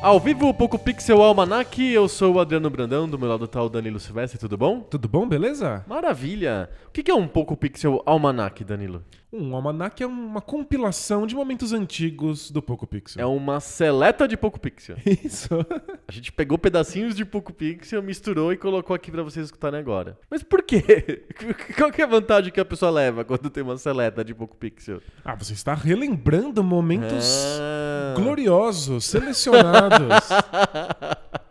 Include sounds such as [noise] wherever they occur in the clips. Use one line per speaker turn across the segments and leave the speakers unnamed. Ao vivo, Poco Pixel Almanac, eu sou o Adriano Brandão, do meu lado tá o Danilo Silvestre, tudo bom?
Tudo bom, beleza?
Maravilha! O que que é um Poco Pixel Almanac, Danilo?
Um almanac é uma compilação de momentos antigos do Poco Pixel. [laughs]
É um uma seleta de Poco Pixel.
Isso.
A gente pegou pedacinhos de Poco Pixel, misturou e colocou aqui pra vocês escutarem agora. Mas por quê? [laughs] Qual que é a vantagem que a pessoa leva quando tem uma seleta de Poco Pixel?
Ah, você está relembrando momentos
Ah. [laughs]
gloriosos, selecionados.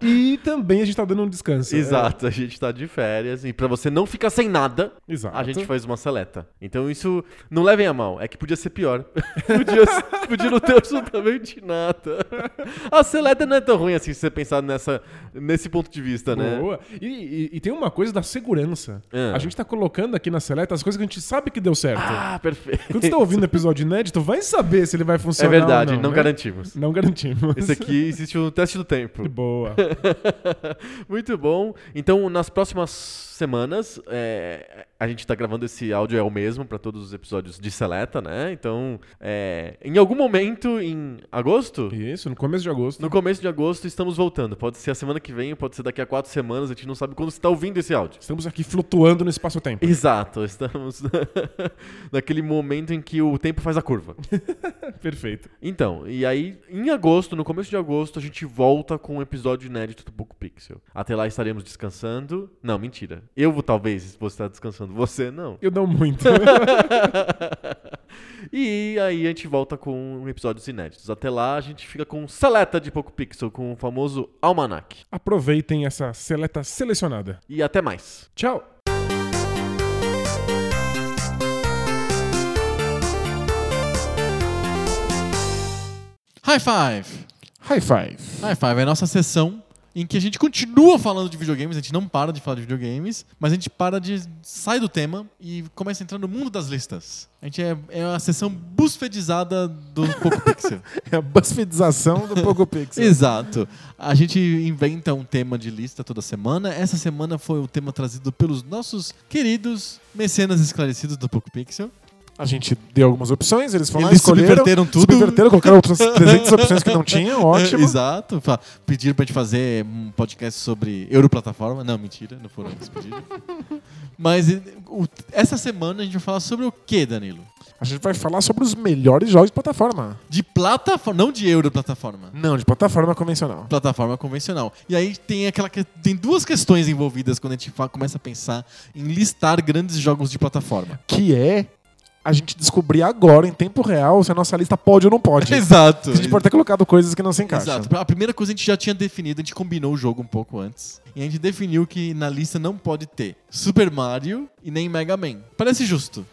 e também a gente tá dando um descanso.
Exato, a gente tá de férias e pra você não ficar sem nada,
É, exato.
A gente faz uma seleta. Então isso, não levem a mal, é que podia ser pior. [laughs] podia, ser- podia não ter absolutamente nada. A seleta não é tão ruim assim se você pensar nessa, nesse ponto de vista, né?
Boa. E, e- e tem uma coisa da segurança.
Ah.
A gente tá colocando aqui na seleta as coisas que a gente sabe que deu certo.
Ah, perfeito.
Quando você tá ouvindo o episódio inédito, vai saber se ele
[laughs]
vai
É
funcionar.
verdade,
ou
não,
não, né?
garantimos.
Não garantimos.
Esse aqui existe o teste do tempo.
[laughs]
[laughs]
Boa.
Muito bom. Então, nas próximas semanas, é, a gente tá gravando esse áudio é o mesmo para todos os episódios de Seleta, né? Então, é, em algum momento, em agosto,
Isso, no começo de agosto.
No começo de agosto estamos voltando. Pode ser a semana que vem, pode ser daqui a quatro semanas, a gente não sabe quando você está ouvindo esse áudio.
Estamos aqui flutuando no
[laughs]
espaço-tempo.
Exato, [laughs] estamos naquele momento em que o tempo faz a curva.
Perfeito.
Então, e aí, em agosto, no começo de agosto, a gente volta com um episódio inédito do Poco Pixel. Até lá estaremos descansando. Não, mentira. Eu vou, talvez, você estar descansando. Você não.
Eu dou
[laughs]
muito.
E aí a gente volta com episódios inéditos. Até lá a gente fica com seleta de Poco Pixel, com o famoso almanac.
Aproveitem essa seleta selecionada.
E até mais.
Tchau!
High Five!
High five.
High Five é a nossa sessão em que a gente continua falando de videogames, a gente não para de falar de videogames, mas a gente para de. sai do tema e começa a entrar no mundo das listas. A gente é, é uma sessão busfedizada do Poco Pixel.
É a BuzzFeedização do Poco
[laughs]
Pixel.
Exato. A gente inventa um tema de lista toda semana. Essa semana foi o tema trazido pelos nossos queridos mecenas esclarecidos do Poco Pixel.
A gente deu algumas opções, eles foram lá,
Eles
escolheram.
subverteram tudo.
Subverteram, colocaram
[laughs]
outras 300 opções que não tinham, ótimo.
É, Exato. Fa- Pediram pra gente fazer um podcast sobre Europlataforma. Não, mentira, não foram eles que [laughs] pediram. Mas e, o- essa semana a gente vai falar sobre o que, Danilo?
A gente vai falar sobre os melhores jogos de plataforma.
De plataforma, não de Europlataforma.
Não, de plataforma convencional.
Plataforma convencional. E aí tem aquela que, tem duas questões envolvidas quando a gente fa- começa a pensar em listar grandes jogos de plataforma.
Que é a gente descobrir agora, em tempo real, se a nossa lista pode ou não pode.
[laughs] [laughs] Exato.
A gente pode ter colocado coisas que não se encaixam.
Exato. A primeira coisa a gente já tinha definido, a gente combinou o jogo um pouco antes. E a gente definiu que na lista não pode ter Super Mario e nem Mega Man. Parece justo.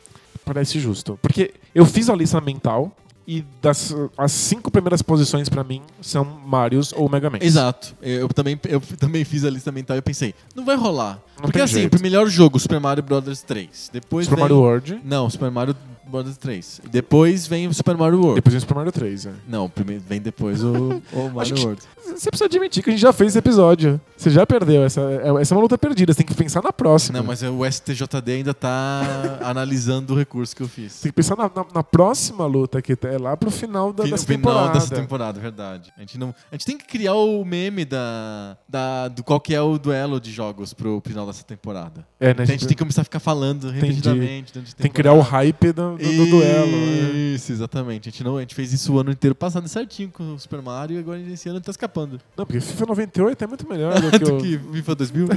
Parece justo. Porque eu fiz a lista mental e das, as cinco primeiras posições pra mim são Marios ou Mega Man.
Exato. Eu também, eu também fiz a lista mental e eu pensei, não vai rolar.
Não
Porque
tem
assim,
jeito.
o melhor jogo, Super Mario Bros. 3. Depois
Super
vem...
Mario World,
Não, Super Mario Bros. 3. Depois vem o Super Mario World.
depois vem Super Mario 3. é.
Não, primeiro vem depois o, o Mario
que- [laughs]
World.
Você precisa admitir que a gente já fez esse episódio. Você já perdeu. Essa, é- essa é uma luta perdida. Você tem que pensar na próxima.
Não, mas o STJD
[laughs]
ainda tá analisando o recurso que eu fiz.
Você tem que pensar na, na- na próxima luta que é lá pro final da,
Fi-
dessa
final
temporada.
dessa temporada, verdade. A gente, não, a gente tem que criar o meme da, da, do qual que é o duelo de jogos pro final dessa temporada. Então
É, né?
a gente tem que começar a ficar falando repetidamente. durante a
tem que criar o
temporada.
hype do, do- do duelo. né?
Isso, exatamente. A gente, não, a gente fez isso o ano inteiro passado certinho com o Super Mario e agora esse ano tá [laughs] escapando.
Não, porque FIFA 98 é muito melhor
[laughs]
do que,
Do
o-
que FIFA [laughs] 2000?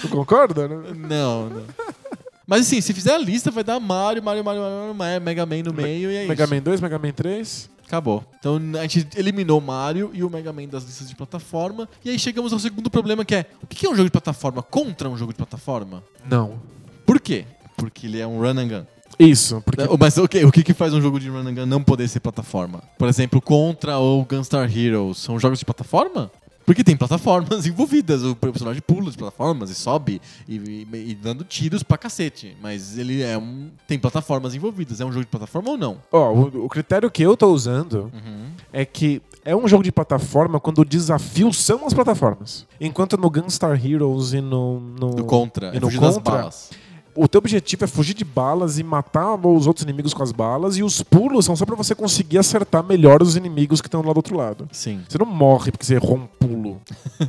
Tu concorda? Né?
não, não. Mas assim, se fizer a lista, vai dar Mario, Mario, Mario, Mario, Mario Mega Man no meio e é
Mega
isso.
Man 2, Mega Man 3.
Acabou. Então a gente eliminou o Mario e o Mega Man das listas de plataforma. E aí chegamos ao segundo problema que é: o que é um jogo de plataforma contra um jogo de plataforma?
Não.
Por quê? Porque ele é um run and gun.
Isso, porque
Mas ok, Né, o que, que faz um jogo de run and gun não poder ser plataforma? Por exemplo, Contra ou Gunstar Heroes são jogos de plataforma? Porque tem plataformas [laughs] envolvidas, o personagem pula de plataformas e sobe e, e- e dando tiros pra cacete. Mas ele é um. tem plataformas envolvidas. É um jogo de plataforma ou não?
Ó, o, o critério que eu tô usando
Uhum.
é que é um jogo de plataforma quando o desafio são as plataformas. Enquanto no Gunstar Heroes e no. no
Do Contra.
E
É
no
fugir das
Contra,
balas.
o teu objetivo é fugir de balas e matar os outros inimigos com as balas, e os pulos são só pra você conseguir acertar melhor os inimigos que estão lá do outro lado.
Sim.
Você não morre porque você errou um pulo.
[laughs]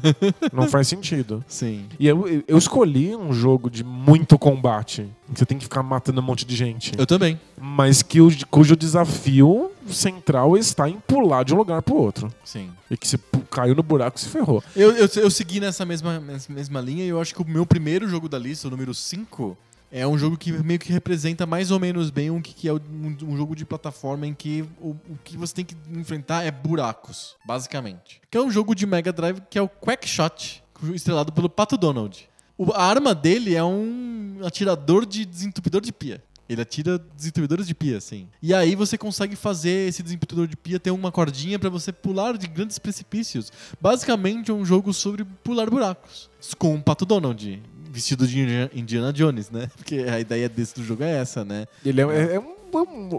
não faz sentido.
Sim.
E eu, eu escolhi um jogo de muito combate, que você tem que ficar matando um monte de gente,
Eu também.
mas que o, cujo desafio central está em pular de um lugar pro outro.
Sim.
E que se pu- caiu no buraco se ferrou.
Eu, eu, eu segui nessa mesma, nessa mesma linha e eu acho que o meu primeiro jogo da lista, o número 5, é um jogo que meio que representa mais ou menos bem o que, que é o- um, um jogo de plataforma em que o, o que você tem que enfrentar é buracos, basicamente. Que é um jogo de Mega Drive que é o Quackshot, estrelado pelo Pato Donald. O- a arma dele é um atirador de desentupidor de pia. Ele atira desentupidores de pia, assim. E aí você consegue fazer esse desentupidor de pia ter uma cordinha pra você pular de grandes precipícios. Basicamente é um jogo sobre pular buracos. Com o Pato Donald, vestido de Indi- Indiana Jones, né? [laughs] Porque a ideia desse do jogo é essa, né?
Ele é, é- é um, é um-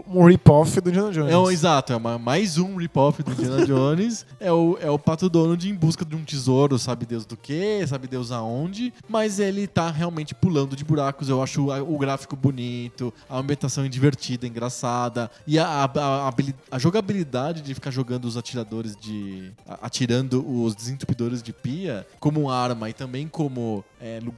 um rip-off do Indiana Jones.
É um, exato, é uma- mais um rip-off do Indiana Jones. É o, é o Pato Donald em busca de um tesouro, sabe Deus do que, sabe Deus aonde. Mas ele tá realmente pulando de buracos. Eu acho a- o gráfico bonito, a ambientação é divertida, engraçada. E a, a- a- a habili- a jogabilidade de ficar jogando os atiradores de. a- atirando os desentupidores de pia como arma e também como. é, lu-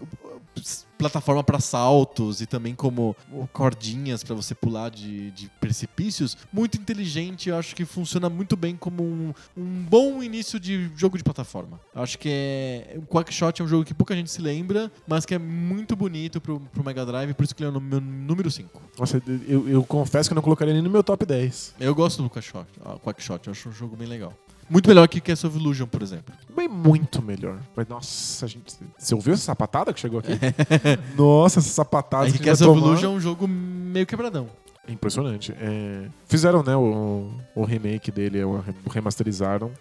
plataforma para saltos e também como cordinhas para você pular de, de precipícios, muito inteligente. Eu acho que funciona muito bem como um, um bom início de jogo de plataforma. Eu acho que é. O Quackshot é um jogo que pouca gente se lembra, mas que é muito bonito pro, pro Mega Drive, por isso que ele é o meu número 5.
Nossa, eu, eu confesso que eu não colocaria ele no meu top 10.
Eu gosto do Quackshot, ah, Quackshot, eu acho um jogo bem legal. Muito melhor que Castle of Illusion, por exemplo.
Bem, muito melhor. Mas, nossa, gente. Você ouviu essa sapatada que
[laughs]
chegou aqui? nossa, essa sapatada
É
que
que
ele vai
Castle of
Ah, tomar.
Illusion é um jogo meio quebradão.
É Impressionante. É, Fizeram, né, o, o remake dele, o re- remasterizaram.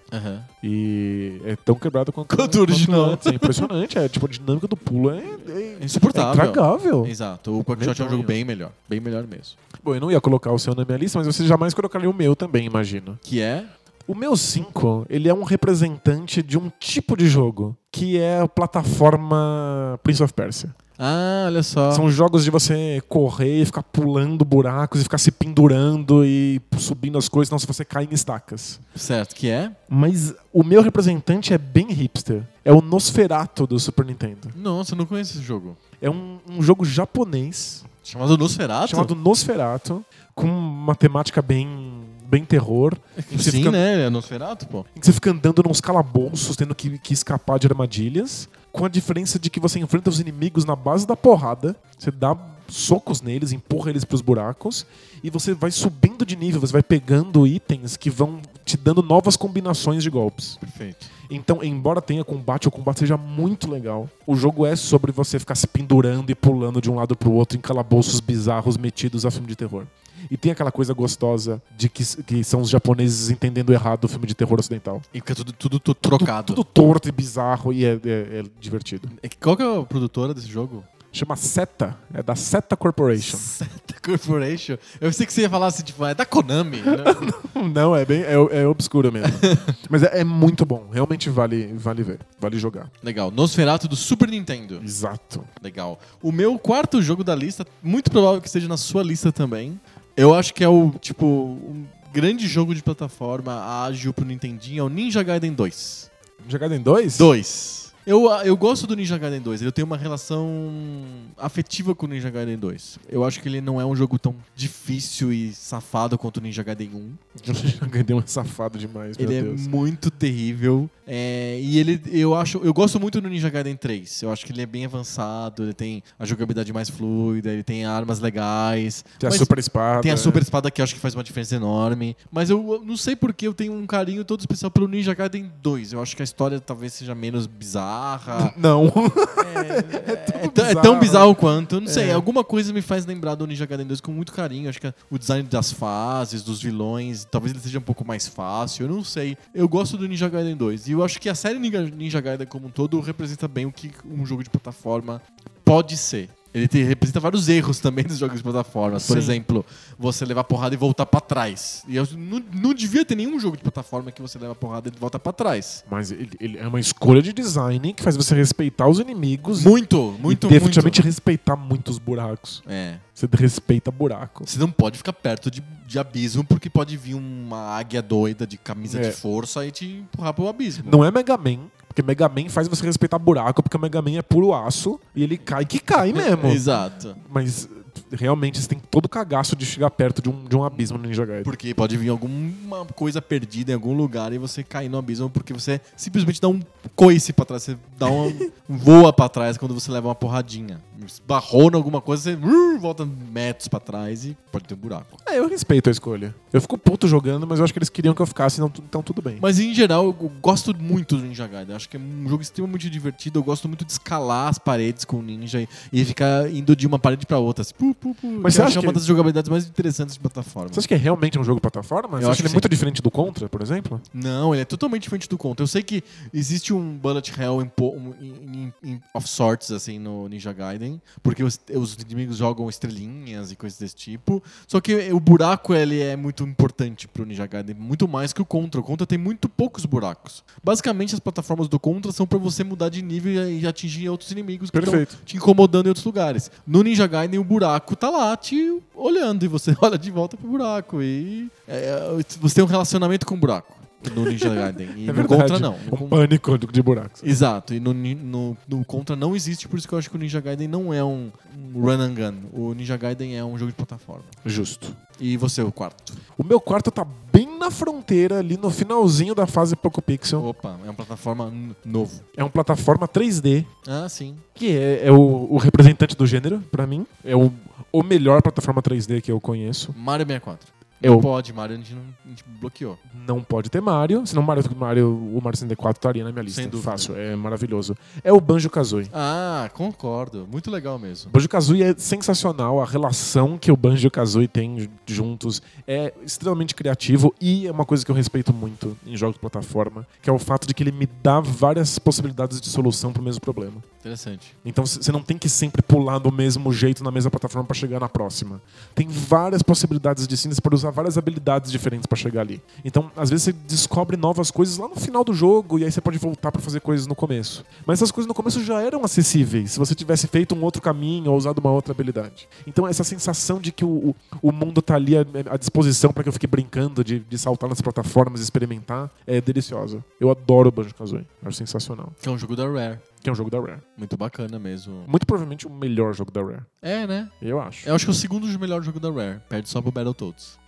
E é tão quebrado quanto,
Quanto o original.
antes. É impressionante. É, tipo, a dinâmica do pulo é, é,
É insuportável.
é intragável.
Exato, o Quackshot é um
Medonho.
jogo bem melhor. Bem melhor mesmo.
Bom, eu não ia colocar o seu na minha lista, mas você jamais colocaria o meu também, imagino.
Que é
O meu 5, ele é um representante de um tipo de jogo, que é a plataforma Prince of Persia.
Ah, olha só.
São jogos de você correr e ficar pulando buracos e ficar se pendurando e subindo as coisas, senão se você cai em estacas.
Certo, que é?
Mas o meu representante é bem hipster. É o Nosferato do Super Nintendo.
Nossa, eu não conheço esse jogo.
É um, um jogo japonês
Chamado Nosferatu?
chamado Nosferato, com uma temática bem, bem terror. Em que você
Sim,
fica-
né? É Nosferatu, pô.
em que você fica andando nos calabouços, tendo que, que escapar de armadilhas, com a diferença de que você enfrenta os inimigos na base da porrada, você dá socos neles, empurra eles pros buracos, e você vai subindo de nível, você vai pegando itens que vão te dando novas combinações de golpes.
Perfeito.
Então, embora tenha combate, o combate seja muito legal, o jogo é sobre você ficar se pendurando e pulando de um lado pro outro em calabouços bizarros metidos a filme de terror. E tem aquela coisa gostosa de que, que são os japoneses entendendo errado o filme de terror ocidental.
E fica tudo, tudo, tudo trocado.
Tudo torto e bizarro e é, é- é divertido.
É que- Qual que é a produtora desse jogo?
Chama Seta, é da Seta Corporation.
Santa Corporation. Eu pensei que você ia falar assim, tipo, ah, é da Konami. né?
[laughs] Não, é bem é, é obscuro mesmo. [laughs] Mas é, é muito bom, realmente vale, vale ver, vale jogar.
Legal. Nosferatu do Super Nintendo.
Exato.
Legal. O meu quarto jogo da lista, muito provável que esteja na sua lista também. Eu acho que é o, tipo, um grande jogo de plataforma ágil pro Nintendinho, é o Ninja Gaiden 2.
Jogado em dois? [laughs]
2. Eu, ah, eu gosto do Ninja Gaiden 2, eu tenho uma relação afetiva com o Ninja Gaiden 2. Eu acho que ele não é um jogo tão difícil e safado quanto o Ninja Gaiden 1.
Ganhei uma safada demais,
Ele
meu
é
Deus.
muito terrível. É, e ele, eu acho, eu gosto muito do Ninja Gaiden 3. Eu acho que ele é bem avançado, ele tem a jogabilidade mais fluida, ele tem armas legais.
Tem a
Mas
super espada. é.
tem a super espada que eu acho que faz uma diferença enorme. Mas eu eu não sei porque eu tenho um carinho todo especial pelo Ninja Gaiden 2. Eu acho que a história talvez seja
[laughs]
menos bizarra.
Não.
[laughs] É, t- é tão bizarro quanto, eu não
É.
sei. Alguma coisa me faz lembrar do Ninja Gaiden 2 com muito carinho. Acho que é o design das fases, dos vilões, talvez ele seja um pouco mais fácil, eu não sei. Eu gosto do Ninja Gaiden 2 e eu acho que a série Ninja, Ninja Gaiden como um todo representa bem o que um jogo de plataforma pode ser. Ele te- representa vários erros também dos jogos de plataforma. Por
Sim.
exemplo, você levar porrada e voltar pra trás. E eu não, não devia ter nenhum jogo de plataforma que você leva porrada e volta pra trás.
Mas ele, ele é uma escolha de design que faz você respeitar os inimigos.
Muito,
e
muito,
definitivamente
muito.
respeitar muitos buracos.
É.
Você respeita buraco.
Você não pode ficar perto de, de abismo, porque pode vir uma águia doida de camisa
É.
de força e te empurrar pro abismo.
Não é Mega Man, porque Mega Man faz você respeitar buraco, porque o Mega Man é puro aço e ele cai que cai É mesmo.
[laughs] Exato.
Mas realmente você tem todo o cagaço de chegar perto de um, de um abismo no Ninja Gaiden.
Porque pode vir alguma coisa perdida em algum lugar e você cair no abismo porque você simplesmente dá um coice pra trás, você
[laughs]
dá uma voa pra trás quando você leva uma porradinha. Esbarrou em alguma coisa, você uh, volta metros pra trás e pode ter um buraco.
É, eu respeito a escolha. Eu fico puto jogando, mas eu acho que eles queriam que eu ficasse, então, tu- então tudo bem.
Mas em geral, eu gosto muito do Ninja Gaiden. Acho que é um jogo extremamente divertido. Eu gosto muito de escalar as paredes com o ninja e, e ficar indo de uma parede pra outra. assim, pu, pu, pu.
Mas
Eu
você
acho é
acha
uma
que-
das jogabilidades mais interessantes de plataforma.
Você acha que é realmente um jogo plataforma? Você
Eu
acha
acho
que ele
que
é muito diferente do Contra, por exemplo?
Não, ele é totalmente diferente do conto. Eu sei que existe um bullet hell em po- um- em- em- em- of sorts, assim, no Ninja Gaiden, porque os, os inimigos jogam estrelinhas e coisas desse tipo. Só que o buraco, ele é muito importante pro Ninja Gaiden, muito mais que o Contra. O Contra tem muito poucos buracos. Basicamente, as plataformas do Contra são pra você mudar de nível e e atingir outros inimigos que estão
Perfeito.
te incomodando em outros lugares. No Ninja Gaiden, o buraco tá lá te olhando e você [laughs] olha de volta pro buraco e é, você tem um relacionamento com o buraco no Ninja Gaiden. [laughs] E
é
no
verdade.
Contra, não.
Um pânico de de buracos.
Exato, e no, ni- no, no Contra não existe, por isso que eu acho que o Ninja Gaiden não é um, um run and gun. O Ninja Gaiden é um jogo de plataforma.
Justo.
E você, o quarto.
O meu quarto tá bem na fronteira, ali no finalzinho da fase Poco Pixel.
Opa, é uma plataforma n- novo.
É uma plataforma 3D,
Ah, sim.
que é, é o, o representante do gênero, pra mim. É o, o melhor plataforma 3D que eu conheço.
Mario 64.
Eu-
Pode, Mario, a gente, não, a gente bloqueou.
Não pode ter Mario, senão Mario, Mario, o Mario 64 estaria tá na minha lista.
Sem dúvida.
Fácil, é maravilhoso. É o Banjo-Kazooie.
Ah, concordo. Muito legal mesmo.
Banjo-Kazooie é sensacional, a relação que o Banjo e o Kazooie têm juntos é extremamente criativo e é uma coisa que eu respeito muito em jogos de plataforma, que é o fato de que ele me dá várias possibilidades de solução para o mesmo problema.
Interessante.
Então c- você não tem que sempre pular do mesmo jeito na mesma plataforma para chegar na próxima. Tem várias possibilidades distintas para usar várias habilidades diferentes para chegar ali. Então, às vezes você descobre novas coisas lá no final do jogo e aí você pode voltar para fazer coisas no começo. Mas essas coisas no começo já eram acessíveis se você tivesse feito um outro caminho ou usado uma outra habilidade. Então, essa sensação de que o, o, o mundo tá ali à, à disposição para que eu fique brincando de, de saltar nas plataformas e experimentar é deliciosa. Eu adoro Banjo-Kazooie. Acho sensacional.
Que é um jogo da Rare.
Que é um jogo da Rare.
Muito bacana mesmo.
Muito provavelmente o melhor jogo da Rare.
É, né?
Eu acho.
Eu acho que é o segundo melhor jogo da Rare. Perde só pro
[laughs]
Battletoads.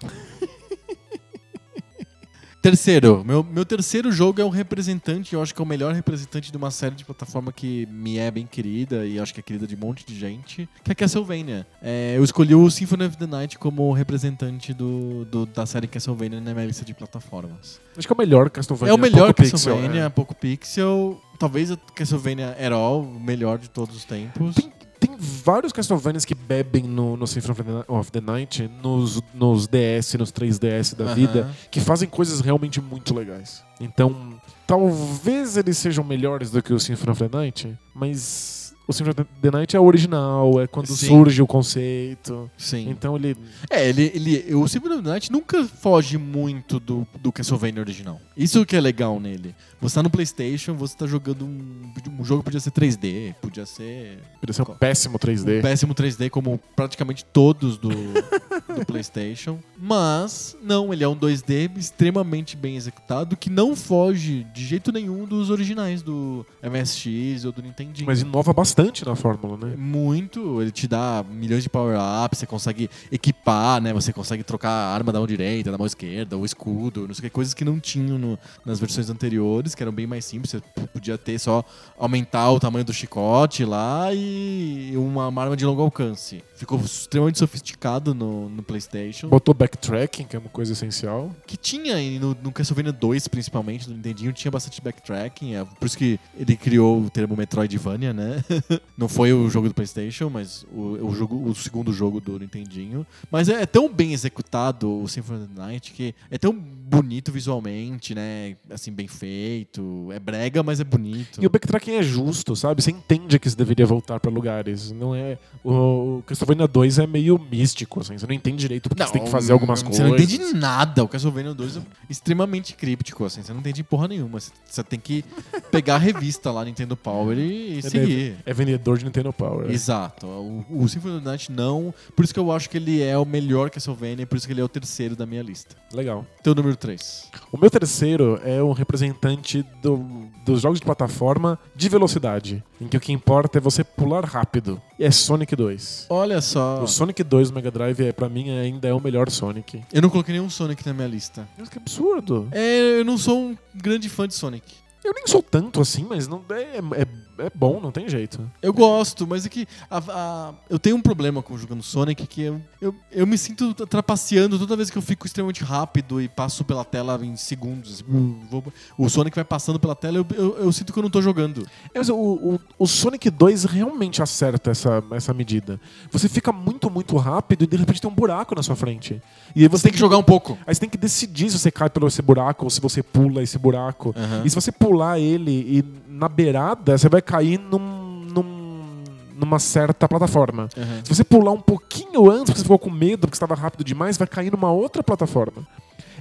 terceiro. Meu, meu terceiro jogo é um representante. Eu acho que é o melhor representante de uma série de plataforma que me é bem querida. E acho que é querida de um monte de gente. Que é Castlevania. É, eu escolhi o Symphony of the Night como representante do, do- da série Castlevania na minha lista de plataformas.
Acho que é o melhor Castlevania.
É o melhor
Poco Pixel,
Castlevania,
é.
pouco pixel. Talvez a Castlevania at all, o melhor de todos os tempos.
É. Tem, tem vários Castlevanias que bebem no, no Symphony of the Ni- of the Night, nos, nos DS, nos 3DS da
Aham.
vida, que fazem coisas realmente muito legais. Então, talvez eles sejam melhores do que o Symphony of the Night, mas O Symphony of the Night é o original, é quando
Sim.
surge o conceito.
Sim.
Então ele.
É, ele, ele, o Symphony of the Night nunca foge muito do, do Castlevania original. Isso que é legal nele. Você tá no PlayStation, você tá jogando um, um jogo que podia ser 3D, podia ser
Ele é um
Qual?
péssimo
um
3D.
péssimo 3D, como praticamente todos do, do PlayStation. Mas, não, ele é um 2D extremamente bem executado que não foge de jeito nenhum dos originais do MSX ou do Nintendinho.
Mas inova bastante na fórmula, né?
É Muito, ele te dá milhões de power-ups, você consegue equipar, né? Você consegue trocar a arma da mão direita, da mão esquerda, o escudo, não sei o que, coisas que não tinham no- nas versões anteriores, que eram bem mais simples. Você p- podia ter só aumentar o tamanho do chicote lá e uma, uma arma de longo alcance. Ficou extremamente sofisticado no, no PlayStation.
Botou backtracking, que é uma coisa essencial.
Que tinha e no, no Castlevania 2, principalmente, no Nintendinho, tinha bastante backtracking. É por isso que ele criou o termo Metroidvania, né? [laughs] Não foi o jogo do PlayStation, mas o, o jogo, o segundo jogo do Nintendinho. Mas é, é tão bem executado o Symphony of the Night que é tão bonito visualmente, né? Assim, bem feito. É brega, mas é bonito.
E o backtracking é justo, sabe? Você entende que você deveria voltar pra lugares. Não é. O o Castlevania 2 é meio místico, assim. Você não entende direito porque você tem que fazer algumas coisas.
Você não entende nada. O Castlevania 2 é extremamente críptico, assim. Você não entende porra nenhuma. Você- Você tem que pegar a revista lá, Nintendo Power, e, e
É
seguir.
É vendedor de Nintendo
É.
Power.
Exato. O, o Symphony of the Night não. Por isso que eu acho que ele é o melhor Castlevania, por isso que ele é o terceiro da minha lista.
Legal.
Teu número 3.
O meu terceiro é um representante do- dos jogos de plataforma de velocidade, em que o que importa é você pular rápido. E é Sonic 2.
Olha só.
O Sonic 2 do Mega Drive, é, pra mim, ainda é o melhor Sonic.
Eu não coloquei nenhum Sonic na minha lista.
Mas que absurdo.
É, eu não sou um grande fã de Sonic.
Eu nem sou tanto assim, mas não é, é, é bom, não tem jeito.
Eu gosto, mas é que a- a- eu tenho um problema com jogando Sonic, que eu, eu, eu me sinto t- trapaceando toda vez que eu fico extremamente rápido e passo pela tela em segundos. assim, hum, vou- o Sonic vai passando pela tela e eu, eu- eu sinto que eu não tô jogando.
É, mas o, o, o Sonic 2 realmente acerta essa, essa medida. Você fica muito, muito rápido e de repente tem um buraco na sua frente. E aí você tem que
jogar um pouco.
Aí você tem que decidir se você cai pelo esse buraco ou se você pula esse buraco.
Aham.
E se você pular ele e na beirada, você vai cair num, num- numa certa plataforma.
Aham.
Se você pular um pouquinho antes, porque você ficou com medo, porque estava rápido demais, vai cair numa outra plataforma.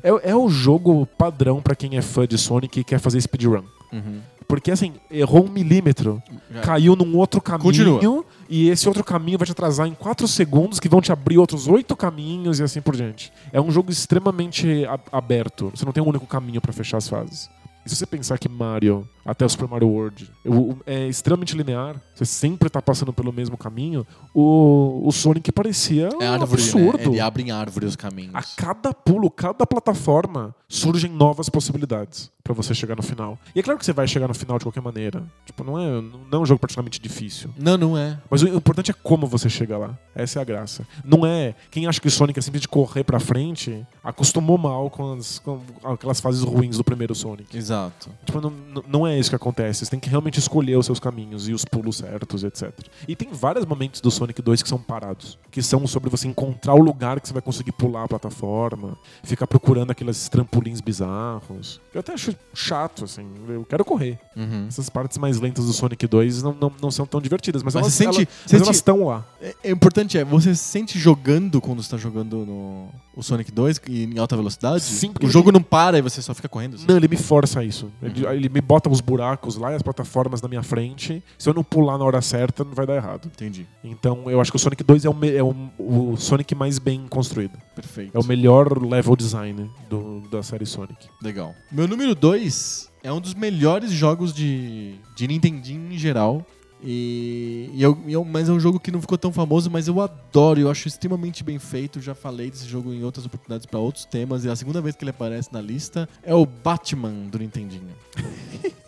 É, é o jogo padrão pra quem é fã de Sonic e quer fazer speedrun.
Uhum.
Porque assim, errou um milímetro,
Já.
caiu num outro caminho,
É. Continua.
e esse outro caminho vai te atrasar em 4 segundos, que vão te abrir outros oito caminhos e assim por diante. É um jogo extremamente a- aberto. Você não tem um único caminho pra fechar as fases. E se você pensar que Mario, até o Super Mario World, o- o- é extremamente linear, você sempre tá passando pelo mesmo caminho, o, o Sonic parecia
É
um
árvore,
absurdo.
né? Ele abre em árvore os caminhos.
A cada pulo, cada plataforma, surgem novas possibilidades pra você chegar no final. E é claro que você vai chegar no final de qualquer maneira. Tipo, não é, não é um jogo particularmente difícil.
Não, não é.
Mas o importante é como você chega lá. Essa é a graça. Não é. Quem acha que o Sonic é sempre de correr pra frente, acostumou mal com, as- com aquelas fases ruins do primeiro Sonic.
Exato.
Tipo, não, não é isso que acontece. Você tem que realmente escolher os seus caminhos e os pulos certos, etc. E tem vários momentos do Sonic 2 que são parados. Que são sobre você encontrar o lugar que você vai conseguir pular a plataforma, ficar procurando aqueles trampolins bizarros. Eu até acho chato, assim. Eu quero correr. Essas partes mais lentas do Sonic 2 não, não, não são tão divertidas, mas,
Mas
elas
você sente-
elas- mas
sente-
elas estão lá.
É, é importante é, você se sente jogando quando você tá jogando no o Sonic 2 e em alta velocidade?
Sim, porque
O jogo não para e você só fica correndo? assim?
Não, ele me força a isso. Ele, ele me bota os buracos lá e as plataformas na minha frente. Se eu não pular na hora certa, não vai dar errado.
Entendi.
Então eu acho que o Sonic 2 é o, me- é o, o Sonic mais bem construído.
Perfeito.
É o melhor level design do- da série Sonic.
Legal. Meu número 2 é um dos melhores jogos de, de Nintendinho em geral. E, e eu- e eu- mas é um jogo que não ficou tão famoso, mas eu adoro, eu acho extremamente bem feito. Já falei desse jogo em outras oportunidades para outros temas, e é a segunda vez que ele aparece na lista é o Batman do Nintendinho.
[laughs]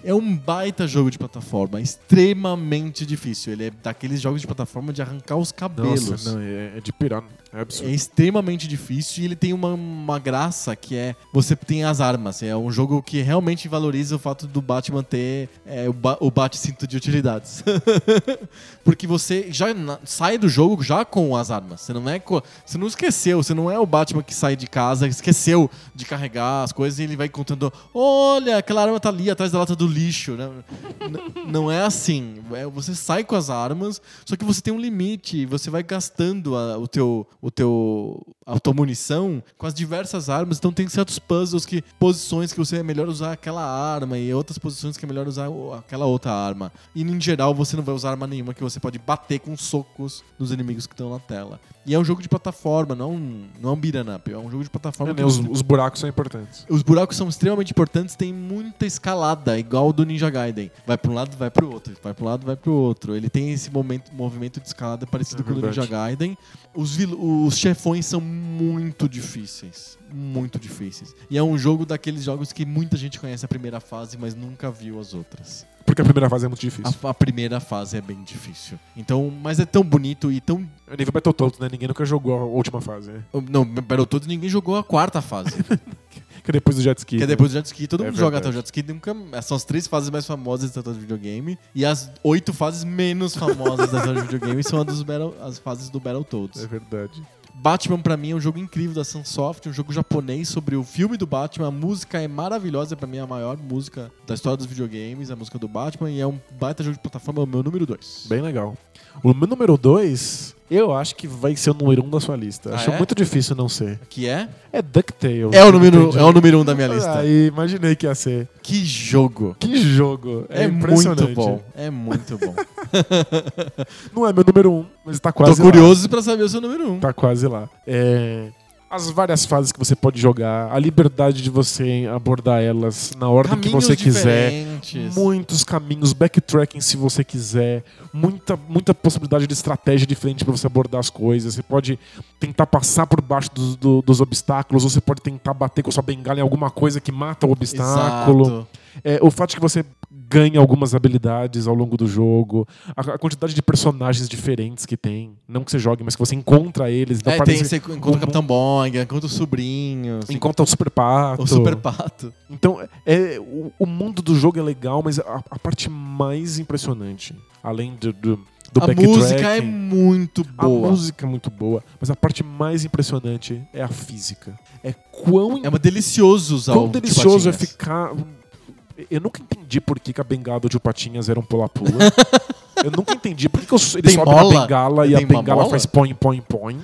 É um baita jogo de plataforma, extremamente difícil. Ele é daqueles jogos de plataforma de arrancar os cabelos.
Nossa, não, é, é de pirar. É
É
absurdo.
extremamente difícil e ele tem uma, uma graça que é você tem as armas. É um jogo que realmente valoriza o fato do Batman ter é, o, ba o bate-cinto de utilidades. [laughs] Porque você já na- sai do jogo já com as armas. Você não é co- você não esqueceu, você não é o Batman que sai de casa, esqueceu de carregar as coisas e ele vai contando: "Olha, aquela arma tá ali atrás da lata do lixo, né? N- não é assim. É, você sai com as armas, só que você tem um limite, você vai gastando a, o teu, o teu, a tua munição com as diversas armas, então tem certos puzzles que posições que você é melhor usar aquela arma e outras posições que é melhor usar o- aquela outra arma. E em geral você não vai usar arma nenhuma que você pode bater com socos nos inimigos que estão na tela. E é um jogo de plataforma, não é um, não é um beat'em up, é um jogo de plataforma. que
né, Os,
você-
os buracos são importantes.
os buracos são extremamente importantes, tem muita escalada, igual o do Ninja Gaiden. Vai pra um lado, vai pro outro, vai pra um lado, vai pro outro. Ele tem esse momento, movimento de escalada parecido
É
com o do
verdade.
Ninja Gaiden. Os, vil- os chefões são muito difíceis, muito difíceis. E é um jogo daqueles jogos que muita gente conhece a primeira fase, mas nunca viu as outras.
Porque a primeira fase é muito difícil.
A, a primeira fase é bem difícil. Então, mas é tão bonito e tão
É nível Battletoads, né? Ninguém nunca jogou a última fase. né?
não, Battletoads ninguém jogou a quarta fase.
Que é depois do jet ski.
Que é
né?
depois do jet ski, todo
É
mundo joga até o
verdade.
jet ski. Nunca, são as três fases mais famosas da história de videogame. E as oito fases menos famosas da história de videogame são as, dos Battle- as fases do Battletoads.
É verdade.
Batman, pra mim, é um jogo incrível da Sunsoft, um jogo japonês sobre o filme do Batman. A música é maravilhosa, pra mim, é a maior música da história dos videogames, a música do Batman. E é um baita jogo de plataforma, é o meu número dois.
Bem legal. O meu número 2, eu acho que vai ser o número 1 um da sua lista.
Ah,
acho
é?
muito difícil não ser.
Que é?
É DuckTales.
É o número,
Entendi.
é o número um da minha lista.
Aí, imaginei que ia ser.
Que jogo!
Que jogo. É,
É, muito
impressionante.
bom. É
[laughs]
muito bom.
Não é meu número 1, um, mas tá quase
Tô
lá.
curioso pra saber o seu número um.
Tá quase lá. É, As várias fases que você pode jogar, a liberdade de você abordar elas na ordem que você quiser.
diferentes.
Muitos caminhos, backtracking se você quiser, muita, muita possibilidade de estratégia diferente para você abordar as coisas. Você pode tentar passar por baixo dos, do- dos obstáculos, ou você pode tentar bater com sua bengala em alguma coisa que mata o obstáculo.
Exato.
É, o fato de que você ganha algumas habilidades ao longo do jogo, a, a quantidade de personagens diferentes que tem, não que você jogue, mas que você encontra eles, então
É, tem,
parece-
você encontra o Capitão Bong, encontra o sobrinho, você
encontra o Super Pato.
encontra o Super Pato.
Então, é, é- o, o mundo do jogo é legal, mas a, a parte mais impressionante, além do, do, do
a
backtracking,
música é muito
a
boa.
música é muito boa, mas a parte mais impressionante é a física. É quão
É uma delicioso usar
Quão
o de
delicioso é
patinhas.
ficar. Eu nunca entendi por que, que a bengala de Patinhas era um pula-pula.
[laughs]
Eu nunca entendi por que, que eu- ele
Tem
sobe
mola?
na bengala e
Tem
a
uma
bengala
mola?
faz põe, põe, põe.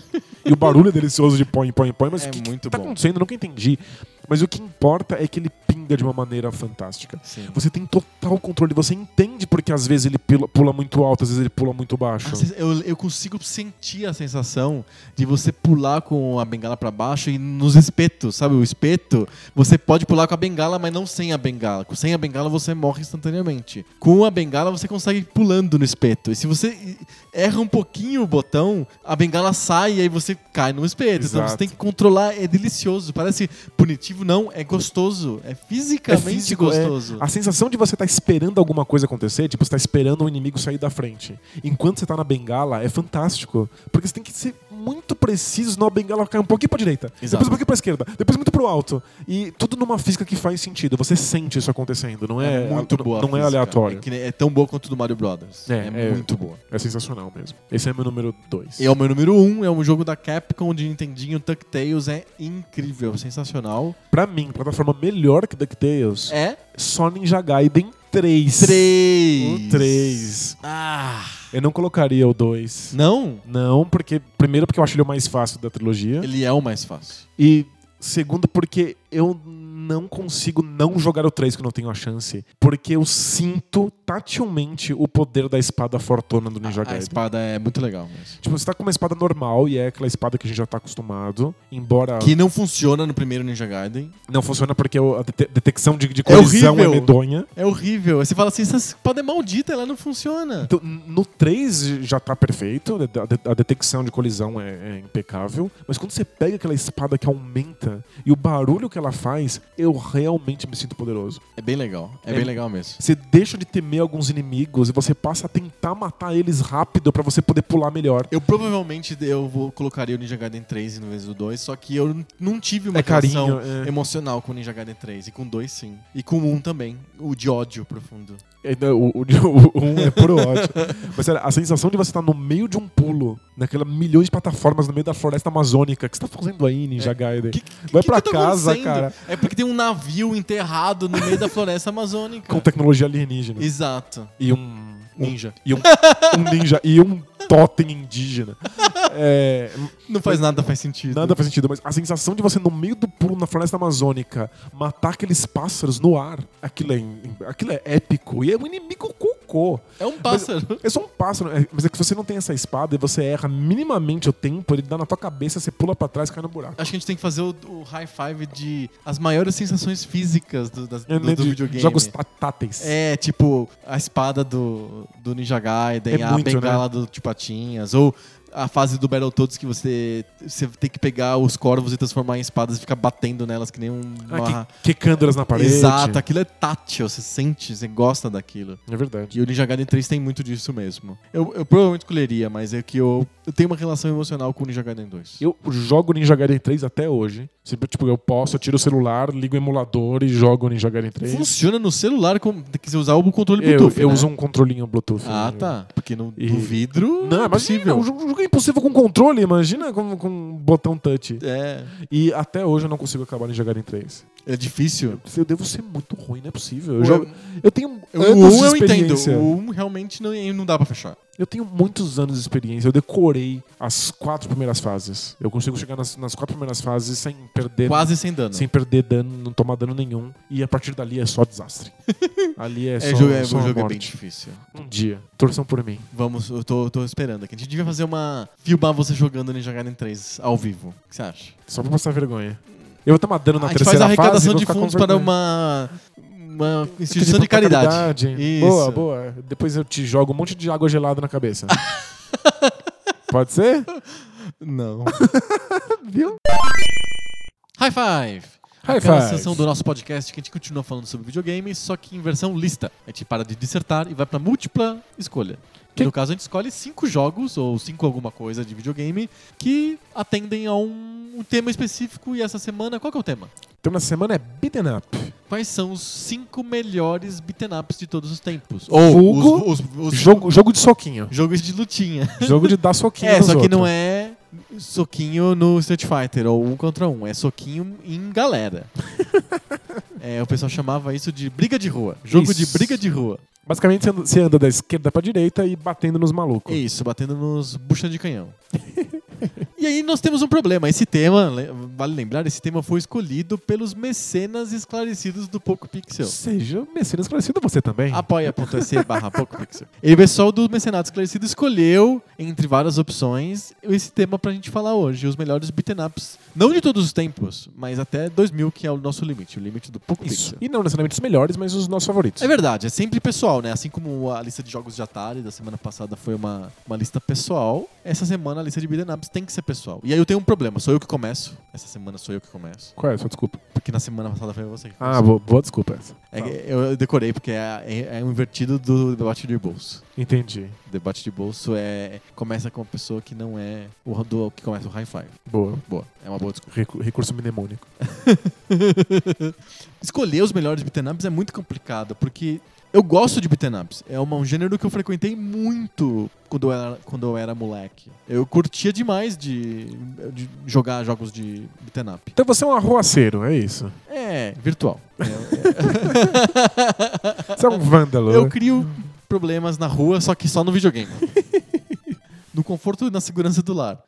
E o barulho é delicioso de põe, põe, põe. Mas
É
o que,
muito
que tá
bom.
acontecendo? Eu nunca entendi. Mas o que importa é que ele pinga de uma maneira fantástica.
Sim.
Você tem total controle. Você entende porque às vezes ele pula, pula muito alto, às vezes ele pula muito baixo.
Ah, cê- Eu, eu consigo sentir a sensação de você pular com a bengala pra baixo e nos espetos, sabe? O espeto, você pode pular com a bengala, mas não sem a bengala. Com- Sem a bengala você morre instantaneamente. Com a bengala você consegue ir pulando no espeto. E se você i- erra um pouquinho o botão, a bengala sai e aí você cai no espeto. Então
Exato.
você tem que controlar, é delicioso. Parece punitivo, não, é gostoso. É fisicamente
é-
gostoso.
a sensação de você estar esperando alguma coisa acontecer, tipo, você tá esperando um inimigo sair da frente. Enquanto você tá na bengala, é fantástico. Porque você tem que ser muito preciso, senão a bengala cai um pouquinho pra direita,
Exato.
depois um pouquinho pra esquerda, depois muito pro alto. E tudo numa física que faz sentido. Você sente isso acontecendo, não é,
muito
não-
boa. a
não é
física.
aleatório.
É, que nem- é tão boa quanto do Mario Brothers.
É, é.
muito boa.
É sensacional mesmo. Esse é meu número 2.
E é o meu número um, é um jogo da Capcom de Nintendinho, DuckTales, é incrível, sensacional.
Pra mim, plataforma melhor que DuckTales, é.
É
só Ninja Gaiden 3.
3.
O 3.
Ah,
Eu não colocaria o 2.
não,
Não, porque. Primeiro, porque eu acho ele o mais fácil da trilogia.
ele é o mais fácil.
E segundo, porque eu não consigo não jogar o 3 que eu não tenho a chance. Porque eu sinto tatilmente o poder da espada fortuna do Ninja
a, a
Gaiden.
espada é muito legal mesmo.
Tipo, você tá com uma espada normal e é aquela espada que a gente já tá acostumado. Embora
Que não funciona no primeiro Ninja Gaiden.
não funciona porque o- a dete- detecção de, de colisão é,
horrível.
medonha.
É horrível. Aí Você fala assim, essa espada é maldita, ela não funciona.
Então, n- no 3 já tá perfeito, a de- a detecção de colisão é, é impecável, mas quando você pega aquela espada que aumenta e o barulho que ela faz, eu realmente me sinto poderoso.
É bem legal, é,
É.
bem legal mesmo.
Você deixa de temer alguns inimigos e você passa a tentar matar eles rápido pra você poder pular melhor.
Eu provavelmente eu vou, colocaria o Ninja Gaiden 3 no vez do 2, só que eu n- não tive uma
É carinho.
relação
é.
emocional com o Ninja Gaiden 3. E com o 2 sim. E com o 1 também. O de ódio profundo.
É, não, O, [laughs] o- o um é puro ódio. Mas sério, a sensação de você estar no meio de um pulo, naquela milhões de plataformas no meio da floresta amazônica, o que você tá fazendo aí, Ninja
É.
Gaiden?
Que-
Vai
que
pra
que tá
casa,
acontecendo?
cara.
É porque tem um navio enterrado no meio da floresta amazônica.
Com tecnologia alienígena.
Exato.
E um. um-
Ninja.
E um, [laughs] um ninja. E um totem indígena. É,
Não faz nada, faz sentido.
nada faz sentido, mas a sensação de você, no meio do pulo na floresta amazônica, matar aqueles pássaros no ar, aquilo é, aquilo é épico. E é um inimigo cocô.
É um pássaro.
Mas É só um pássaro, é- mas é que se você não tem essa espada e você erra minimamente o tempo, ele dá na tua cabeça, você pula pra trás e cai no buraco.
Acho que a gente tem que fazer o, o high five de as maiores sensações físicas do, das,
Eu
é do,
lembro
do
de
videogame.
Jogos tá- táteis.
É, tipo, a espada do, do Ninja Gaiden,
É
a
muito,
bengala do Tipatinhas, ou a fase do Battletoads que você, você tem que pegar os corvos e transformar em espadas e ficar batendo nelas que nem um...
Ah, que, quecândoras na parede.
Exato, aquilo é tátil, você sente, você gosta daquilo.
É verdade.
E o Ninja Gaiden 3 tem muito disso mesmo. Eu, eu provavelmente escolheria, mas é que eu, eu tenho uma relação emocional com o Ninja Gaiden 2.
Eu jogo Ninja Gaiden 3 até hoje. Sempre, tipo, eu posso, eu tiro o celular, ligo o emulador e jogo Ninja Gaiden 3.
Funciona no celular, com, tem que usar o controle
Eu,
Bluetooth,
eu
né?
uso um controlinho Bluetooth.
Ah,
né?
tá. Porque no,
E-
no vidro...
Não,
é
imagina,
possível.
o jogo o jogo é impossível com controle, imagina com, com um botão touch.
É,
E até hoje eu não consigo acabar Ninja Gaiden 3.
é difícil.
Eu devo ser muito ruim, não é possível. Eu,
O-
jogo- eu tenho
Eu-
anos
o 1 eu
de
entendo,
experiência.
o 1 realmente não, não dá pra fechar.
Eu tenho muitos anos de experiência. Eu decorei as quatro primeiras fases. Eu consigo chegar nas, nas quatro primeiras fases sem perder,
Quase sem dano.
sem perder dano, não tomar dano nenhum. E a partir dali é só
[laughs]
desastre. Ali é
É,
só,
jogo, é,
só
o
a
jogo é bem
morte.
difícil.
Um dia. Torçam por mim.
Vamos, eu tô, tô esperando aqui. A gente devia fazer uma. filmar você jogando Ninja Gaiden 3 ao vivo. O que você acha?
Só pra passar vergonha. Eu vou tomar dano na
a gente faz
terceira
a arrecadação
fase, vou
de
ficar com
fundos para
vergonha.
uma. uma
Fica
instituição de caridade. Isso.
Boa, boa. Depois eu te jogo um monte de água gelada na
[laughs]
cabeça. Pode ser?
Não.
Viu?
High five!
High
Aquela
five.
sessão do nosso podcast que a gente continua falando sobre videogames, só que em versão lista. A gente para de dissertar e vai pra múltipla escolha.
Que-
No caso, a gente escolhe cinco jogos, ou cinco alguma coisa de videogame, que atendem a um, um tema específico. E essa semana, qual que é o tema?
Então na semana é beaten up.
Quais são os cinco melhores beaten ups de todos os tempos?
Vulgo,
os, os- os
Jogo, jogo de
[laughs]
soquinho.
jogos de lutinha.
jogo de dar soquinho.
É,
nos
só que não
outros.
é soquinho no Street Fighter ou um contra um, é soquinho em
[laughs]
galera. É, o pessoal chamava isso de briga de rua, jogo de
Isso.
briga de rua.
Basicamente você anda- você anda da esquerda pra direita e batendo nos malucos.
Isso, batendo nos bucha de canhão. [laughs] e aí nós temos um problema. Esse tema, le- vale lembrar, esse tema foi escolhido pelos mecenas esclarecidos do Poco
Então.
Pixel.
Seja o Messias esclarecido você também.
apoia.se barra PocoPixel. E o pessoal do Mecenato Esclarecido escolheu, entre várias opções, esse tema pra gente falar hoje, os melhores beaten ups. Não de todos os tempos, mas até 2000, que é o nosso limite, o limite do
Isso.
PocoPixel.
E não necessariamente os melhores, mas os nossos favoritos.
É verdade, é sempre pessoal, né? Assim como a lista de jogos de Atari da semana passada foi uma, uma lista pessoal, essa semana a lista de beat'em ups tem que ser pessoal. E aí eu tenho um problema, sou eu que começo. Essa semana sou eu que começo.
Qual é? Só desculpa.
Porque na semana passada foi você que
Ah,
começou.
boa, boa desculpa essa.
É que eu eu decorei, porque é, é, é um invertido do debate de bolso.
Entendi.
Debate de bolso é começa com uma pessoa que não é o do, que começa o high five.
Boa.
Boa, é uma boa desculpa.
Recu- recurso mnemônico.
[laughs] Escolher os melhores beaten ups é muito complicado, porque eu gosto de beaten ups. É uma- um gênero que eu frequentei muito quando eu era, quando eu era moleque. Eu curtia demais de, de jogar jogos de beaten up.
Então você é um arroaceiro, é isso.
É, virtual.
Você é [laughs] um vândalo.
Eu
né?
crio problemas na rua, só que só no videogame. no conforto e na segurança do lar.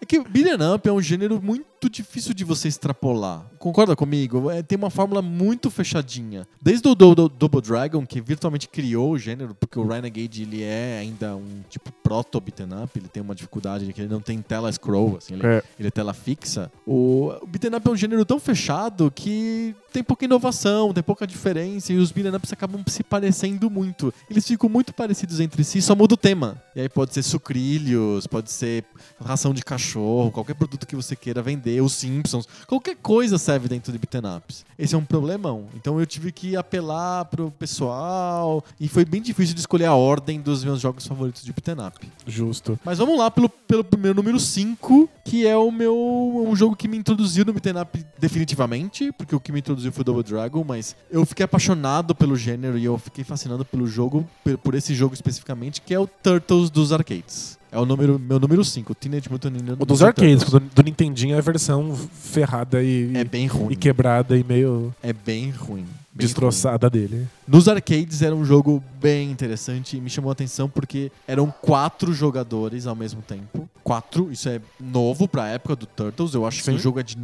É que beat'em up é um gênero muito difícil de você extrapolar. Concorda comigo? É, tem uma fórmula muito fechadinha. Desde o Do- Do- Double Dragon, que virtualmente criou o gênero, porque o Renegade ele é ainda um tipo proto beat'em up, ele tem uma dificuldade de que ele não tem tela scroll, assim, ele,
É.
ele é tela fixa. O, o beat'em up é um gênero tão fechado que tem pouca inovação, tem pouca diferença e os beat'em ups acabam se parecendo muito. Eles ficam muito parecidos entre si, só muda o tema. E aí pode ser sucrilhos, pode ser ração de cachorro, qualquer produto que você queira vender, os Simpsons, qualquer coisa serve dentro de beat'em ups. Esse é um problemão. Então eu tive que apelar pro pessoal e foi bem difícil de escolher a ordem dos meus jogos favoritos de beat'em up.
Justo.
Mas vamos lá pelo, pelo meu número 5, que é o meu um jogo que me introduziu no beat'em up definitivamente, porque o que me introduziu foi o Double Dragon, mas eu fiquei apaixonado pelo gênero e eu fiquei fascinado pelo jogo, pe- por esse jogo especificamente, que é o Turtles dos arcades. É o número, meu número 5, Teenage Mutant Ninja
O dos
Turtles.
arcades, o do, do Nintendinho é a versão ferrada e,
É bem ruim.
e quebrada e meio
É bem ruim. bem
destroçada dele.
ruim. Nos arcades era um jogo bem interessante e me chamou a atenção porque eram quatro jogadores ao mesmo tempo. Quatro, isso é novo pra época do Turtles. Eu acho
Sim.
que o jogo é de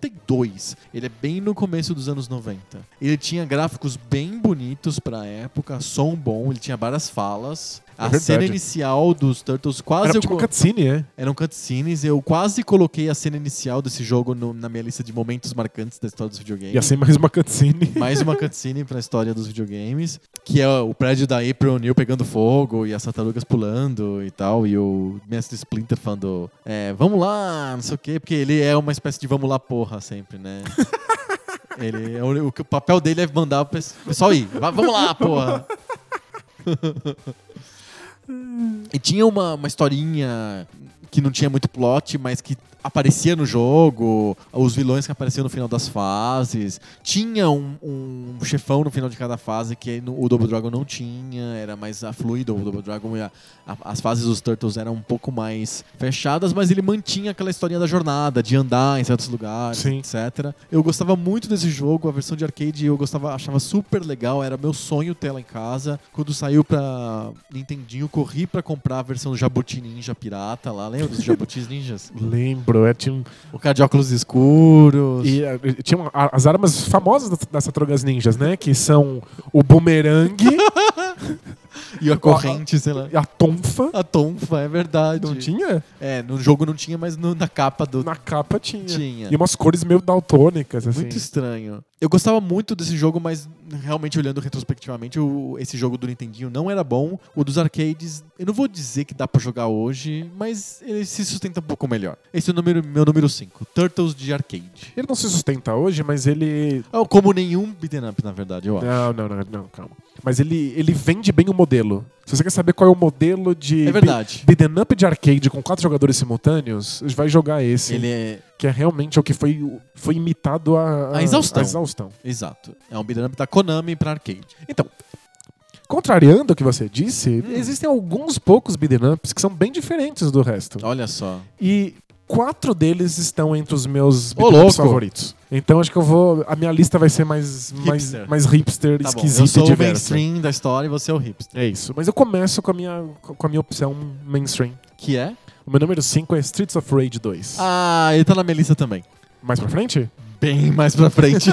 92. Ele é bem no começo dos anos 90. Ele tinha gráficos bem bonitos pra época, som bom, ele tinha várias falas.
É
A
verdade.
cena inicial dos Turtles quase
Era
eu
tipo
co-
cutscene, é.
Eram cutscenes. Eu quase coloquei a cena inicial desse jogo no- na minha lista de momentos marcantes da história dos videogames.
Ia ser mais uma cutscene. [laughs]
Mais uma cutscene pra história dos videogames, que é o prédio da April O'Neil pegando fogo e as tartarugas pulando e tal, e o mestre Splinter falando, é, vamos lá, não sei o quê, porque ele é uma espécie de vamos lá porra sempre, né? ele, é o, o que- o papel dele é mandar o pes- o pessoal ir, "Vá- vamos lá, porra! e tinha uma, uma historinha que não tinha muito plot, mas que aparecia no jogo, os vilões que apareciam no final das fases. Tinha um, um chefão no final de cada fase que no- o Double Dragon não tinha, era mais ah, fluido o Double Dragon. e a- a- as fases dos Turtles eram um pouco mais fechadas, mas ele mantinha aquela historinha da jornada, de andar em certos lugares,
Sim.
etc. Eu gostava muito desse jogo, a versão de arcade eu gostava, achava super legal, era meu sonho ter ela em casa. Quando saiu pra Nintendinho, corri pra comprar a versão do Jabuti Ninja pirata lá, lembra dos Jabutis [laughs] Ninjas?
Lembro, é, tinha, um-
O cara de óculos escuros.
e, é, tinha uma- a- as armas famosas das, das Tartarugas Ninjas, né? Que são o
[laughs]
bumerangue,
E a corrente, sei lá.
a tonfa.
A tonfa, é verdade.
Não tinha?
É, no jogo não tinha, mas no- na capa do
Na capa tinha.
tinha.
E umas cores meio daltônicas, assim.
Muito estranho. Eu gostava muito desse jogo, mas realmente olhando retrospectivamente, o- esse jogo do Nintendinho não era bom. O dos arcades, eu não vou dizer que dá pra jogar hoje, mas ele se sustenta um pouco melhor. Esse é o número, meu número 5, Turtles de arcade.
Ele não se sustenta hoje, mas ele.
Ah, Como nenhum beat'em up, na verdade, eu acho.
Não, não, não, não, calma. Mas ele, ele vende bem o modelo. Se você quer saber qual é o modelo de.
É verdade.
be- Beat'em up de arcade com quatro jogadores simultâneos, vai jogar esse.
Ele é.
Que é realmente o que foi, foi imitado a,
A exaustão.
a exaustão.
Exato. É um beat'em up da Konami pra arcade.
Então, contrariando o que você disse,
Hum.
existem alguns poucos beat'em ups que são bem diferentes do resto.
Olha só. Tá
E quatro deles estão entre os meus
Ô,
beat'em ups
louco!
favoritos. Então acho que eu vou. A minha lista vai ser mais mais,
Hipster.
mais hipster,
Tá bom,
esquisita
eu sou
e
o
diversa.
mainstream da história e você é o hipster.
É isso. Mas eu começo com a minha, com a minha opção mainstream.
Que é?
O meu número 5 é Streets of Rage 2.
Ah, ele tá na minha lista também.
Mais pra frente?
Bem mais pra
[laughs]
frente.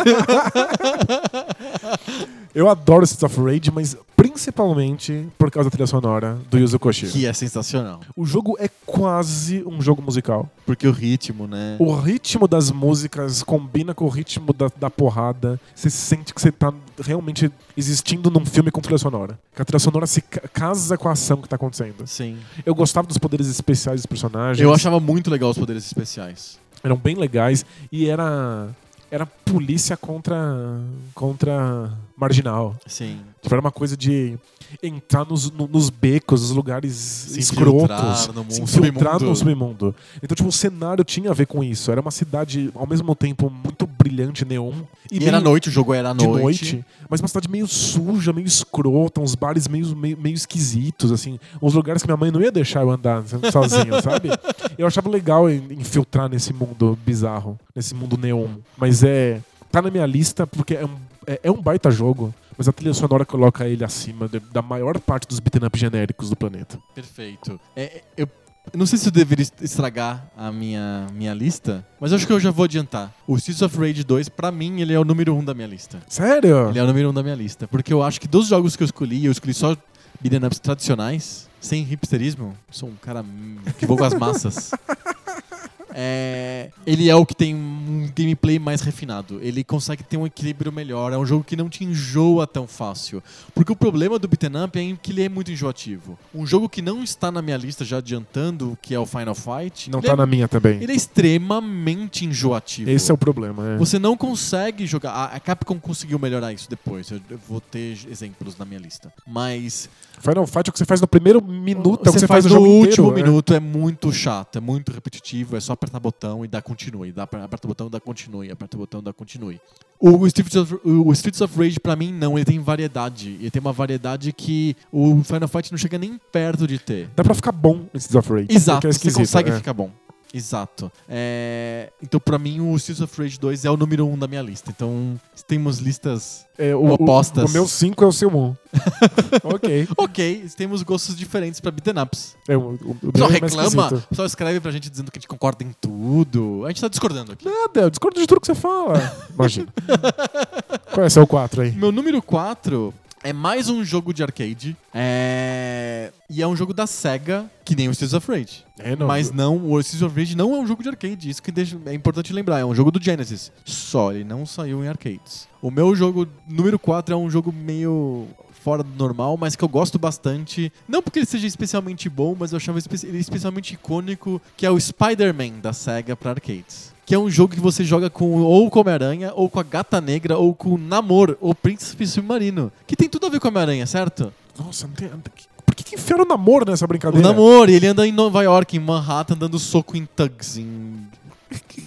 Eu adoro Streets of Rage, mas principalmente por causa da trilha sonora do Yuzo Koshiro.
que é sensacional.
O jogo é quase um jogo musical.
Porque o ritmo, né?
O ritmo das músicas combina com o ritmo da, da porrada. Você sente que você tá realmente existindo num filme com trilha sonora. Que a trilha sonora se ca- casa com a ação que tá acontecendo.
Sim.
Eu gostava dos poderes especiais dos personagens.
Eu achava muito legal os poderes especiais.
eram bem legais e era era polícia contra contra marginal.
Sim.
Tipo, era uma coisa de entrar nos, no- nos becos, nos lugares
Se
escrotos,
infiltrar no mundo-
se infiltrar
submundo.
no submundo. Então, tipo, o cenário tinha a ver com isso. Era uma cidade, ao mesmo tempo, muito brilhante, neon.
E,
meio
era noite, o jogo era à
de
noite.
noite. mas uma cidade meio suja, meio escrota, uns bares meio, meio, meio esquisitos, assim, uns lugares que minha mãe não ia deixar eu andar [laughs] so- sozinho, sabe? Eu achava legal in- infiltrar nesse mundo bizarro, nesse mundo neon. Mas é. tá na minha lista porque é um, é, é um baita jogo, mas a trilha sonora coloca ele acima de- da maior parte dos beaten up genéricos do planeta.
Perfeito. É, é, eu eu não sei se eu deveria est- estragar a minha, minha lista, mas eu acho que eu já vou adiantar. O Streets of Rage 2, pra mim, ele é o número 1 um da minha lista.
Sério?
Ele é o número 1 um da minha lista. Porque eu acho que dos jogos que eu escolhi, eu escolhi só beat'em ups tradicionais, sem hipsterismo. Sou um cara hum, que vou com as massas. É, ele é o que tem um gameplay mais refinado. Ele consegue ter um equilíbrio melhor. É um jogo que não te enjoa tão fácil. Porque o problema do beat'em up é que ele é muito enjoativo. Um jogo que não está na minha lista já adiantando, que é o Final Fight,
Não
ele,
tá
é,
na minha também.
ele é extremamente enjoativo.
Esse é o problema, é.
Você não consegue jogar. A- A Capcom conseguiu melhorar isso depois. Eu eu vou ter exemplos na minha lista. Mas
Final Fight é o que você faz no primeiro minuto, é o que você faz,
no um
no jogo
último
inteiro, é.
minuto é muito chato, é muito repetitivo. É só apertar botão e dar continue. Dá, pra- aperta o botão, botão da continue, aperta o botão da continue. O Streets of, o Streets of Rage, pra mim, não. Ele tem variedade. Ele tem uma variedade que o Final Fight não chega nem perto de ter.
Dá pra ficar bom nesse Streets of Rage.
Exato,
porque é
você
esquisito,
consegue
é.
ficar bom. Exato. É, Então, pra mim, o Streets of Rage 2 é o número 1 um da minha lista. Então, temos listas
É, o, o-
Opostas.
O, meu 5 é o seu 1.
[laughs]
Um. ok.
ok, temos gostos diferentes pra beat'em ups.
É, o, o, o
O pessoal
meu é mais
reclama,
esquisito.
o pessoal escreve pra gente dizendo que a gente concorda em tudo. A gente tá discordando aqui.
Nada, eu Ah, discordo de tudo que você fala.
[laughs]
Imagina. Qual é seu 4 aí?
Meu número 4 é mais um jogo de arcade. É... E é um jogo da SEGA, que nem o Streets of Rage.
É,
Mas não, o Streets of Rage não é um jogo de arcade. Isso que deixa- é importante lembrar. É um jogo do Genesis. Só ele não saiu em arcades. O meu jogo número 4 é um jogo meio fora do normal, mas que eu gosto bastante. Não porque ele seja especialmente bom, mas eu achava espe- ele especialmente icônico, que é o Spider-Man da SEGA para arcades. Que é um jogo que você joga com ou com o Homem-Aranha, ou com a Gata Negra, ou com o Namor, ou Príncipe Submarino. Que tem tudo a ver com o Homem-Aranha, certo?
Nossa, não tem. não tem- Por que, que enfiaram o namoro nessa
O
brincadeira?
Namor, ele anda em Nova York, em Manhattan, dando soco em thugs, em
E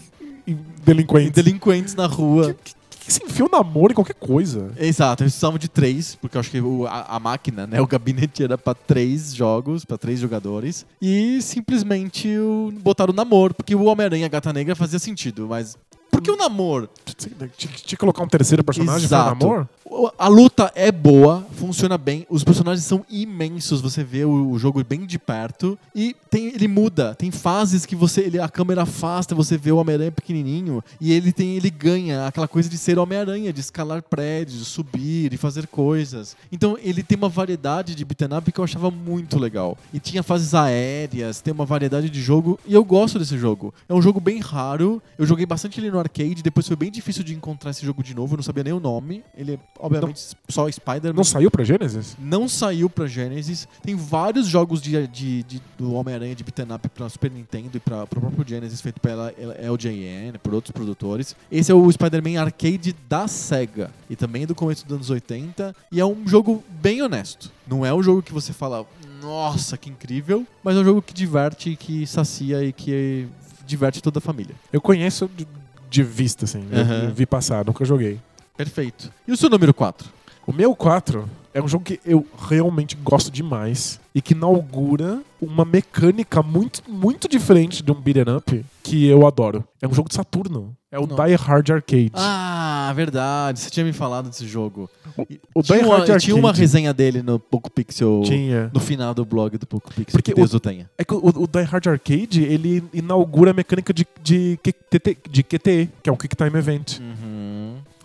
E
Delinquente.
[laughs] delinquentes na rua.
Por que, que se enfia o namoro em qualquer coisa?
Exato, eles precisavam de três, porque eu acho que o- a, a máquina, né, o gabinete era pra três jogos, pra três jogadores. E simplesmente o, botaram o namoro, porque o Homem-Aranha e a Gata Negra fazia sentido, mas por que o namoro?
Tinha, tinha que colocar um terceiro personagem pra
Exato.
namoro?
O- A luta é boa, funciona bem, os personagens são imensos, você vê o, o jogo bem de perto e tem, ele muda, tem fases que você ele, a câmera afasta, você vê o Homem-Aranha pequenininho e ele tem ele ganha aquela coisa de ser Homem-Aranha, de escalar prédios, de subir e fazer coisas. Então ele tem uma variedade de beat'em up que eu achava muito legal. E tinha fases aéreas, tem uma variedade de jogo e eu gosto desse jogo. É um jogo bem raro, eu joguei bastante ele no arcade, depois foi bem difícil de encontrar esse jogo de novo, eu não sabia nem o nome. Ele é, obviamente, só Spider-Man.
Não saiu pra Genesis?
Não saiu pra Genesis. Tem vários jogos de, de- de- do Homem-Aranha de beat'em up pra Super Nintendo e pra, pro próprio Genesis, feito pela LJN, por outros produtores. Esse é o Spider-Man Arcade da SEGA. E também é do começo dos anos 80. E é um jogo bem honesto. Não é um jogo que você fala, nossa, que incrível. Mas é um jogo que diverte, que sacia e que diverte toda a família.
Eu conheço de, de vista, assim. Eu-
Aham.
eu vi passar, nunca joguei.
Perfeito. E o seu número 4?
O meu 4 é um jogo que eu realmente gosto demais e que inaugura uma mecânica muito, muito diferente de um beat'em up que eu adoro. É um jogo de Saturno. É o
Não.
Die Hard Arcade.
Ah, verdade. Você tinha me falado desse jogo. E
o
tinha,
Die
uma,
Hard Arcade.
tinha uma resenha dele no Poco Pixel.
Tinha.
No final do blog do Poco Pixel.
Porque
que Deus o, tenha.
É que o, o Die Hard Arcade, ele inaugura a mecânica de, de, QTT de QTE, que é um Quick Time Event.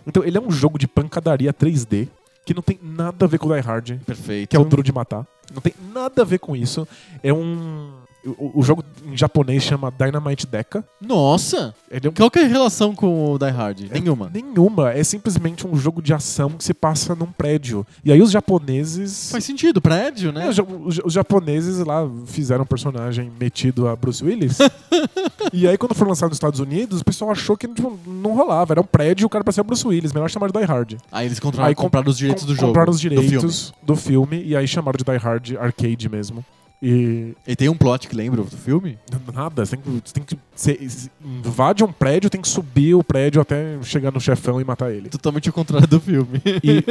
Então ele é um jogo de pancadaria 3D que não tem nada a ver com o Die Hard.
Perfeito.
que é o duro de matar. Não tem nada a ver com isso. É um. O, o jogo em japonês chama Dynamite Deca.
Nossa!
Ele é um-
Qual que é a relação com o Die Hard? Nenhuma.
Nenhuma. É simplesmente um jogo de ação que se passa num prédio. E aí os japoneses.
Faz sentido, prédio, né?
É, os, ja- os ja- os japoneses lá fizeram um personagem metido a Bruce
[laughs]
Willis. e aí, quando foi lançado nos Estados Unidos, o pessoal achou que tipo, não rolava. Era um prédio e o cara parecia Bruce Willis. Melhor chamar de Die Hard.
Aí eles compraram,
Aí com-
compraram os direitos
Com-
do jogo.
Compraram os
Do filme.
direitos do filme. e aí chamaram de Die Hard Arcade mesmo. E
E tem um plot que lembra do filme?
Nada, você tem que. Você tem que você invade um prédio, tem que subir o prédio até chegar no chefão e matar ele.
Totalmente o contrário do filme. [laughs]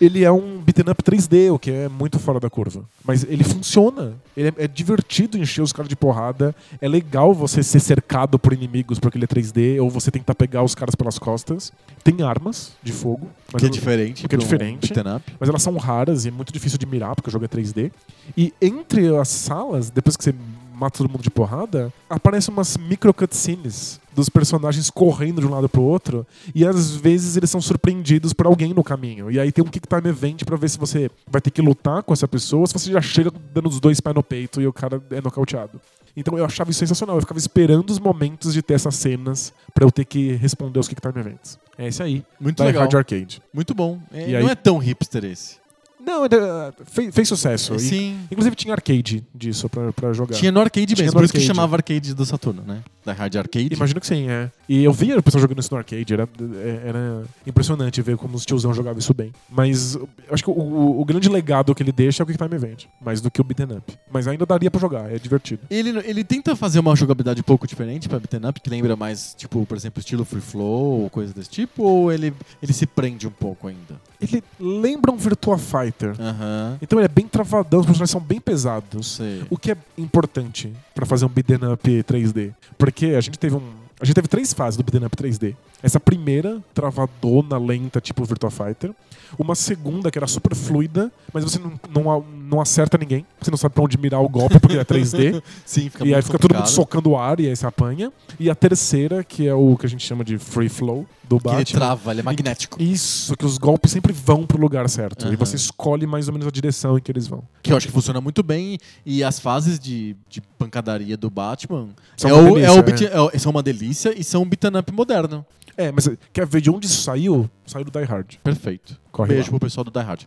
E ele é um beat'em up 3D, o que é muito fora da curva. Mas ele funciona. Ele é, é divertido encher os caras de porrada. É legal você ser cercado por inimigos porque ele é 3D, ou você tentar pegar os caras pelas costas. Tem armas de fogo.
que é
eu-
diferente.
que é
pra um
diferente.
beat'em up.
mas elas são raras e é muito difícil de mirar porque o jogo é 3D. E entre as salas, depois que você mata todo mundo de porrada, aparecem umas micro cutscenes dos personagens correndo de um lado pro outro e às vezes eles são surpreendidos por alguém no caminho. E aí tem um kick time event pra ver se você vai ter que lutar com essa pessoa, ou se você já chega dando os dois pés no peito e o cara é nocauteado. Então eu achava isso sensacional, eu ficava esperando os momentos de ter essas cenas pra eu ter que responder aos kick time events. É esse aí.
Muito
Die
legal.
Hard Arcade.
Muito bom. É,
E
não
aí-
é tão hipster esse.
Não, ainda, ah, fez, fez sucesso. E-
Sim.
Inclusive tinha arcade disso pra, pra jogar.
Tinha no arcade
Tinha
mesmo,
no
por isso que
arcade.
chamava arcade do Saturno, né? Da Hard Arcade.
Imagino que sim, é. E eu via o pessoal jogando isso no arcade, era, era impressionante ver como os tiozão jogavam isso bem. Mas eu acho que o, o- o grande legado que ele deixa é o Quick Time Event, mais do que o beaten up. Mas ainda daria pra jogar, é divertido.
Ele, ele tenta fazer uma jogabilidade um pouco diferente pra beat'em up, que lembra mais, tipo, por exemplo, estilo free flow ou coisa desse tipo, ou ele, ele se prende um pouco ainda?
Ele lembra um Virtua Fighter.
Aham,
Então ele é bem travadão, os personagens são bem pesados.
sei.
O que é importante pra fazer um beaten up 3D? Porque a gente teve um. A gente teve três fases do beaten up 3D. Essa primeira, travadona, lenta, tipo Virtua Fighter. Uma segunda, que era super fluida, mas você não, não, a- não acerta ninguém. Você não sabe pra onde mirar o golpe, porque é 3D.
Sim, [laughs] fica
e aí
muito
fica todo mundo
complicado.
socando o ar e aí você apanha. E a terceira, que é o que a gente chama de free flow do
Que ele
Batman.
trava, ele é magnético.
Isso, que os golpes sempre vão pro lugar certo. E
Aham.
você escolhe mais ou menos a direção em que eles vão.
Que eu acho que funciona muito bem. E as fases de, de pancadaria do Batman
São
é
uma
o-
delícia,
é o
né?
beat- é o- são uma delícia e são um beat'em up moderno.
É, mas quer ver de onde isso saiu? Saiu do Die Hard.
Perfeito.
Corre
Beijo
lá.
pro pessoal do Die Hard.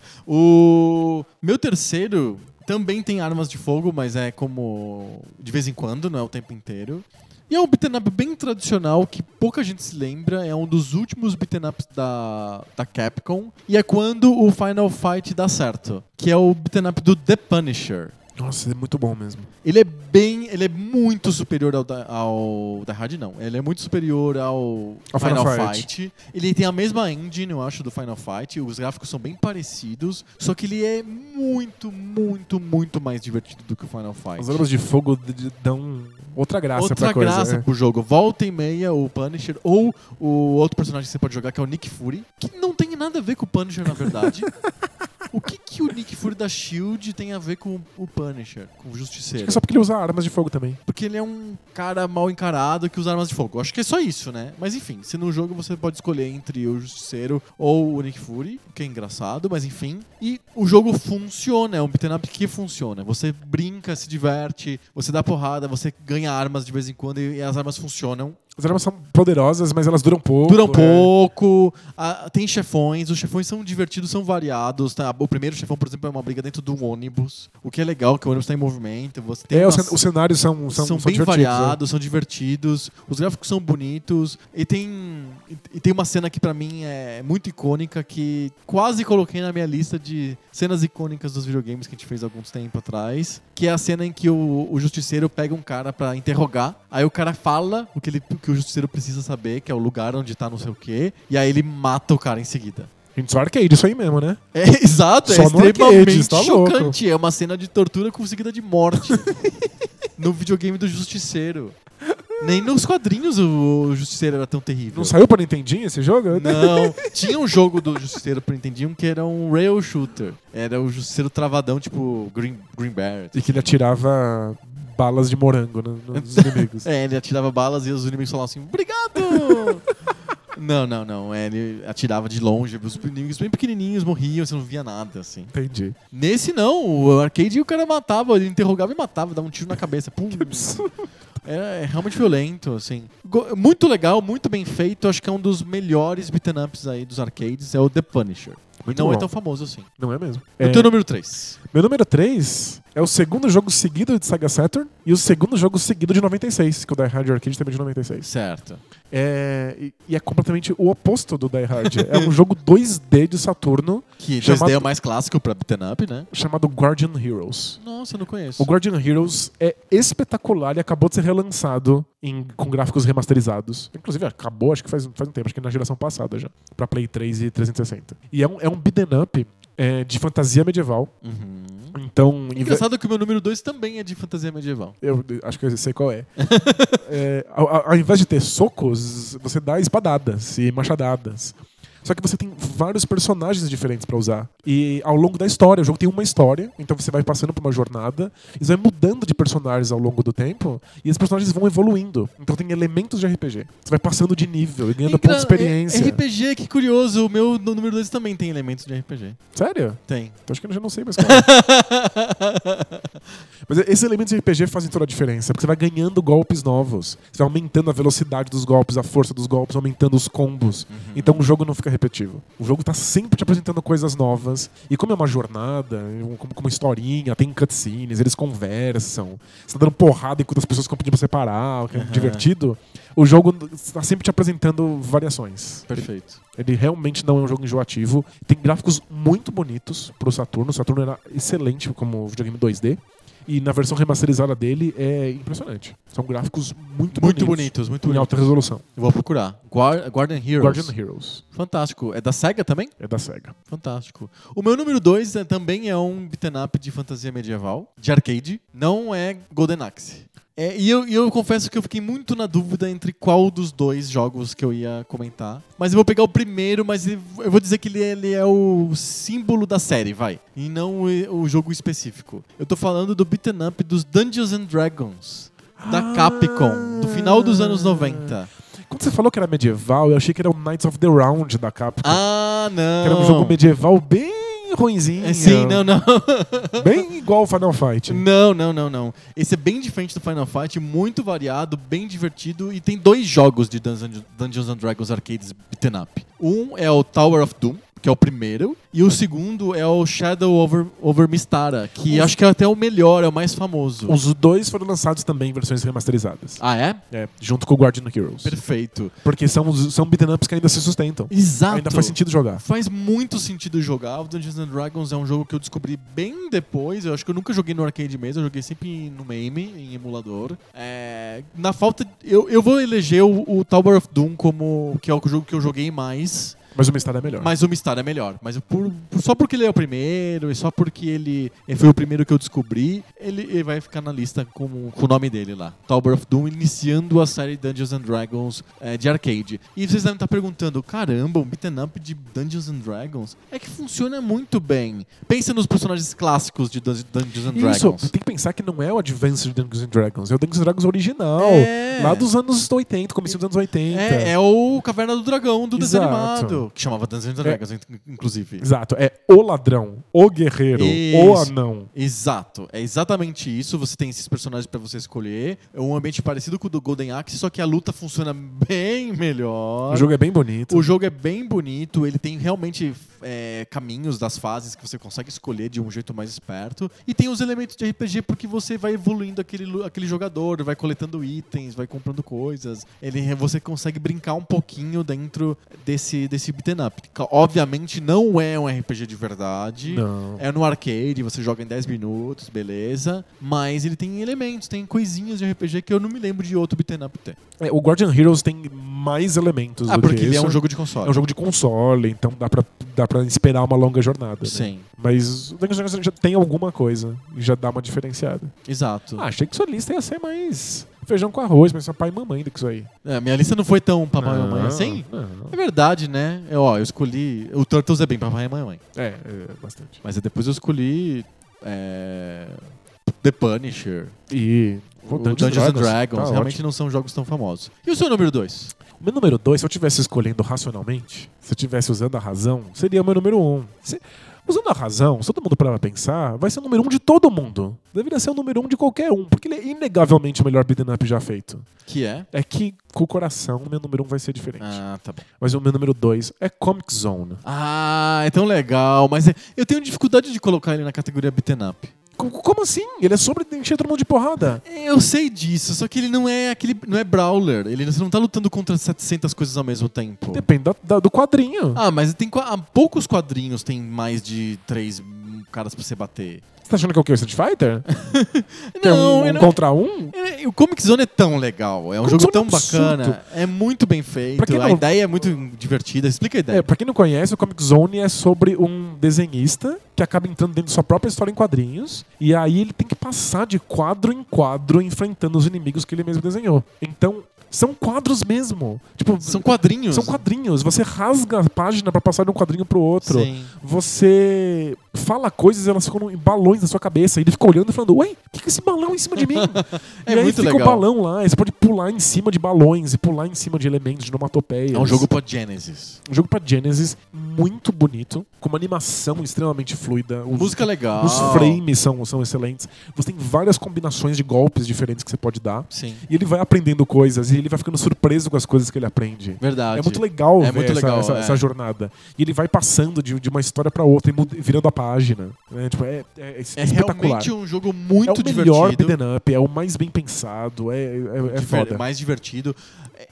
O meu terceiro também tem armas de fogo, mas é como de vez em quando, não é o tempo inteiro. E é um beat'em up bem tradicional que pouca gente se lembra, é um dos últimos beat'em ups da, da Capcom. E é quando o Final Fight dá certo, que é o beat'em up do The Punisher.
Nossa, é muito bom mesmo.
Ele é bem. Ele é muito superior ao, da- ao Die Hard, não. Ele é muito superior ao
Ao Final
Final,
Fight.
Fight. Ele tem a mesma engine, eu acho, do Final Fight. Os gráficos são bem parecidos. Só que ele é muito, muito, muito mais divertido do que o Final Fight.
As armas de fogo d- d- dão outra graça pra
Outra
coisa.
graça
é.
pro jogo. Volta e meia, o Punisher, ou o outro personagem que você pode jogar, que é o Nick Fury, que não tem nada a ver com o Punisher,
[laughs]
na verdade. o que, que o Nick Fury da Shield tem a ver com o Punisher, com o
Acho
Justiceiro?
que é só porque ele usa armas de fogo também.
Porque ele é um cara mal encarado que usa armas de fogo. Acho que é só isso, né? Mas enfim, se no jogo você pode escolher entre o Justiceiro ou o Nick Fury, o que é engraçado, mas enfim. E o jogo funciona, é um beat'em up que funciona. Você brinca, se diverte, você dá porrada, você ganha armas de vez em quando e e as armas funcionam.
As armas são poderosas, mas elas duram pouco.
Duram
é.
pouco, a- tem chefões, os chefões são divertidos, são variados. tá? O primeiro chefão, por exemplo, é uma briga dentro de um ônibus, o que é legal, que o ônibus está em movimento. Você tem
É, os
umas-
cen- os cenários são, são,
são,
são
bem
divertidos, é.
variados, são divertidos, os gráficos são bonitos e tem e tem uma cena que pra mim é muito icônica que quase coloquei na minha lista de cenas icônicas dos videogames que a gente fez há alguns tempo atrás, que é a cena em que o, o justiceiro pega um cara pra interrogar, aí o cara fala o que ele o que o justiceiro precisa saber, que é o lugar onde tá não sei o quê, e aí ele mata o cara em seguida.
é. Gente, só arcade, isso aí mesmo, né?
É, [laughs] exato,
Só
é
no arcade,
extremamente
isso tá louco.
chocante. É uma cena de tortura com seguida
[laughs]
de morte. no videogame do Justiceiro. Nem nos quadrinhos o o Justiceiro era tão terrível.
Não saiu pra Nintendinho esse jogo?
Não. tinha um jogo do Justiceiro pro Nintendinho que era um rail shooter. Era o Justiceiro travadão, tipo Green, Green Barrett.
E que ele atirava balas de morango no-
[laughs]
nos inimigos.
É, ele atirava balas e os inimigos falavam assim,
[laughs]
obrigado! não, não, não. É, ele atirava de longe. Os inimigos bem pequenininhos morriam, você não via nada, assim.
Entendi.
Nesse não, o arcade o cara matava, ele interrogava e matava, dava um tiro na
[laughs]
cabeça. Pum. É, é realmente violento, assim. Go- Muito legal, muito bem feito. Acho que é um dos melhores beaten ups aí dos arcades, é o The Punisher.
Muito
e não
bom.
é tão famoso assim.
Não é mesmo?
É.
É,
O teu número 3.
Meu número 3 é o segundo jogo seguido de Sega Saturn e o segundo jogo seguido de 96, que o Die Hard Arcade também é de 96.
Certo.
É, e, e é completamente o oposto do Die Hard. é um jogo 2D de Saturno
Que 2D
Chamado-
é o mais clássico pra beaten up, né?
chamado Guardian Heroes.
Nossa, eu não conheço.
O Guardian Heroes é espetacular e acabou de ser relançado em- com gráficos remasterizados. Inclusive, acabou, acho que faz, faz um tempo, acho que na geração passada já, pra Play 3 e 360. E é um, é um beat'em up é, de fantasia medieval.
Uhum.
Então, em ve-
Engraçado que o meu número 2 também é de fantasia medieval.
Eu acho que eu sei qual é. É, ao, ao- ao invés de ter socos, você dá espadadas e machadadas. Só que você tem vários personagens diferentes pra usar. E ao longo da história, o jogo tem uma história, então você vai passando por uma jornada, e você vai mudando de personagens ao longo do tempo, e os personagens vão evoluindo. Então tem elementos de RPG. Você vai passando de nível e ganhando
Engra-
pontos de experiência.
é- RPG, que curioso. O meu no- número 2 também tem elementos de RPG.
Sério?
Tem.
Então acho que eu já não sei mais qual. é. Mas esses elementos de RPG fazem toda a diferença, porque você vai ganhando golpes novos. Você vai aumentando a velocidade dos golpes, a força dos golpes, aumentando os combos. Então o jogo não fica repetitivo. O jogo tá sempre te apresentando coisas novas. E como é uma jornada, um- como como uma historinha, tem cutscenes, eles conversam. Você tá dando porrada enquanto as pessoas ficam pedindo pra separar, o que é divertido. O jogo tá sempre te apresentando variações.
Perfeito.
Ele realmente não é um jogo enjoativo. Tem gráficos muito bonitos pro Saturno. O Saturno era excelente como videogame 2D. E na versão remasterizada dele é impressionante. São gráficos muito,
Muito
bonitos.
bonitos, muito
em alta
bonitos.
resolução.
Eu vou procurar. Guar Guardian Heroes.
Guardian Heroes.
Fantástico. É da SEGA também?
É da SEGA.
Fantástico. O meu número 2 é, também é um beaten up de fantasia medieval, de arcade. Não é Golden Axe. É, e, eu, e eu confesso que eu fiquei muito na dúvida entre qual dos dois jogos que eu ia comentar. Mas eu vou pegar o primeiro, mas eu eu vou dizer que ele, ele é o símbolo da série, vai. E não o, o jogo específico. Eu tô falando do beaten up dos Dungeons and Dragons. Da
Ah.
Capcom, do final dos anos 90.
Quando você falou que era medieval, eu achei que era o Knights of the Round da Capcom.
Ah, não!
que era um jogo medieval bem ruinzinho.
É, Sim, não, não. Hum.
Bem igual ao Final Fight.
[laughs] Não, não, não, não. Esse é bem diferente do Final Fight, muito variado, bem divertido e tem dois jogos de Dungeons Dungeons and Dragons arcades beaten up. Um é o Tower of Doom, que é o primeiro, e o segundo é o Shadow over, over Mistara, que
Os-
acho que é até o melhor, é o mais famoso.
Os dois foram lançados também em versões remasterizadas.
Ah, é?
É, junto com o Guardian Heroes.
Perfeito.
Porque são, os- são beaten ups que ainda se sustentam.
Exato.
Ainda faz sentido jogar.
Faz muito sentido jogar. O Dungeons and Dragons é um jogo que eu descobri bem depois. Eu acho que eu nunca joguei no arcade mesmo. Eu joguei sempre no MAME, em emulador. É, Na falta... Eu, eu vou eleger o, o Tower of Doom como... Que é o jogo que eu joguei mais.
Mas o Mistar é melhor.
Mas o Mistar é melhor. Mas por- por- só porque ele é o primeiro e só porque ele, ele foi o primeiro que eu descobri, ele, ele vai ficar na lista com, com o nome dele lá. Tower of Doom iniciando a série Dungeons and Dragons eh, de arcade. E vocês devem estar perguntando, caramba, um beaten up de Dungeons and Dragons é que funciona muito bem. Pensa nos personagens clássicos de Dun- Dungeons and Dragons.
Isso, tem que pensar que não é o Advanced Dungeons and Dragons, é o Dungeons and Dragons original.
É.
Lá dos anos 80, começo dos anos 80.
É, é o Caverna do Dragão do desenho
Exato. É.
animado, que chamava Dungeons and Dragons, in- inclusive.
Exato, é o ladrão, o guerreiro, o
Isso.
anão.
Exato, é exatamente isso. Você tem esses personagens pra você escolher. É um ambiente parecido com o do Golden Axe, só que a luta funciona [laughs] bem melhor.
O jogo é bem bonito.
O jogo é bem bonito, ele tem realmente é, caminhos das fases que você consegue escolher de um jeito mais esperto. E tem os elementos de RPG porque você vai evoluindo aquele, lu- aquele jogador, vai coletando itens, vai comprando coisas. Ele, você consegue brincar um pouquinho dentro desse, desse beaten up. Ca- Obviamente não é um RPG de verdade.
Não.
É no arcade, você joga em 10 minutos, beleza. Mas ele tem elementos, tem coisinhas de RPG que eu não me lembro de outro beaten up ter.
É, o Guardian Heroes tem mais elementos
Ah,
do
porque
que
ele é
isso.
um jogo de console.
É um jogo de console, então dá pra, dá pra esperar uma longa jornada. né?
Sim,
Mas o Dungeons and Dragons já tem alguma coisa e já dá uma diferenciada.
exato.
Ah, achei que sua lista ia ser mais feijão com arroz, mas só pai e mamãe do que isso aí.
É, minha lista não foi tão papai e
Não,
mamãe assim.
não.
É verdade, né? Eu, ó, eu escolhi. O Turtles é bem papai e mamãe.
É, é, bastante.
Mas aí depois eu escolhi. É... The Punisher,
E
o Dungeons and Dragons,
Tá
realmente não são jogos tão famosos. E o seu número 2?
O meu número dois, se eu estivesse escolhendo racionalmente, se eu estivesse usando a razão, seria o meu número Um. Se- usando a razão, se todo mundo parar pra pensar, vai ser o número um de todo mundo. Deveria ser o número um de qualquer um, porque ele é inegavelmente o melhor beat'em up já feito.
Que é?
É que com o coração, o meu número um vai ser diferente.
Ah, tá bom.
Mas o meu número dois é Comic Zone.
Ah, é tão legal, mas é- eu tenho dificuldade de colocar ele na categoria beaten up.
Co- como assim? Ele é sobre encher todo mundo de porrada.
Eu sei disso, só que ele não é aquele. não é brawler. Ele, você não tá lutando contra 700 coisas ao mesmo tempo.
Depende da- da- do quadrinho.
Ah, mas tem qua- ah, poucos quadrinhos tem mais de três hum, caras pra você bater.
Você tá achando que é o quê? Street Fighter? que é
Não,
um,
eu
um
não-
contra um?
é, O Comic Zone é tão legal, é um
Comic
jogo
Zone é
tão
um
bacana,
absurdo.
é muito bem feito,
Pra quem
a
não-
ideia é muito divertida. Explica a ideia.
É, pra quem não conhece, o Comic Zone é sobre um desenhista que acaba entrando dentro de sua própria história em quadrinhos. E aí ele tem que passar de quadro em quadro enfrentando os inimigos que ele mesmo desenhou. Então, são quadros mesmo. Tipo,
São quadrinhos.
são quadrinhos. Você rasga a página pra passar de um quadrinho pro outro.
Sim.
Você fala coisas, elas ficam em balões na sua cabeça. E ele fica olhando e falando, ué, o que, que é esse balão em cima
[laughs]
de mim?
É
e aí
muito
fica
legal.
o balão lá, e você pode pular em cima de balões e pular em cima de elementos, de onomatopeias.
É um jogo pra Genesis.
Um jogo pra Genesis muito bonito, com uma animação extremamente fluida. Os,
Música legal.
os frames são, são excelentes. Você tem várias combinações de golpes diferentes que você pode dar.
Sim.
E ele vai aprendendo coisas e ele vai ficando surpreso com as coisas que ele aprende.
Verdade.
É muito legal
É
ver
muito
essa,
legal,
essa-
é.
essa jornada. E ele vai passando de, de uma história pra outra e muda- virando a página. né? Tipo, é, é- é
É
espetacular.
realmente um jogo
é o
muito
melhor
divertido.
beat'em up, é o mais bem pensado, é, é, é
Diver-
foda.
mais divertido.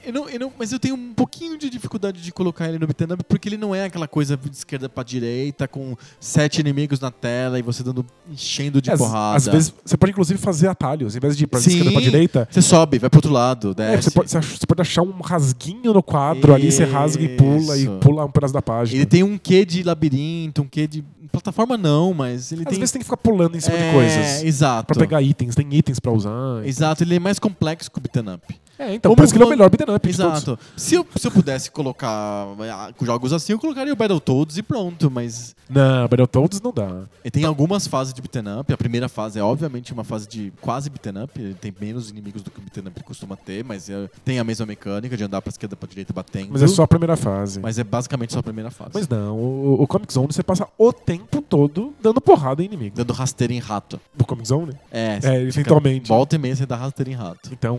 Eu não, eu não- mas eu tenho um pouquinho de dificuldade de colocar ele no beat'em up, porque ele não é aquela coisa de esquerda pra direita, com sete inimigos na tela e você dando enchendo de
Às-
porrada.
Às vezes você pode inclusive fazer atalhos, em vez de ir pra
Sim.
esquerda pra direita.
Você sobe, vai pro outro lado,
é,
desce.
você, pode, você ach- você pode achar um rasguinho no quadro ali, você rasga e pula e
Isso.
pula um pedaço da página.
Ele tem um quê de labirinto, um quê de. Plataforma não, mas ele
Às
tem.
vezes tem que ficar pulando em cima
É,
de coisas.
Exato.
Pra pegar itens, tem itens pra usar.
Exato, ele é mais complexo que o beat'em up.
É, então,
Como
por isso que ele é o
fã-
melhor beat'em up de todos.
Exato. Se eu, se eu pudesse colocar ah, jogos assim, eu colocaria o Battletoads e pronto, mas
Não, Battletoads não dá.
E tem algumas fases de beat'em up. A primeira fase é, obviamente, uma fase de quase beat'em up. Ele tem menos inimigos do que o beat'em up costuma ter, mas é- tem a mesma mecânica de andar pra esquerda, pra direita, batendo.
Mas é só a primeira fase. Mas,
Mas é basicamente só a primeira fase.
não, o, o Comic Zone você passa o tempo todo dando porrada em inimigo.
Dando rasteira em rato.
Do Comic Zone, né?
É,
É,
você fica-
eventualmente.
Volta e meia você dá rasteira em rato.
Então,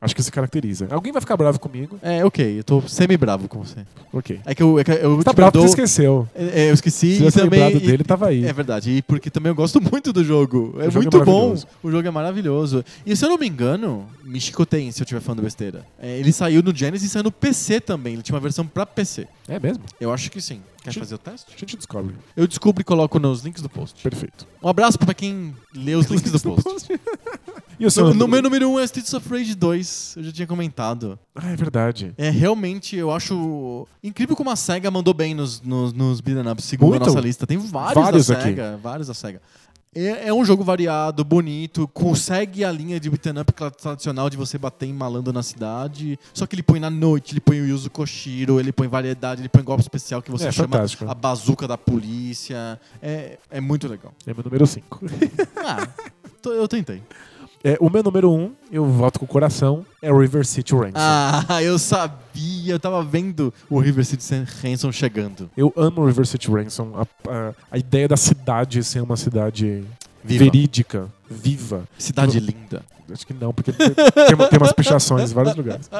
acho que se caracteriza. Alguém vai ficar bravo comigo?
É, ok. Eu tô semi-bravo com você.
Ok.
É que eu, é que eu
Você tá
te
bravo porque
perdoo-
você esqueceu.
É, é, eu esqueci.
Se tivesse
e também,
lembrado
e-
dele, tava aí.
É verdade, e porque também eu gosto [laughs] muito do jogo. É
O jogo é
muito bom.
maravilhoso.
O jogo é maravilhoso. E se eu não me engano, me chicoteiem se eu estiver falando besteira. É, ele saiu no Genesis e saiu no PC também. Ele tinha uma versão pra PC.
É mesmo?
Eu acho que sim. Quer
Sim.
fazer o teste?
A gente descobre.
Eu descubro e coloco nos links do post.
Perfeito.
Um abraço pra quem [laughs] lê os links do post.
E o seu
No, no meu número 1 um é Streets of Rage 2. Eu já tinha comentado.
Ah, é verdade.
É, realmente, eu acho incrível como a SEGA mandou bem nos, nos, nos beat'em ups. Segundo
Muito.
a nossa lista, tem vários,
Vários
da
aqui.
SEGA. Vários da SEGA. É, é um jogo variado, bonito, consegue a linha de beat'em up cla- tradicional de você bater em malandro na cidade. Só que ele põe na noite, ele põe o Yuzo Koshiro, ele põe variedade, ele põe golpe especial que você
É,
chama
fantástico.
a bazuca da polícia. É, é muito legal.
É meu número 5.
Ah, tô- eu tentei.
[laughs] É, o meu número 1, um, eu voto com o coração, é River City Ransom.
Ah, [laughs] eu sabia, eu tava vendo o River City Hanson chegando.
Eu amo River City Ransom. A, a, a ideia da cidade ser uma cidade
Viva.
verídica, viva.
Cidade linda.
Acho que não, porque tem, tem uma- tem umas pichações em vários lugares.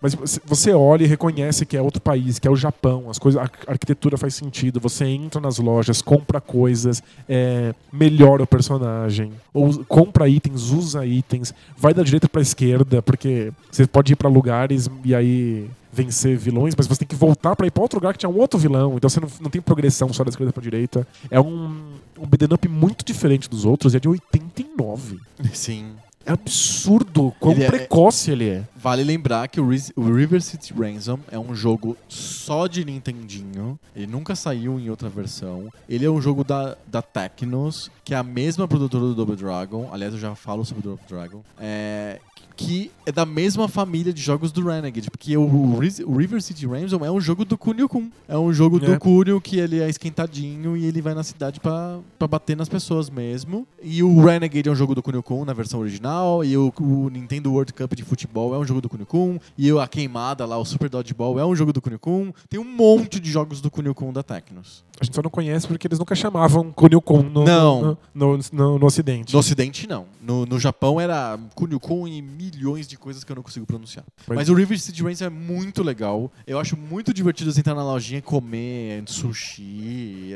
Mas você- você olha e reconhece que é outro país, que é o Japão, as coisas, a arqu- a arquitetura faz sentido, você entra nas lojas, compra coisas, é, melhora o personagem, ou us- compra itens, usa itens, vai da direita pra esquerda, porque você pode ir pra lugares e aí vencer vilões, mas você tem que voltar pra ir pra outro lugar que tinha um outro vilão, então você não, não tem progressão só da esquerda pra direita. É um, um beat'em up muito diferente dos outros, e é de 89.
[laughs] Sim.
É absurdo quão
Ele é-
precoce ele é.
Vale lembrar que o, Riz- o River City Ransom é um jogo só de Nintendinho. Ele nunca saiu em outra versão. Ele é um jogo da, da Technos, que é a mesma produtora do Double Dragon. Aliás, eu já falo sobre o Double Dragon. É, que é da mesma família de jogos do Renegade. Porque o, o Riz- o River City Ransom é um jogo do Kunio-kun. É um jogo do
É.
Kunio que ele é esquentadinho e ele vai na cidade pra pra bater nas pessoas mesmo. E o Renegade é um jogo do Kunio-kun na versão original. E o, o Nintendo World Cup de futebol é um jogo do Kunio-kun. E o- a queimada lá, o Super Dodgeball, é um jogo do Kunio-kun. Tem um monte de jogos do Kunio-kun da Tecnos.
A gente só não conhece porque eles nunca chamavam Kunio-kun no,
Não.
no, no, no- no ocidente.
No Ocidente, não. No, no Japão era Kunio-kun e milhões de coisas que eu não consigo pronunciar.
Mas-
Mas, o River City Ransom é muito legal. Eu acho muito divertido você entrar na lojinha e comer é, sushi.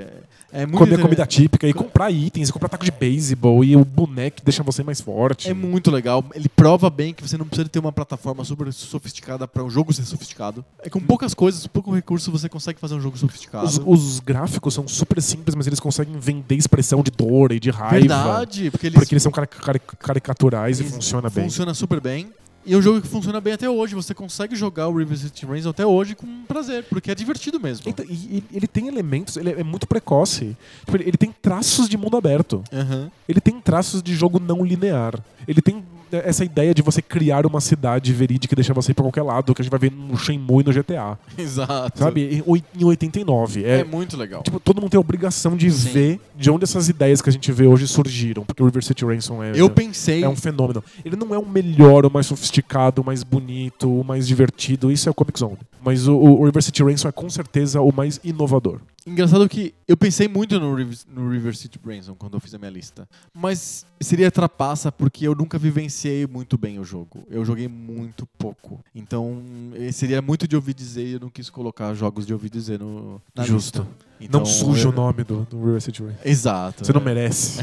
É, é muito
Comer
inter-
comida típica e
Co-
comprar itens, e comprar taco de beisebol e o boneco que deixa você mais forte.
É muito legal. Ele prova bem que você não precisa ter uma plataforma super sofisticada para um jogo ser sofisticado. É com poucas coisas, pouco recurso, você consegue fazer um jogo sofisticado.
os, os gráficos são super simples, mas eles conseguem vender expressão de dor e de raiva.
Verdade, porque eles
Porque eles são cari- cari- caricaturais e
Eles-
funciona bem.
Funciona super bem. E é um jogo que funciona bem até hoje. Você consegue jogar o River City Ransom até hoje com prazer, porque é divertido mesmo.
Então, e- e- ele tem elementos, ele é é muito precoce. Tipo, ele- ele tem traços de mundo aberto.
Aham. [laughs]
Ele tem traços de jogo não linear. Ele tem é, essa ideia de você criar uma cidade verídica e deixar você ir pra qualquer lado, que a gente vai ver no Shenmue e no GTA.
Exato.
Sabe? Em oi- em 89.
É,
É,
muito legal.
tipo, todo mundo tem a obrigação de
Sim.
ver de onde essas ideias que a gente vê hoje surgiram. Porque o River City Ransom é,
eu pensei.
é um fenômeno. Ele não é o melhor, o mais sofisticado, o mais bonito, o mais divertido. Isso é o Comic Zone. Mas o, o River City Ransom é com certeza o mais inovador.
Engraçado que eu pensei muito no, Riv- no River City Branson quando eu fiz a minha lista. Mas seria trapaça porque eu nunca vivenciei muito bem o jogo. Eu joguei muito pouco. Então eh, seria muito de ouvir dizer e eu não quis colocar jogos de ouvir dizer no, na
Justo.
lista. Então,
não suja
eu-
o nome do, do River City Ransom.
Exato.
Você não
é. [laughs]
merece.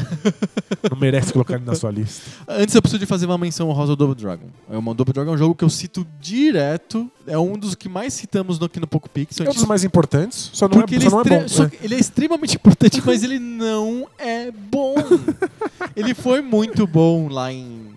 não merece colocar ele na sua lista.
Antes eu preciso de fazer uma menção honrosa ao Double Dragon. É uma- O Double Dragon é um jogo que eu cito direto. É um dos que mais citamos no- aqui no Poco Pixel.
É um dos mais importantes, só não,
Porque
é, só
ele,
não é
extre-
bom.
só
É.
que ele é extremamente [laughs] importante, mas
[laughs]
ele não é bom. ele foi muito bom lá em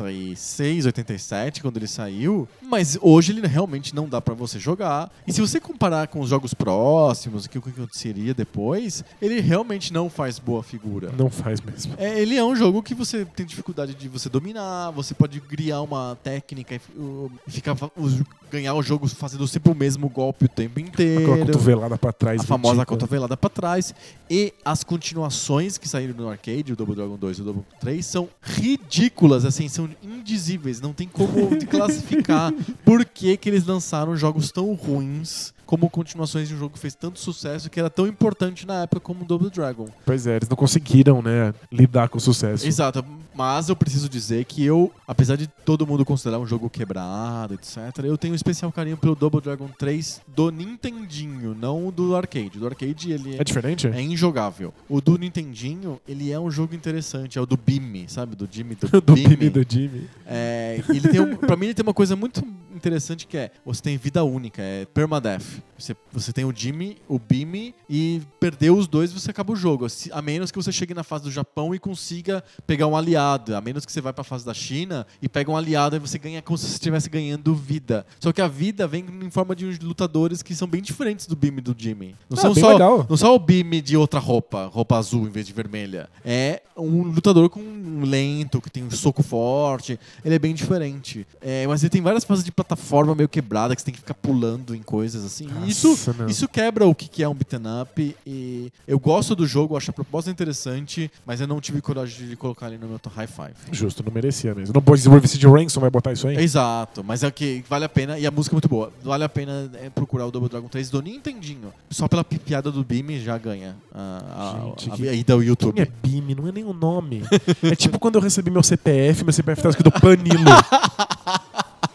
86, 87, quando ele saiu, mas hoje ele realmente não dá pra você jogar. E se você comparar com os jogos próximos, que o que aconteceria depois, ele realmente não faz boa figura.
Não faz mesmo.
É, ele é um jogo que você tem dificuldade de você dominar, você pode criar uma técnica e fi- o- e ficar fa- os- ganhar o jogo fazendo sempre o mesmo golpe o tempo
Aquela
inteiro.
cotovelada pra trás.
A famosa
ridícula.
cotovelada pra trás. E as continuações que saíram no arcade, o Double Dragon 2 e o Double 3, são ridículas, assim, são indizíveis. Não tem como classificar por que, que eles lançaram jogos tão ruins como continuações de um jogo que fez tanto sucesso que era tão importante na época como o Double Dragon.
Pois é, eles não conseguiram, né, lidar com o sucesso.
Exato, mas eu preciso dizer que eu, apesar de todo mundo considerar um jogo quebrado, etc., eu tenho um especial carinho pelo Double Dragon 3 do Nintendinho, não do arcade. Do arcade ele
É [laughs] diferente?
é injogável. O do Nintendinho, ele é um jogo interessante, é o do Bim, sabe? Do Jimmy,
[laughs]
do,
Do
Bim.
Pini do Jimmy.
É, ele tem um, pra mim, ele tem uma coisa muito interessante que é: você tem vida única, é permadeath. Você, você tem o Jimmy, o Bimmy, e perdeu os dois, você acaba o jogo. Se- A menos que você chegue na fase do Japão e consiga pegar um aliado. A menos que você vá pra fase da China e pega um aliado, aí você ganha como se você estivesse ganhando vida. Só que a vida vem em forma de uns lutadores que são bem diferentes do Bimmy e do Jimmy. Não
Ah,
são
bem
só
legal.
não só o Bime de outra roupa, roupa azul em vez de vermelha. É um lutador com um lento, que tem um soco forte. Ele é bem diferente. É, mas ele tem várias fases de plataforma meio quebrada, que você tem que ficar pulando em coisas assim. E isso,
Nossa, não.
isso quebra o que que é um beaten up. E eu gosto do jogo, acho a proposta interessante, mas eu não tive coragem de colocar ele no meu high five.
Justo, não merecia mesmo. Não pode dizer o Rivicid Ransom vai botar isso aí?
Exato, mas é que vale a pena, e a música é muito boa. Vale a pena é, procurar o Double Dragon 3 do Nintendinho. Só pela pi- piada do Bim já ganha ah, a, a,
Gente,
a-
que-
a ida ao YouTube.
Quem é Bimi? Não é nem o
[laughs]
nome. é tipo quando eu recebi meu CPF, meu CPF tava tá escrito
[laughs]
Panilo.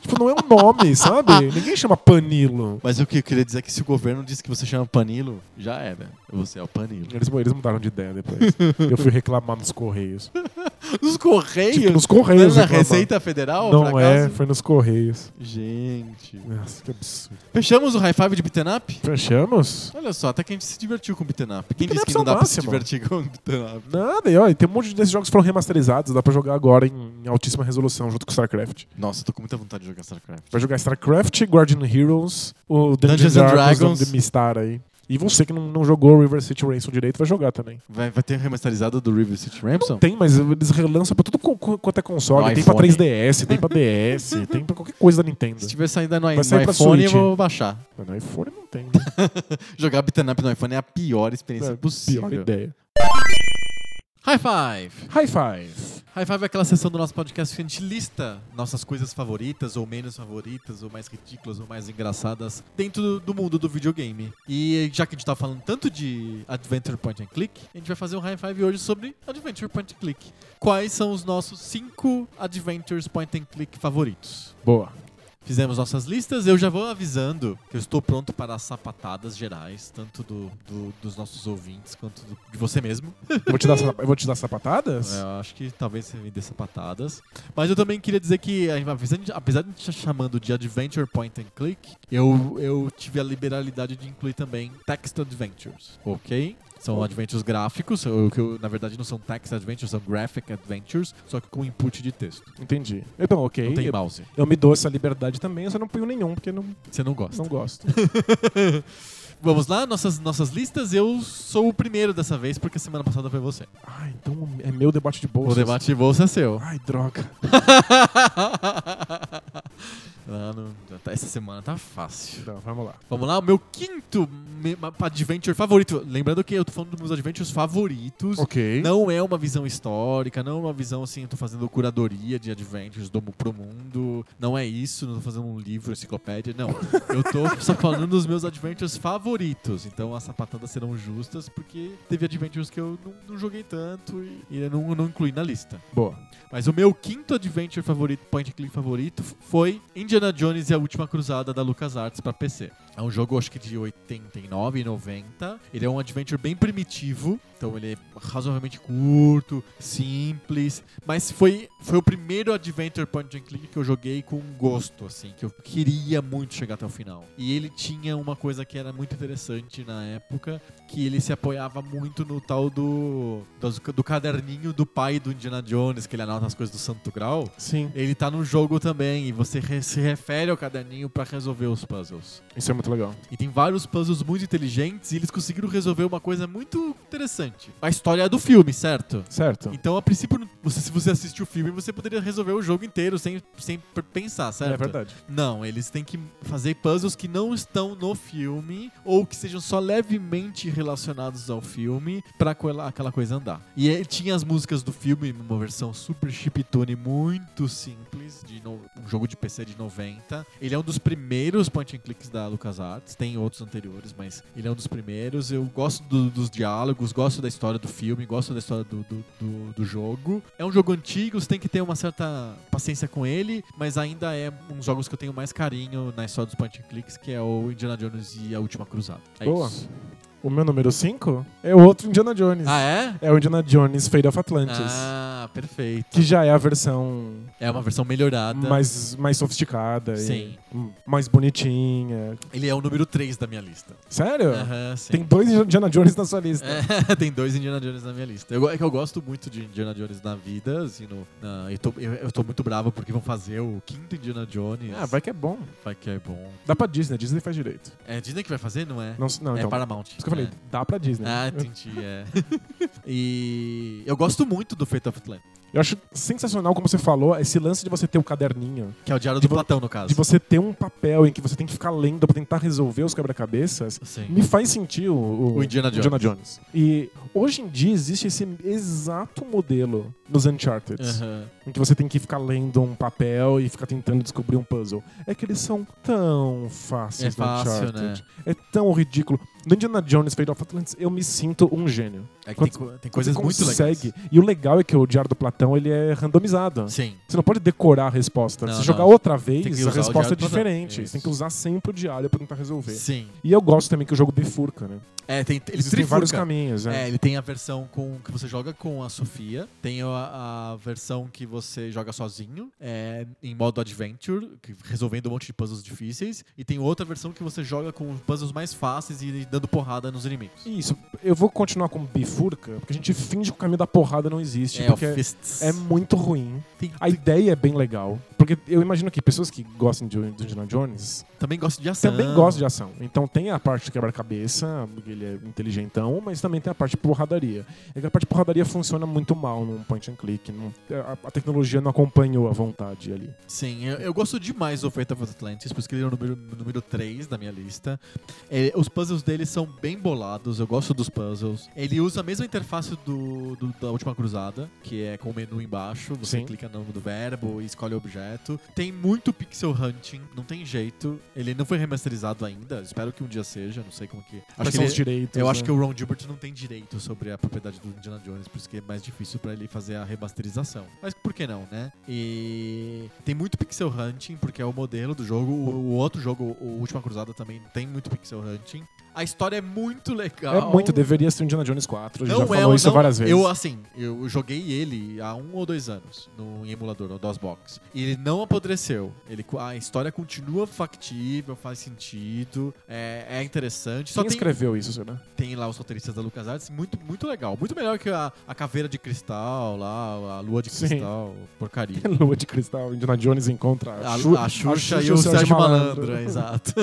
tipo, não é um nome, sabe? Ninguém chama Panilo.
Mas o que eu queria dizer é que se o governo disse que você chama Panilo, já era. Você é o Panilo.
Eles, eles mudaram de ideia depois. eu fui reclamar nos Correios.
Nos Correios?
Tipo, nos
Não era
Correios.
na
reclamar.
Receita Federal?
Não
por
é,
acaso?
foi nos Correios.
Gente.
Nossa, que absurdo.
Fechamos o high five de beaten up?
Fechamos?
Olha só, até que a gente se divertiu com beaten up. Quem
Beaten
disse
ups
que
são
não dá pra se
máximo.
divertir com beaten up?
Nada, e olha, tem um monte desses jogos que foram remasterizados, dá pra jogar agora em em altíssima resolução junto com StarCraft.
Nossa, eu tô com muita vontade de jogar StarCraft.
Vai jogar StarCraft, Guardian Heroes, o Dungeons,
Dungeons
and
and
Dragons,
Dragons.
de Mistar aí. E você que não, não jogou River City Ransom direito, vai jogar também.
Vai, vai ter remasterizado do River City Ramson?
Não tem, mas eles relançam pra tudo co- co- quanto é console.
No
tem pra
iPhone.
3DS, tem pra DS, tem pra qualquer coisa da Nintendo.
Se tiver saída no, i-
Vai sair
no
pra
iPhone, eu
Switch.
vou baixar.
Mas no iPhone não tem. né?
Jogar beaten up no iPhone é a pior experiência
É a
possível.
Pior ideia.
High five!
High Five.
High five é aquela sessão do nosso podcast que a gente lista nossas coisas favoritas, ou menos favoritas, ou mais ridículas, ou mais engraçadas, dentro do, do mundo do videogame. E já que a gente tá falando tanto de Adventure Point and Click, a gente vai fazer um high five hoje sobre Adventure Point and Click. Quais são os nossos cinco Adventures Point and Click favoritos?
Boa.
Fizemos nossas listas, eu já vou avisando que eu estou pronto para as sapatadas gerais, tanto do, do- dos nossos ouvintes quanto do- de você mesmo.
Vou te dar, sa- eu vou te dar sapatadas?
É, Eu acho que talvez você me dê sapatadas. Mas eu também queria dizer que, a- apesar de, apesar de a gente estar chamando de Adventure Point and Click, eu, eu tive a liberalidade de incluir também Text Adventures, ok? São adventures gráficos, ou que eu- na verdade não são text adventures, são graphic adventures, só que com input de texto.
Entendi. Então, ok.
É. Não tem
Eu,
mouse. [laughs]
eu me dou essa liberdade também, eu só não ponho nenhum, porque não,
Você não gosta.
não gosto.
Vamos lá, nossas, nossas listas. Eu sou o primeiro dessa vez, porque semana passada foi você.
Ah, então é meu debate de bolsa.
O debate de bolsa é seu.
Ai, droga.
Lá no- tá- essa semana tá fácil.
Então, vamos lá.
Vamos lá, o meu quinto me- mapa adventure favorito. Lembrando que eu tô falando dos meus adventures favoritos.
Ok.
Não é uma visão histórica, não é uma visão assim, eu tô fazendo curadoria de adventures do, pro mundo. Não é isso, não tô fazendo um livro, enciclopédia,
[laughs]
não. Eu tô só falando dos meus adventures favoritos. Então as sapatadas serão justas, porque teve adventures que eu não, não joguei tanto e, e eu não, não incluí na lista.
Boa.
Mas o meu quinto adventure favorito, point and click favorito, f- foi Indiana Jones e a Última Cruzada da LucasArts pra PC. É um jogo, acho que de 89 e 90. Ele é um adventure bem primitivo, então ele é razoavelmente curto, simples, mas foi, foi o primeiro adventure point and click que eu joguei com gosto, assim, que eu queria muito chegar até o final. E ele tinha uma coisa que era muito interessante na época, que ele se apoiava muito no tal do, das- do, caderninho do pai do Indiana Jones, que ele anota as coisas do Santo Grau.
Sim.
Ele tá no jogo também, e você re- se refere ao caderninho pra resolver os puzzles.
Isso é muito legal.
E tem vários puzzles muito inteligentes, e eles conseguiram resolver uma coisa muito interessante. A história é do filme, certo?
Certo.
Então, a princípio, não- você, se você assistir o filme, você poderia resolver o jogo inteiro sem, sem per- pensar, certo?
É verdade.
Não, eles têm que fazer puzzles que não estão no filme ou que sejam só levemente relacionados ao filme pra aquela- aquela coisa andar. E ele tinha as músicas do filme, uma versão super chiptune muito simples, de no- um jogo de PC de 90. Ele é um dos primeiros point and clicks da LucasArts, tem outros anteriores, mas ele é um dos primeiros. Eu gosto do- dos diálogos, gosto da história do filme, gosto da história do, do, do- do jogo. É um jogo antigo, você tem que ter uma certa paciência com ele, mas ainda é um dos jogos que eu tenho mais carinho na história dos point and clicks, que é o Indiana Jones e a Última Cruzada. É
Boa.
isso.
O meu número 5 é o outro Indiana Jones.
Ah, é?
É o Indiana Jones Fate of Atlantis.
Ah, perfeito.
Que já é a versão
É uma versão melhorada.
mais, mais sofisticada
Sim.
e hum, mais bonitinha.
Ele é o número 3 da minha lista.
Sério?
Aham, sim.
É. Tem dois Indiana Jones na sua lista.
É, [laughs] tem dois Indiana Jones na minha lista. Eu, go- é que eu gosto muito de Indiana Jones na vida, assim, no, na- eu, tô, eu, eu tô muito bravo porque vão fazer o quinto Indiana Jones.
Ah, vai que é bom.
Vai que é bom.
Dá pra Disney, Disney faz direito.
É Disney que vai fazer, não é?
Não, se- não
é
então.
Paramount.
Por isso que eu falei,
É.
dá pra Disney.
Ah, entendi,
[laughs]
é. e eu gosto muito do Fate of Atlantis,
Eu acho sensacional, como você falou, esse lance de você ter o caderninho,
que é o Diário
De
do
vo-
Platão, no caso.
de você ter um papel em que você tem que ficar lendo pra tentar resolver os quebra-cabeças.
Sim.
Me faz sentir o,
O Indiana Jones.
Jones. E hoje em dia existe esse exato modelo nos Uncharted.
Aham.
Em que você tem que ficar lendo um papel e ficar tentando descobrir um puzzle. É que eles são tão fáceis
É fácil,
no Uncharted. É tão ridículo. No Indiana Jones Fate of Atlantis, eu me sinto um gênio.
É que tem,
Quando-
co- tem coisas
você
muito legais.
consegue. E o legal é que o Diário do Platão ele é randomizado.
Sim.
Você não pode decorar a resposta.
Não,
Se
não.
jogar outra
Tem que
vez, a
usar o
resposta é
diário do Platão.
diferente.
Isso.
Você tem que usar sempre o diário pra tentar resolver.
Sim.
E eu gosto também que o jogo bifurca, né?
É, tem, ele
Existem vários
trifurca.
caminhos, né?
É, ele tem a versão com que você joga com a Sofia, tem a, a versão que você joga sozinho, é, em modo adventure, que- resolvendo um monte de puzzles difíceis, e tem outra versão que você joga com puzzles mais fáceis e dando porrada nos inimigos.
Isso. Eu vou continuar com bifurca, porque a gente finge que o caminho da porrada não existe.
é, o
porque
Fists.
é muito ruim.
Tem-
A ideia é bem legal. Porque eu imagino que pessoas que gostam de do Indiana Jones
também gosto de ação.
também gostam de ação. Então tem a parte de quebra-cabeça, porque ele é inteligentão, mas também tem a parte de porradaria. É que a parte de porradaria funciona muito mal num point and click. não- a, a tecnologia não acompanhou a vontade ali.
Sim, eu, eu gosto demais do Fate of Atlantis, por isso que ele é o número, número 3 da minha lista. É, os puzzles dele são bem bolados, eu gosto dos puzzles. Ele usa a mesma interface do, do- da Última Cruzada, que é com o menu embaixo, você
Sim.
clica no nome do verbo e escolhe o objeto. Tem muito pixel hunting, não tem jeito. Ele não foi remasterizado ainda, espero que um dia seja, não sei como que...
Quais
que
são
ele-
os direitos?
eu acho
né?
que o Ron Gilbert não tem direito sobre a propriedade do Indiana Jones, por isso que é mais difícil pra ele fazer a remasterização. Mas por que não, né? E tem muito pixel hunting, porque é o modelo do jogo. O, o outro jogo, o Última Cruzada, também tem muito pixel hunting. A história é muito legal.
É muito, deveria ser o Indiana Jones 4. A gente
Não
já
é,
falou isso
não-
várias vezes.
Eu, assim, eu joguei ele há um ou dois anos no em emulador, no DOSBox. E ele não apodreceu. Ele, a história continua factível, faz sentido, é, é interessante. Só
Quem
tem
escreveu isso, né? [laughs] será?
tem lá os roteiristas da LucasArts, muito, muito legal. Muito melhor que a, a Caveira de Cristal, lá, a Lua de
Sim.
Cristal, Cristal, porcaria.
Lua de Cristal, Indiana Jones encontra
A,
Xu-
a Xuxa e o Sérgio, Malandro,
[laughs]
é, exato.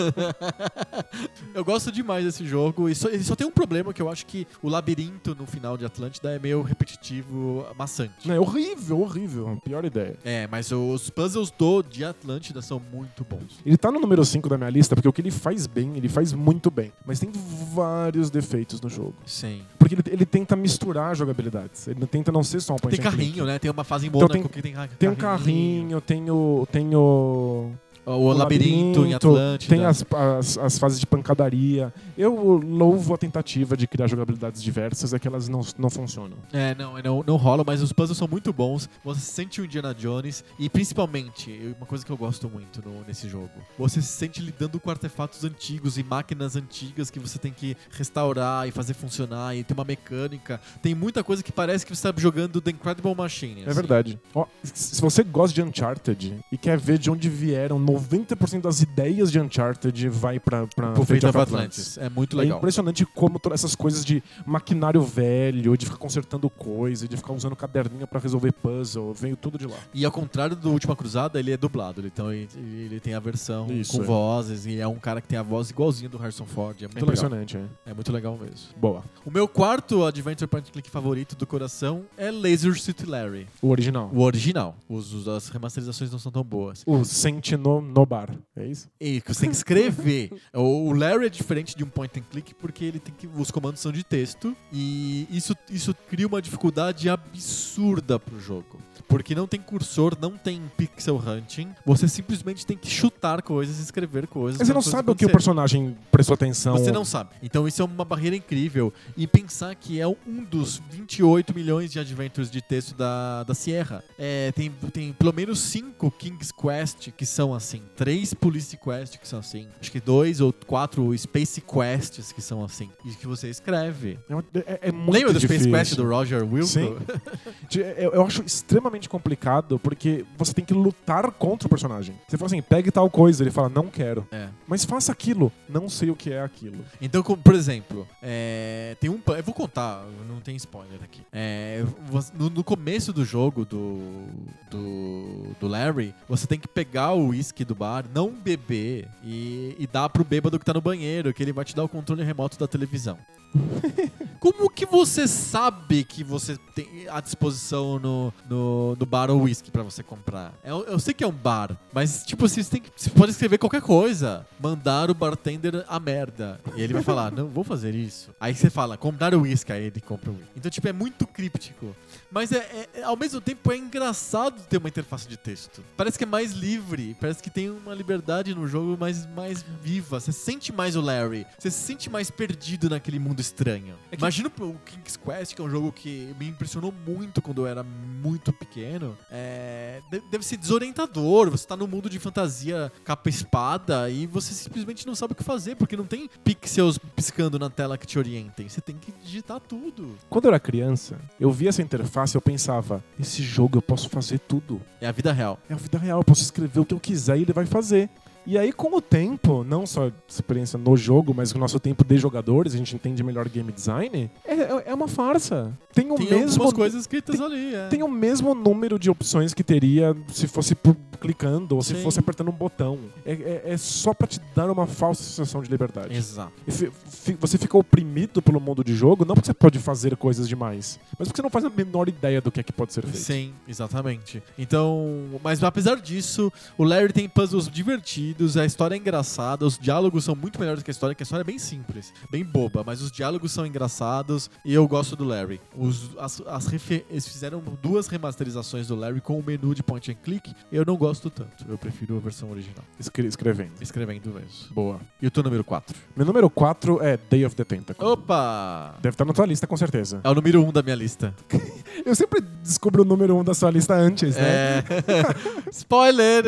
eu gosto demais desse jogo. E só, ele só tem um problema que eu acho que o labirinto no final de Atlântida é meio repetitivo, maçante.
Não, é horrível, horrível. Pior ideia.
É, mas os puzzles do de Atlântida são muito bons.
Ele tá no número 5 da minha lista porque o que ele faz bem, ele faz muito bem. Mas tem vários defeitos no jogo.
Sim.
Porque ele, ele tenta misturar jogabilidades. Ele tenta não ser só um point
Tem
and click.
carrinho, né? Tem uma fase em
Então tem-
Mônaco que tem ra- carrinho.
Tem um carrinho, tem o. Tem o.
O, labirinto, em Atlântida.
Tem as, as, as fases de pancadaria. Eu louvo a tentativa de criar jogabilidades diversas, é que elas não, não funcionam.
É, não, não, não rola, mas os puzzles são muito bons. Você se sente o Indiana Jones e principalmente, uma coisa que eu gosto muito no- nesse jogo, você se sente lidando com artefatos antigos e máquinas antigas que você tem que restaurar e fazer funcionar e tem uma mecânica. Tem muita coisa que parece que você está jogando The Incredible Machine.
É
assim.
verdade. Ó, se você gosta de Uncharted e quer ver de onde vieram 90% das ideias de Uncharted, vai pra, pra
Por
Fate
Fate
of
of Atlantis. É muito
É
legal.
impressionante como todas essas coisas de maquinário velho, de ficar consertando coisa, de ficar usando caderninho pra resolver puzzle, veio tudo de lá.
E ao contrário do Última Cruzada, ele é dublado. Ele, então, ele, ele tem a versão
Isso,
com
é.
vozes e é um cara que tem a voz igualzinha do Harrison Ford. É muito
Muito
legal.
impressionante, é.
É muito legal mesmo.
Boa.
O meu quarto Adventure Point and Click favorito do coração é Laser City Larry.
O original.
O original. Os, os- as remasterizações não são tão boas.
O Sentinel no bar. É isso?
E que você tem que escrever.
[laughs]
o o Larry é diferente de um point and click porque ele tem que. Os comandos são de texto. E isso, isso cria uma dificuldade absurda pro jogo. Porque não tem cursor, não tem pixel hunting. Você simplesmente tem que chutar coisas, escrever coisas.
Mas você
pra
não
coisas
sabe o que o
acontecerem.
personagem prestou atenção.
Você não sabe. Então isso é uma barreira incrível. E pensar que é um dos 28 milhões de adventures de texto da, da Sierra. É, tem, tem pelo menos cinco King's Quest que são assim. Três Police Quest que são assim. Acho que dois ou quatro Space Quests que são assim. E que você escreve.
É, uma- é- é muito
Lembra do
difícil.
Space Quest do Roger Wilco?
Sim. De- é, Eu, eu acho extremamente complicado porque você tem que lutar contra o personagem. Você fala assim, pegue tal coisa, ele fala, não quero.
É.
Mas faça aquilo, não sei o que é aquilo.
Então, como, por exemplo, é, tem um. pa- Eu vou contar, não tem spoiler aqui. É, você- no, no começo do jogo do, do, do Larry, você tem que pegar o uísque do bar, não beber, e, e dar pro bêbado que tá no banheiro, que ele vai te dar o controle remoto da televisão. Como que você sabe que você tem à disposição no, no, no bar ou whisky pra você comprar? Eu, eu sei que é um bar, mas tipo, você, tem que, você pode escrever qualquer coisa. Mandar o bartender a merda. E ele vai falar, não vou fazer isso. Aí você fala, comprar o whisky, aí ele compra o whisky. Então, tipo, é muito críptico. Mas é, é- ao mesmo tempo é engraçado ter uma interface de texto. Parece que é mais livre, parece que tem uma liberdade no jogo mais, mais viva. Você sente mais o Larry, você se sente mais perdido naquele mundo estranho. Imagina o King's Quest, que é um jogo que me impressionou muito quando eu era muito pequeno. É, de- deve ser desorientador, você tá num mundo de fantasia capa-espada e você simplesmente não sabe o que fazer, porque não tem pixels piscando na tela que te orientem. Você tem que digitar tudo.
Quando eu era criança, eu via essa interface e eu pensava, esse jogo eu posso fazer tudo.
É a vida real.
É a vida real, eu posso escrever o que eu quiser e ele vai fazer. E aí, com o tempo, não só a experiência no jogo, mas com o nosso tempo de jogadores, a gente entende melhor game design, é, é- é uma farsa. Tem o
Tem
mesmo
algumas coisas escritas ali, é.
tem o mesmo número de opções que teria se fosse por- clicando ou se
Sim.
fosse apertando um botão. É, é- é só pra te dar uma falsa sensação de liberdade.
Exato.
E fi- fi- Você fica oprimido pelo mundo de jogo, não porque você pode fazer coisas demais, mas porque você não faz a menor ideia do que é que pode ser feito.
Sim, exatamente. Então, mas apesar disso, o Larry tem puzzles divertidos, a história é engraçada, os diálogos são muito melhores que a história, que a história é bem simples, bem boba, mas os diálogos são engraçados e eu gosto do Larry. Os, as, as refe- eles fizeram duas remasterizações do Larry com o menu de point and click, eu não gosto tanto, eu prefiro a versão original,
Escre- escrevendo.
escrevendo mesmo.
Boa.
E o teu número 4?
Meu número 4 é Day of the Tentacle.
Opa!
Deve estar na tua lista, com certeza.
É o número 1 um da minha lista.
Eu sempre descubro o número 1 um da sua lista antes, né?
É. [laughs] Spoiler!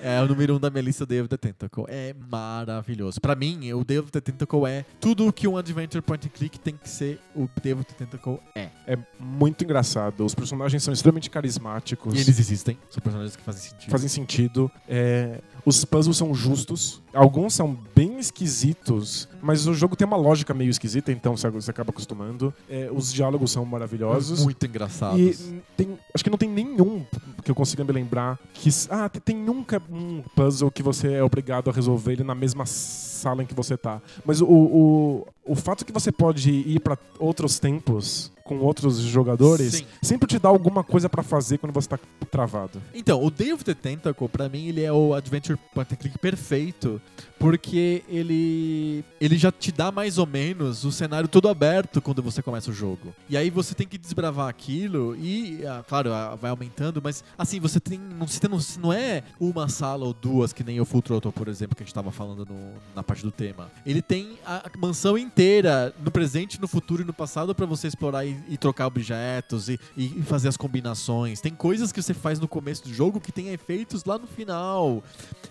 é o número um da minha lista, Day of the Tentacle. É maravilhoso. Pra mim, o Day of the Tentacle é tudo o que um Adventure Point and Click tem que ser, o Day of the Tentacle é.
É muito engraçado. Os personagens são extremamente carismáticos.
E eles existem. São personagens que fazem sentido.
fazem sentido. é, os puzzles são justos. Alguns são bem esquisitos, mas o jogo tem uma lógica meio esquisita, então você você acaba acostumando. É, os diálogos são maravilhosos.
muito engraçados.
E tem- acho que não tem nenhum que eu consiga me lembrar que. s- Ah, te- tem um, ca- um puzzle que você é obrigado a resolver ele na mesma sala em que você tá. Mas o, o, o fato que você pode ir pra outros tempos com outros jogadores
Sim.
sempre te dá alguma coisa pra fazer quando você tá travado.
Então, o Day of the Tentacle, pra mim, ele é o adventure point and click perfeito, porque ele ele já te dá mais ou menos o cenário todo aberto quando você começa o jogo. E aí você tem que desbravar aquilo e, ah, claro, ah, vai aumentando, mas assim, você tem não, você tem- não, não é uma sala ou duas que nem o Full Throttle, por exemplo, que a gente tava falando no- na parte do tema. Ele tem a mansão inteira no presente, no futuro e no passado pra você explorar e, e trocar objetos e, e fazer as combinações. Tem coisas que você faz no começo do jogo que tem efeitos lá no final.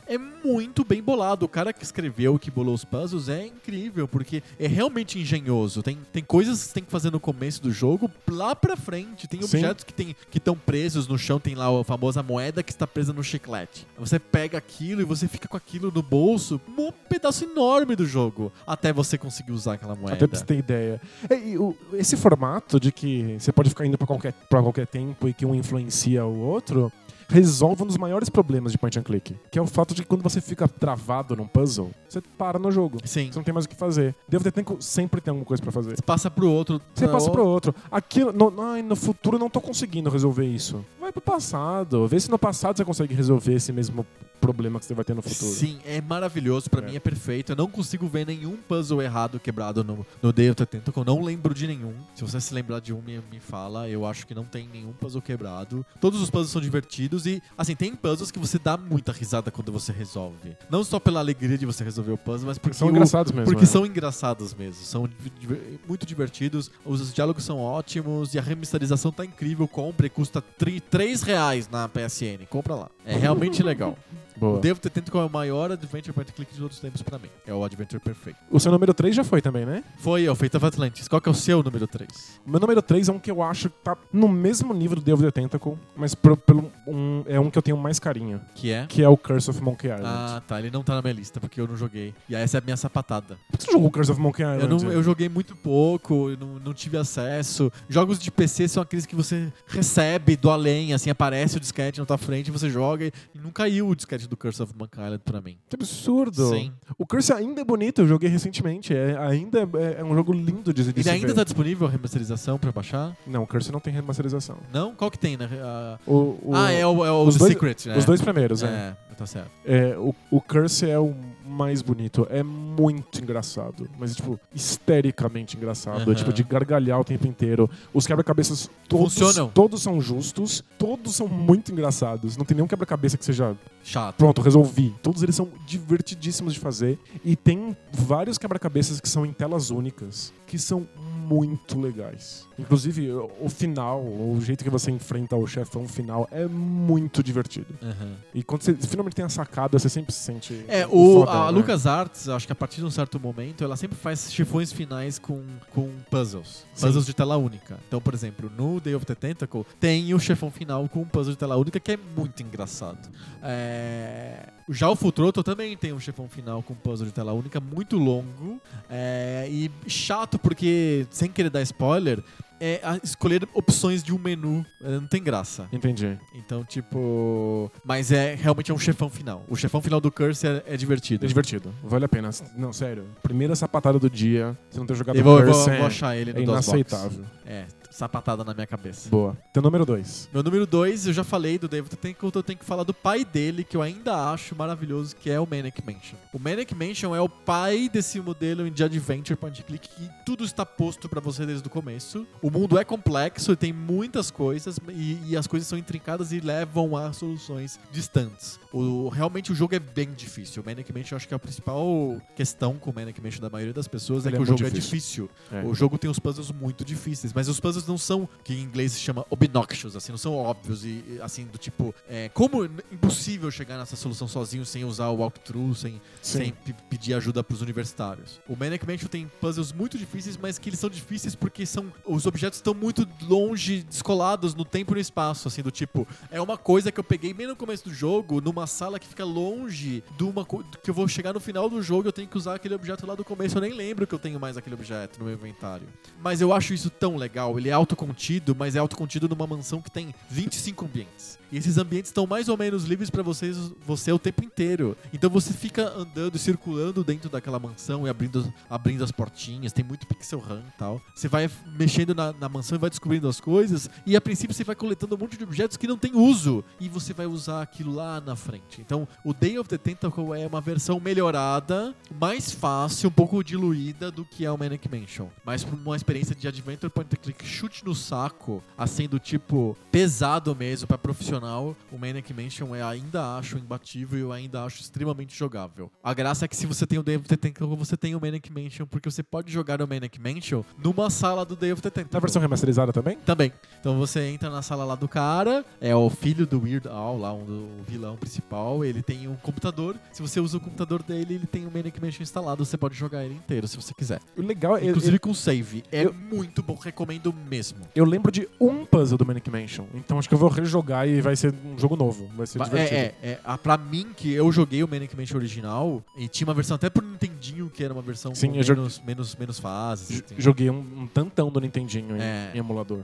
É muito bem bolado. O cara que escreveu, que bolou os puzzles, é incrível, porque é realmente engenhoso. Tem, tem coisas que você tem que fazer no começo do jogo lá pra frente. Tem
Sim.
objetos que tem- que estão presos no chão, tem lá a famosa moeda que está presa no chiclete. Você pega aquilo e você fica com aquilo no bolso, um pedaço enorme do jogo, até você conseguir usar aquela moeda.
Até pra você ter ideia. É, e o- esse formato de que você pode ficar indo pra qualquer, pra qualquer tempo e que um influencia o outro resolve um dos maiores problemas de point and click, que é o fato de que quando você fica travado num puzzle, você para no jogo.
Sim.
Você não tem mais o que fazer. Devo ter tempo sempre tem alguma coisa pra fazer.
Você passa pro outro.
Você
pra
passa
outro.
pro outro. Aquilo, no, ai, no futuro eu não tô conseguindo resolver isso. Vai pro passado. Vê se no passado você consegue resolver esse mesmo problema que você vai ter no futuro.
Sim, é maravilhoso, pra
É.
mim é perfeito. Eu não consigo ver nenhum puzzle errado quebrado no, no Day of the Tentacle. Eu não lembro de nenhum. Se você se lembrar de um, me, me fala. Eu acho que não tem nenhum puzzle quebrado. Todos os puzzles são divertidos e, assim, tem puzzles que você dá muita risada quando você resolve. Não só pela alegria de você resolver o puzzle, mas porque
São
o-
engraçados mesmo.
porque
é.
são engraçados mesmo, são di- di- muito divertidos, os diálogos são ótimos e a remasterização tá incrível. Compre, custa 3 reais na PSN. Compra lá. É realmente legal.
Boa.
Devo ter tento qual é o maior Adventure Point and Click de todos os tempos pra mim. É o Adventure Perfeito.
O seu número 3 já foi também, né?
Foi o Feita of Atlantis. Qual que é o seu número 3?
Meu número 3 é um que eu acho que tá no mesmo nível do Devil the Tentacle, mas pro- pelo, um, é um que eu tenho mais carinho,
Que é?
que é o Curse of Monkey Island.
Ah, tá. Ele não tá na minha lista porque eu não joguei. E aí essa é a minha sapatada.
Por que você jogou Curse of Monkey Island?
Eu, não- eu joguei muito pouco, eu não, não tive acesso. Jogos de PC são aqueles que você recebe do além, assim, aparece o disquete na tua frente, você joga e não caiu o disquete do Curse of Monkey Island pra mim.
Que absurdo.
Sim.
O Curse ainda é bonito, eu joguei recentemente. É, ainda é, é um jogo lindo de, de
Ele
se
ainda
ver.
tá disponível a remasterização pra baixar?
Não, o Curse não tem remasterização.
Não? Qual que tem, né? A-
O- o-
Ah, é o, é o
os
The
dois-
Secret, né?
Os dois primeiros, é.
É, tá certo.
É, o, o Curse é o mais bonito. É muito engraçado. Mas, tipo, histericamente engraçado.
Aham.
É, tipo, de gargalhar o tempo inteiro. Os quebra-cabeças todos,
Funcionam.
todos são justos. Todos são muito engraçados. Não tem nenhum quebra-cabeça que seja
Chato.
pronto, resolvi. Todos eles são divertidíssimos de fazer. E tem vários quebra-cabeças que são em telas únicas, que são muito legais. Inclusive, o o final, o jeito que você enfrenta o chefão final é muito divertido.
Aham.
E quando você finalmente tem a sacada, você sempre se sente.
É, o,
foda,
a
né?
Lucas Arts, acho que a partir de um certo momento, ela sempre faz chifões finais com, com puzzles.
Sim.
Puzzles de tela única. Então, por exemplo, no Day of the Tentacle, tem o chefão final com um puzzle de tela única que é muito engraçado. É, Já o Futroto também tem um chefão final com puzzle de tela única muito longo é, e chato porque, sem querer dar spoiler, é a- escolher opções de um menu é, não tem graça.
Entendi.
Então, tipo. Mas é realmente é um chefão final. O chefão final do Curse é, é divertido.
É divertido. Vale a pena. Não, sério. Primeira sapatada do dia. Você não ter jogado
Eu vou, eu vou-
Curse é-
vou achar ele no
é
DOS Box.
inaceitável.
É, sapatada na minha cabeça.
Boa. Teu número 2.
Meu número 2, eu já falei do David Tenko, eu tenho que falar do pai dele, que eu ainda acho maravilhoso, que é o Manic Mansion. O Manic Mansion é o pai desse modelo de adventure point and click que tudo está posto pra você desde o começo. O mundo é complexo e tem muitas coisas e, e as coisas são intrincadas e levam a soluções distantes. O, realmente o jogo é bem difícil. O Manic Mansion eu acho que é a principal questão com o Manic Mansion da maioria das pessoas é
Ele
que
é
o
muito
jogo é
difícil.
difícil.
É.
O jogo tem uns puzzles muito difíceis, mas os puzzles não são, que em inglês se chama obnoxious, assim, não são óbvios e, e, assim, do tipo, é, como n- impossível chegar nessa solução sozinho sem usar o walkthrough, sem, sem pe- pedir ajuda pros universitários. O Manic Mansion tem puzzles muito difíceis, mas que eles são difíceis porque são os objetos estão muito longe, descolados no tempo e no espaço, assim, do tipo, é uma coisa que eu peguei bem no começo do jogo, numa sala que fica longe de uma co- que eu vou chegar no final do jogo, eu tenho que usar aquele objeto lá do começo, eu nem lembro que eu tenho mais aquele objeto no meu inventário. Mas eu acho isso tão legal, ele é autocontido, mas é autocontido numa mansão que tem 25 ambientes. E esses ambientes estão mais ou menos livres pra vocês, você o tempo inteiro. Então você fica andando, e circulando dentro daquela mansão e abrindo, abrindo as portinhas, tem muito pixel RAM e tal. Você vai mexendo na, na mansão e vai descobrindo as coisas, e a princípio você vai coletando um monte de objetos que não tem uso, e você vai usar aquilo lá na frente. Então, o Day of the Tentacle é uma versão melhorada, mais fácil, um pouco diluída do que é o Manic Mansion. Mas pra uma experiência de adventure point and click chute no saco, assim do tipo pesado mesmo pra profissional, o Manic Mansion eu ainda acho imbatível e eu ainda acho extremamente jogável. A graça é que se você tem o Day of the Tentacle, você tem o Manic Mansion, porque você pode jogar o Manic Mansion numa sala do Day of the Tentacle.
Na Tá versão remasterizada também?
Também. Então você entra na sala lá do cara, é o filho do Weird Al, lá um do- o vilão principal, ele tem um computador. Se você usa o computador dele, ele tem o Manic Mansion instalado, você pode jogar ele inteiro se você quiser.
O legal é.
Inclusive com save. É
eu-
muito bom, recomendo mesmo.
Eu lembro de um puzzle do Manic Mansion, então acho que eu vou rejogar e vai ser um jogo novo. Vai ser
Ba-
divertido.
É, é, é. Ah, pra mim, que eu joguei o Manic Mansion original, e tinha uma versão até pro Nintendinho, que era uma versão
Sim,
com
eu joguei-
menos, menos, menos fases.
J-
assim.
Joguei um, um tantão do Nintendinho em-
É.
em emulador.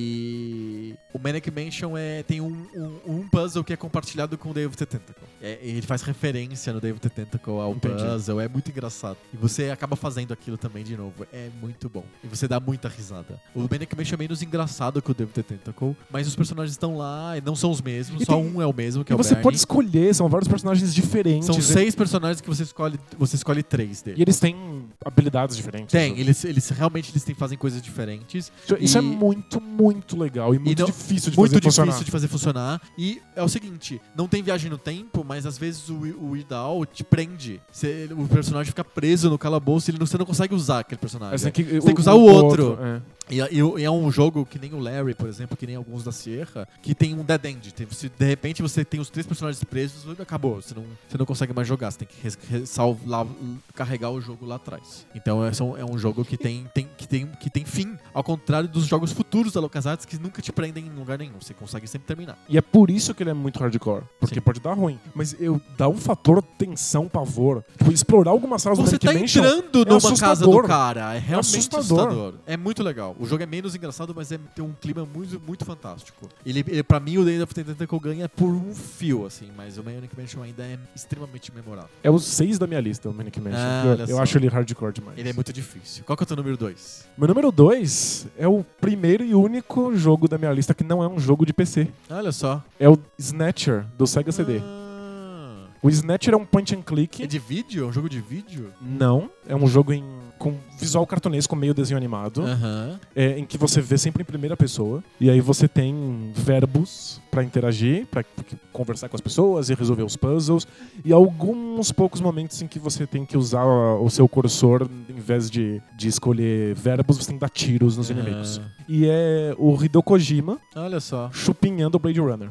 E o Manic Mansion é, tem um, um, um puzzle que é compartilhado com o Day of the Tentacle. É, ele faz referência no Day of the Tentacle ao
Entendi.
puzzle, é muito engraçado. E você acaba fazendo aquilo também de novo, é muito bom. E você dá muita risada. O Manic Mansion é menos engraçado que o Day of the Tentacle, mas os personagens estão lá e não são os mesmos,
E
só
tem-
um é o mesmo, que
E
é o
você
Bernie.
pode escolher, são vários personagens diferentes.
São
e-
seis personagens que você escolhe, você escolhe três
E
deles.
eles têm habilidades diferentes. Então,
Tem, eles, eles realmente eles têm, fazem coisas diferentes.
Isso, isso é
e-
muito, muito legal e muito
não-
difícil de
muito
fazer
difícil
funcionar.
de fazer funcionar. E é o seguinte, não tem viagem no tempo, mas às vezes o, o Weird Al te prende. Você- o personagem fica preso no calabouço e ele não- você não consegue usar aquele personagem.
Mas tem que,
tem que usar o outro.
é.
E, é- e é um jogo que nem o Larry, por exemplo, que nem alguns da Sierra, que tem um dead end. Tem- você- de repente você tem os três personagens presos e acabou. Você não, você não consegue mais jogar. Você tem que res- res- sal- lá- carregar o jogo lá atrás. Então é, só- é um jogo que tem, tem- que, tem, que tem fim. Ao contrário dos jogos futuros da LucasArts, que nunca te prendem em lugar nenhum. Você consegue sempre terminar.
E é por isso que ele é muito hardcore. Porque
Sim.
pode dar ruim. Mas eu dá um fator tensão, pavor. Tipo, explorar algumas salas
Você
do Manic
tá
Mansion.
entrando
é
numa casa do
assustador.
cara. É realmente
assustador.
assustador. É muito legal. O jogo é menos engraçado, mas é, tem um clima muito, muito fantástico. Ele, ele, pra mim, o Day of the Tentacle ganha por um fio, assim. Mas o Manic Mansion ainda é extremamente memorável.
É o 6 da minha lista, o Manic Mansion.
Ah,
Eu-
olha
eu
só.
acho ele hardcore demais.
Ele é muito difícil. Qual que é o teu número 2?
Meu número 2 é o primeiro e único jogo da minha lista que não é um jogo de PC.
Olha só.
É o Snatcher, do Sega CD.
Ah,
O Snatcher é um point and click.
é de vídeo? É um jogo de vídeo?
Não, é um jogo em, com visual cartunesco, meio desenho animado,
Ah. Aham.
é, em que você vê sempre em primeira pessoa. E aí você tem verbos pra interagir, pra conversar com as pessoas e resolver os puzzles. E alguns poucos momentos em que você tem que usar o seu cursor, em vez de, de escolher verbos, você tem que dar tiros nos
Ah,
inimigos. E é o Hideo Kojima
Olha só.
chupinhando o Blade Runner.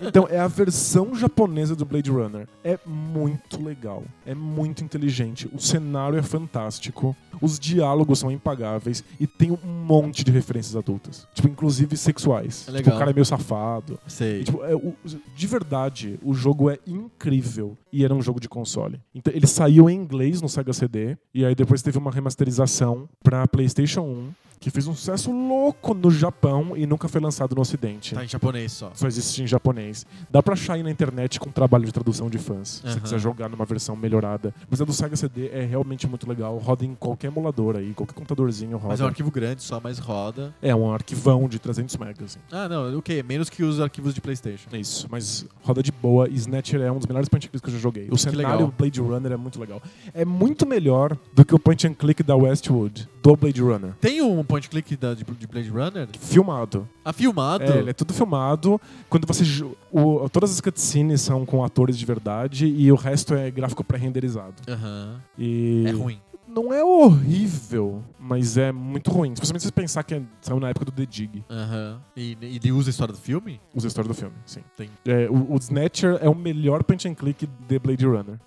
então, é a versão japonesa do Blade Runner. É muito legal. É muito inteligente. O cenário é fantástico. Os diálogos são impagáveis. E tem um monte de referências adultas. Tipo, inclusive sexuais.
Legal.
Tipo, o cara é meio safado. E,
Sei.
tipo, é, o- de verdade, o jogo é incrível. E era um jogo de console. Então, ele saiu em inglês no Sega CD. E aí depois teve uma remasterização pra PlayStation 1, que fez um sucesso louco no Japão e nunca foi lançado no Ocidente.
Tá em japonês só.
Só existe em japonês. Dá pra achar aí na internet com trabalho de tradução de fãs. Se você
Aham.
quiser jogar numa versão melhorada. Mas a do Sega CD é realmente muito legal. Roda em qualquer emulador aí, qualquer computadorzinho roda.
Mas é um arquivo grande só, mas roda.
É um arquivão de 300 megas. assim.
Ah, não. O quê? Menos que os arquivos de Playstation.
É isso, mas roda de boa. E Snatcher é um dos melhores point and clicks que eu já joguei. O cenário
legal.
Blade Runner é muito legal. É muito melhor do que o point and click da Westwood, do Blade Runner.
Tem um point click da, de, de Blade Runner?
Filmado.
Ah, filmado?
É, ele é tudo filmado. Quando você. jo- o- todas as cutscenes são com atores de verdade e o resto é gráfico pré-renderizado.
Aham.
E
É ruim.
Não é horrível, mas é muito ruim. Especialmente se você pensar que é- saiu na época do The Dig,
Aham. E, e ele usa a história
[laughs]
do filme?
os histórias do filme, sim.
Tem.
É, o, o Snatcher é o melhor punch and click de Blade Runner.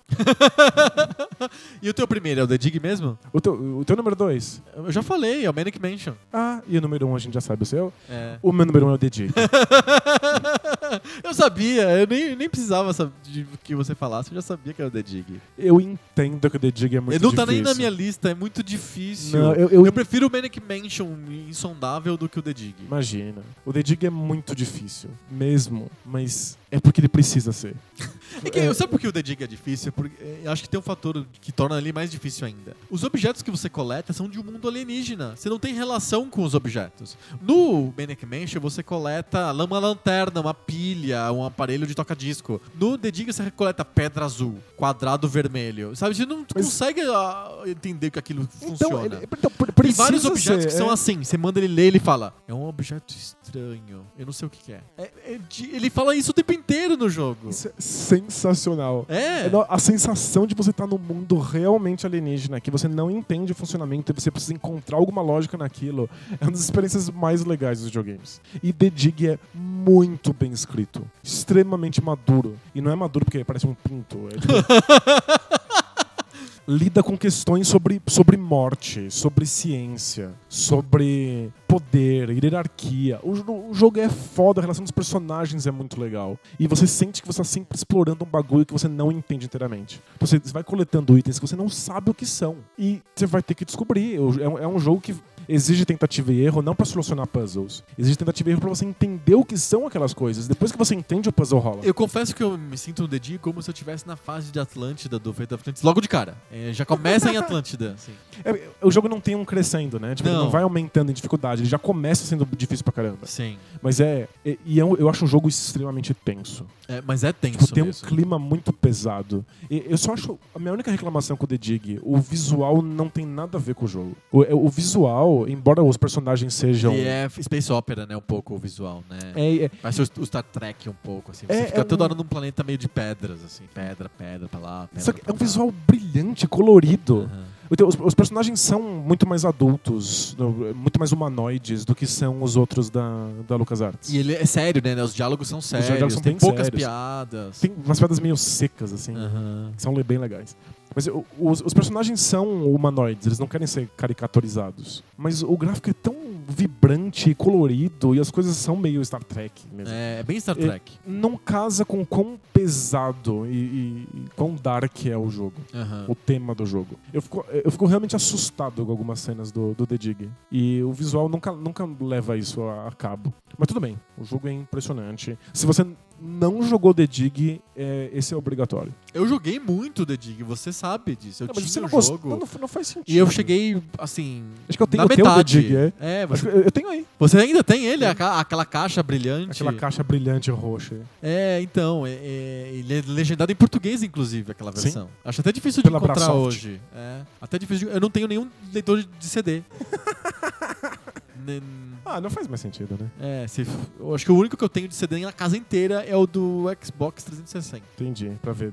E o teu primeiro é o The Dig mesmo?
O teu, o teu número 2?
Eu já falei, é o Manic Mansion.
Ah, e o número 1 um a gente já sabe o seu. [laughs]
É.
O meu número 1 um é o
[laughs]
DD.
eu sabia, eu nem, nem precisava sab- de que você falasse, eu já sabia que era o The Dig.
Eu entendo que o DD é muito
Ele não
difícil.
tá nem na minha lista, é muito difícil.
Não, eu-
eu,
eu-
prefiro o Manic Mansion insondável do que o The Dig.
Imagina. O The Dig é muito difícil, mesmo, mas é porque ele precisa ser.
[laughs] É que, sabe por que o The Dig é difícil? Porque é, eu acho que tem um fator que torna ele mais difícil ainda. Os objetos que você coleta são de um mundo alienígena. Você não tem relação com os objetos. No Manic Mansion, você coleta lá uma lanterna, uma pilha, um aparelho de toca-disco. No The Dig, você coleta pedra azul, quadrado vermelho. Sabe, você não
Mas-
consegue ah, entender que aquilo
Então,
funciona.
ele- então, pre- precisa
Tem vários objetos
ser,
que são
é.
assim. Você manda ele ler, ele fala: É um objeto estranho. Eu não sei o que, que é. É- é de- Ele fala isso o tempo inteiro no jogo.
Isso é sensacional.
É.
É, não, A sensação de você estar num mundo realmente alienígena, que você não entende o funcionamento e você precisa encontrar alguma lógica naquilo, é uma das experiências mais legais dos videogames. E The Dig é muito bem escrito, extremamente maduro. E não é maduro porque parece um pinto. É tipo... Lida com questões sobre, sobre morte, sobre ciência, sobre poder, hierarquia. O, jo- o jogo é foda, a relação dos personagens é muito legal. E você sente que você tá sempre explorando um bagulho que você não entende inteiramente. Você vai coletando itens que você não sabe o que são. E você vai ter que descobrir. O- É um, é um jogo que exige tentativa e erro, não pra solucionar puzzles. Exige tentativa e erro pra você entender o que são aquelas coisas. Depois que você entende, o puzzle rola.
Eu confesso que eu me sinto no dedinho como se eu estivesse na fase de Atlântida do Fate of Atlantis logo de cara. É, já começa em Atlântida. assim.
É, o jogo não tem um crescendo, né? Tipo, ele não
Não.
vai aumentando em dificuldade. Ele já começa sendo difícil pra caramba.
Sim.
Mas é. E, e eu, eu acho um jogo extremamente tenso.
É, mas é tenso
Tipo, tem um
mesmo.
clima muito pesado. E eu só acho. A minha única reclamação com o The Dig, o visual não tem nada a ver com o jogo. O, é, o visual, embora os personagens sejam.
E é space opera, né? Um pouco o visual, né?
um- É, é-
Parece o o Star Trek um pouco, assim. Você
É,
fica
é
toda
um-
hora num planeta meio de pedras, assim. Pedra, pedra, pra lá, pedra
só que é
pra
um
cá.
visual brilhante, colorido.
Aham.
Então, Os, os personagens são muito mais adultos, no- muito mais humanoides do que são os outros da, da LucasArts.
E ele é sério, né? Os diálogos são sérios.
diálogos são
tem
bem
poucas
sérios.
piadas.
Tem umas pedras meio secas, assim.
Aham.
que são le- bem legais. Mas o- os, os personagens são humanoides, eles não querem ser caricaturizados. Mas o gráfico é tão vibrante e colorido, e as coisas são meio Star Trek mesmo.
É, é bem Star
É-
Trek.
Não casa com quão pesado e, e quão dark é o jogo,
Aham.
o tema do jogo. Eu fico, eu fico realmente assustado com algumas cenas do, do The Dig. E o visual nunca, nunca leva isso a, a cabo. Mas tudo bem, o jogo é impressionante. Se você não jogou The Dig, é, esse é obrigatório.
Eu joguei muito The Dig, você sabe disso. Eu
Não,
tinha
mas você não
o
gostou,
jogo.
não, não faz sentido.
E eu cheguei, assim.
Uhum. Acho que eu tenho
na
o teu The
metade.
Dig, é? Acho
você,
que eu eu tenho aí.
você ainda tem ele, aca- aquela caixa brilhante.
Aquela caixa brilhante roxa.
É, então. é- é- ele é legendado em português, inclusive, aquela
Sim.
versão. Acho até difícil
Pela
de encontrar
Brasoft.
hoje. É. Até difícil de, Eu não tenho nenhum leitor
[laughs]
de CD. Nen-
Ah, não faz mais sentido, né?
é, se, eu acho que o único que eu tenho de CD na casa inteira é o do Xbox 360.
Entendi, pra ver.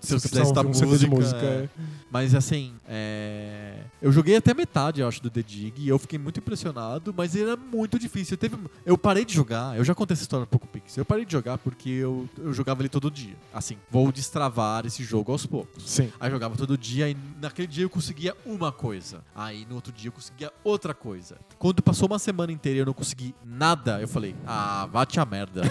Se eu
você
quiser
precisar
citar
ouvir um CD
música,
de música,
é.
é.
Mas assim, é, eu joguei até a metade, eu acho, do The Dig e eu fiquei muito impressionado, mas era muito difícil. Teve... Eu parei de jogar, eu já contei essa história no Poco Pix. Eu parei de jogar porque eu, eu jogava ele todo dia. Assim, vou destravar esse jogo aos poucos.
Sim.
Aí eu jogava todo dia e naquele dia eu conseguia uma coisa. Aí no outro dia eu conseguia outra coisa. Quando passou uma semana inteira e eu não consegui nada, eu falei, ah, vá-te a merda.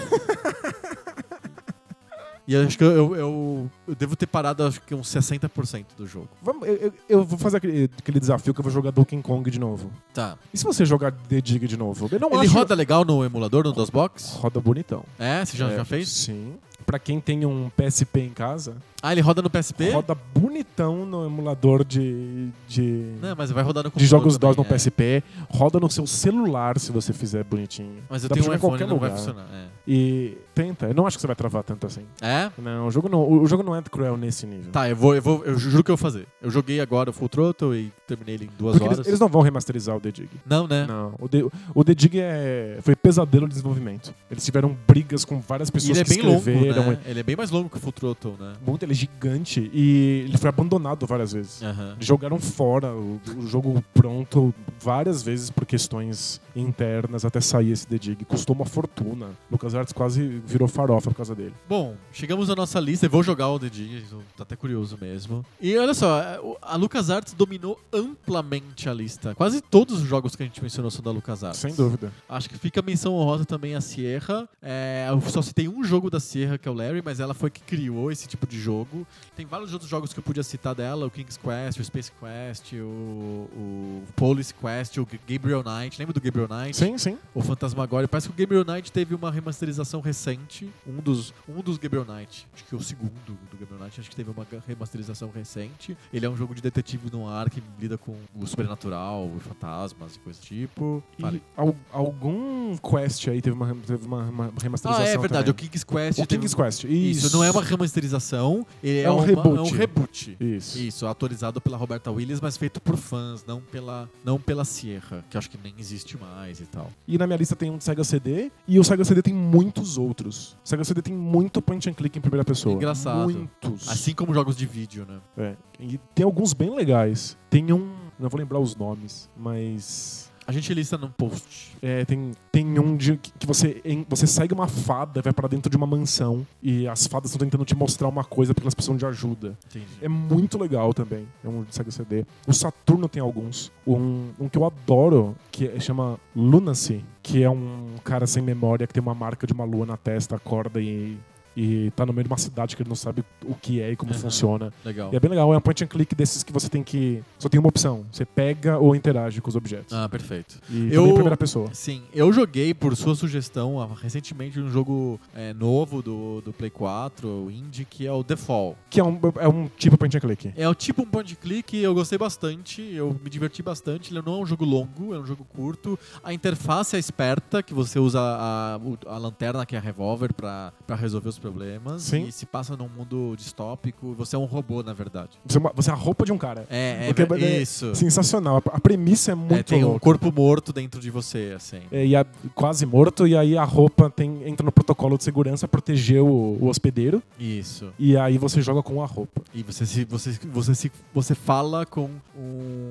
e eu acho que eu, eu, eu devo ter parado acho que uns 60% do jogo.
Vamos, eu, eu- eu vou fazer aquele, aquele desafio que eu vou jogar Donkey Kong de novo.
Tá.
E se você jogar The Dig de novo? Eu não
Ele
acho...
roda legal no emulador, no DOSBox?
Roda bonitão.
É, você já,
É,
já fez?
Sim. Pra quem tem um PSP em casa,
Ah, ele roda no PSP?
roda bonitão no emulador de... de...
Não, Né, mas vai rodar no
De
computador
jogos
também,
DOS no
é.
PSP, roda no seu celular se você fizer bonitinho.
Mas eu
Dá pra
tenho
jogar
um
em
iPhone,
qualquer
não vai
lugar.
funcionar. É?
E tenta, eu não acho que você vai travar tanto assim.
é?
Não, o jogo não, o o jogo não é cruel nesse nível.
Tá, eu vou, eu vou, eu juro que eu vou fazer. Eu joguei agora o Full Throttle e terminei ele em duas
Porque
horas.
eles, eles não vão remasterizar o The Dig.
Não, né?
Não, o The, é, o The Dig é, foi pesadelo de desenvolvimento. Eles tiveram brigas com várias
E
pessoas
ele é
que
bem longo,
escreveram. ele é um
Ele é bem mais longo que o Futroto, né?
Muito, ele é gigante e ele foi abandonado várias vezes.
Aham.
Jogaram fora o, o jogo pronto várias vezes por questões internas até sair esse The Dig. Custou uma fortuna. LucasArts quase virou farofa por causa dele.
Bom, chegamos à nossa lista. Eu vou jogar o The Dig, eu tô até curioso mesmo. E olha só, é, a LucasArts dominou amplamente a lista. Quase todos os jogos que a gente mencionou são da LucasArts.
Sem dúvida.
Acho que fica a menção honrosa também a Sierra. É, eu só citei um jogo da Sierra, que é o Larry, mas ela foi que criou esse tipo de jogo. Tem vários outros jogos que eu podia citar dela, o King's Quest, o Space Quest, o, o Police Quest, o Gabriel Knight. Lembra do Gabriel Knight?
Sim, sim.
O Fantasmagoria. Parece que o Gabriel Knight teve uma remasterização recente. Um dos, um dos Gabriel Knight. Acho que o segundo do Gabriel Knight. Acho que teve uma remasterização recente. Ele é um jogo de detetive no ar que lida com o sobrenatural, e fantasmas e coisas do tipo.
E
Fale.
al- algum quest aí teve uma, teve uma, uma remasterização.
Ah, é verdade.
também.
O King's Quest.
O
teve-
King's Quest.
Isso. não é uma remasterização. ele É,
É um
uma-
reboot.
É um reboot.
Isso.
Isso, autorizado pela Roberta Williams, mas feito por fãs, não pela, não pela Sierra, que eu acho que nem existe mais e tal.
E na minha lista tem um de Sega CD. E o Sega CD tem muitos outros. O Sega CD tem muito point and click em primeira pessoa.
Engraçado.
Muitos.
Assim como jogos de vídeo, né?
É. E tem alguns bem legais. Tem um. Não vou lembrar os nomes, mas.
A gente lista num post.
É, tem, tem um de, que que você, em- você segue uma fada, vai pra dentro de uma mansão e as fadas estão tentando te mostrar uma coisa porque elas precisam de ajuda.
Entendi.
É muito legal também. É um Sega CD. O Saturno tem alguns. Um, um que eu adoro, que é- chama Lunacy, que é um cara sem memória que tem uma marca de uma lua na testa, acorda e, e tá no meio de uma cidade que ele não sabe o que é e como
Aham.
funciona.
Legal.
E é bem legal, é um point and click desses que você tem que. Só tem uma opção. Você pega ou interage com os objetos.
Ah, perfeito.
E
eu-
também em primeira pessoa.
Sim, eu joguei, por sua sugestão, ah, recentemente um jogo é, novo do, do Play 4, o indie, que é o The Fall.
Que é um, é um tipo point and click.
É o tipo um point and click, eu gostei bastante, eu me diverti bastante. Ele não é um jogo longo, é um jogo curto. A interface é esperta, que você usa a, o- a lanterna, que é a revólver, pra pra resolver os problemas.
Sim.
E se passa num mundo distópico. Você é um robô, na verdade.
Você é, uma- você é a roupa de um cara.
É, é,
Porque
ver-
é-
isso.
Sensacional. A- A premissa é muito
É, tem um
louca.
corpo morto dentro de você, assim.
É, e a- quase morto, e aí a roupa tem, entra no protocolo de segurança, proteger o, o hospedeiro,
Isso.
e aí você joga com a roupa.
E você se você, você se você fala com um-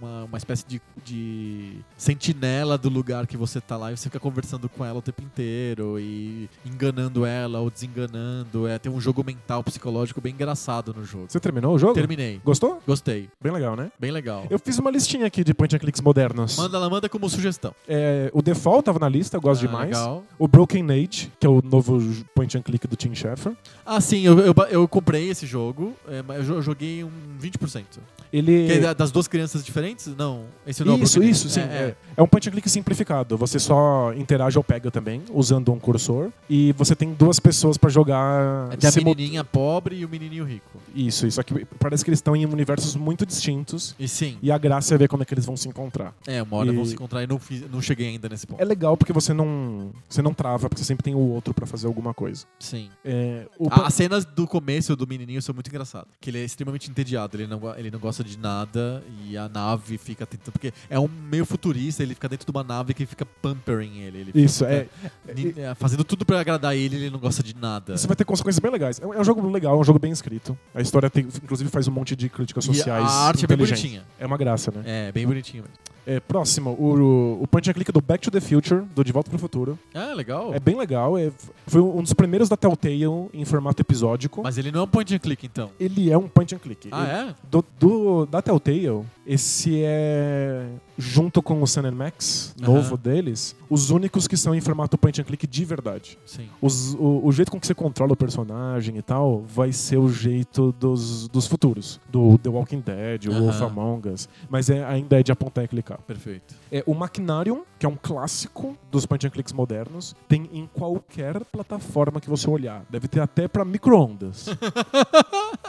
uma, uma espécie de, de sentinela do lugar que você tá lá e você fica conversando com ela o tempo inteiro e enganando ela ou desenganando. É, tem um jogo mental psicológico bem engraçado no jogo.
Você terminou o jogo?
Terminei.
Gostou?
Gostei.
Bem legal, né?
Bem legal.
Eu fiz uma listinha aqui de point and clicks modernos.
Manda ela manda como sugestão.
É, o Default tava na lista, eu gosto
Ah,
demais.
Legal.
O Broken Age, que é o novo j- point and click do Tim Schafer.
Ah, sim, eu, eu, eu comprei esse jogo, é, mas eu jo- eu joguei um 20%.
Ele...
Que é da- das duas crianças diferentes? Não. Esse não é o
Isso,
Broken
isso,
Age.
sim.
É, é.
É, É um point and click simplificado. Você só interage ou pega também, usando um cursor. E você tem duas pessoas pra jogar
É, Tem a
simu-
menininha pobre e o menininho rico.
Isso, isso aqui parece que eles estão em universos muito distintos.
E sim,
E a graça é ver como é que eles vão se encontrar.
é, uma hora
e-
vão se encontrar e não, fiz- não cheguei ainda nesse ponto.
É legal porque você não, você não trava, porque você sempre tem o outro pra fazer alguma coisa.
Sim.
É, o
A-
pro-
As cenas do começo do menininho são muito engraçadas. Que ele é extremamente entediado, ele não, go- ele não gosta de nada e a nave fica tentando. Porque é um meio futurista, ele fica dentro de uma nave que fica pampering ele. ele
Isso,
fica
é.
ni- é, Fazendo tudo pra agradar ele, ele não gosta de nada.
Isso vai ter consequências bem legais. É um é um jogo legal, é um jogo bem escrito. A história tem, inclusive faz um monte de críticas
E a
sociais.
arte é bem
inteligentes.
bonitinha.
É uma graça, né?
É, bem bonitinha mesmo.
É, próximo, o, o Punch and Click do Back to the Future, do De Volta pro Futuro.
Ah, legal.
É bem legal. é- foi um dos primeiros da Telltale em formato episódico.
Mas ele não é um point and click, então.
Ele é um Punch and Click.
Ah,
Ele-
é?
do, do- da Telltale, esse é, junto com o Sun and Max,
Aham.
novo deles, os únicos que são em formato point and click de verdade.
Sim.
Os- o, o jeito com que você controla o personagem e tal vai ser o jeito dos, dos futuros. Do The Walking Dead, o
Aham.
Wolf Among Us. Mas é- ainda é de apontar e clicar.
Perfeito.
É, o Machinarium, que é um clássico dos point and clicks modernos, tem em qualquer plataforma que você olhar. Deve ter até pra
[laughs]
micro-ondas.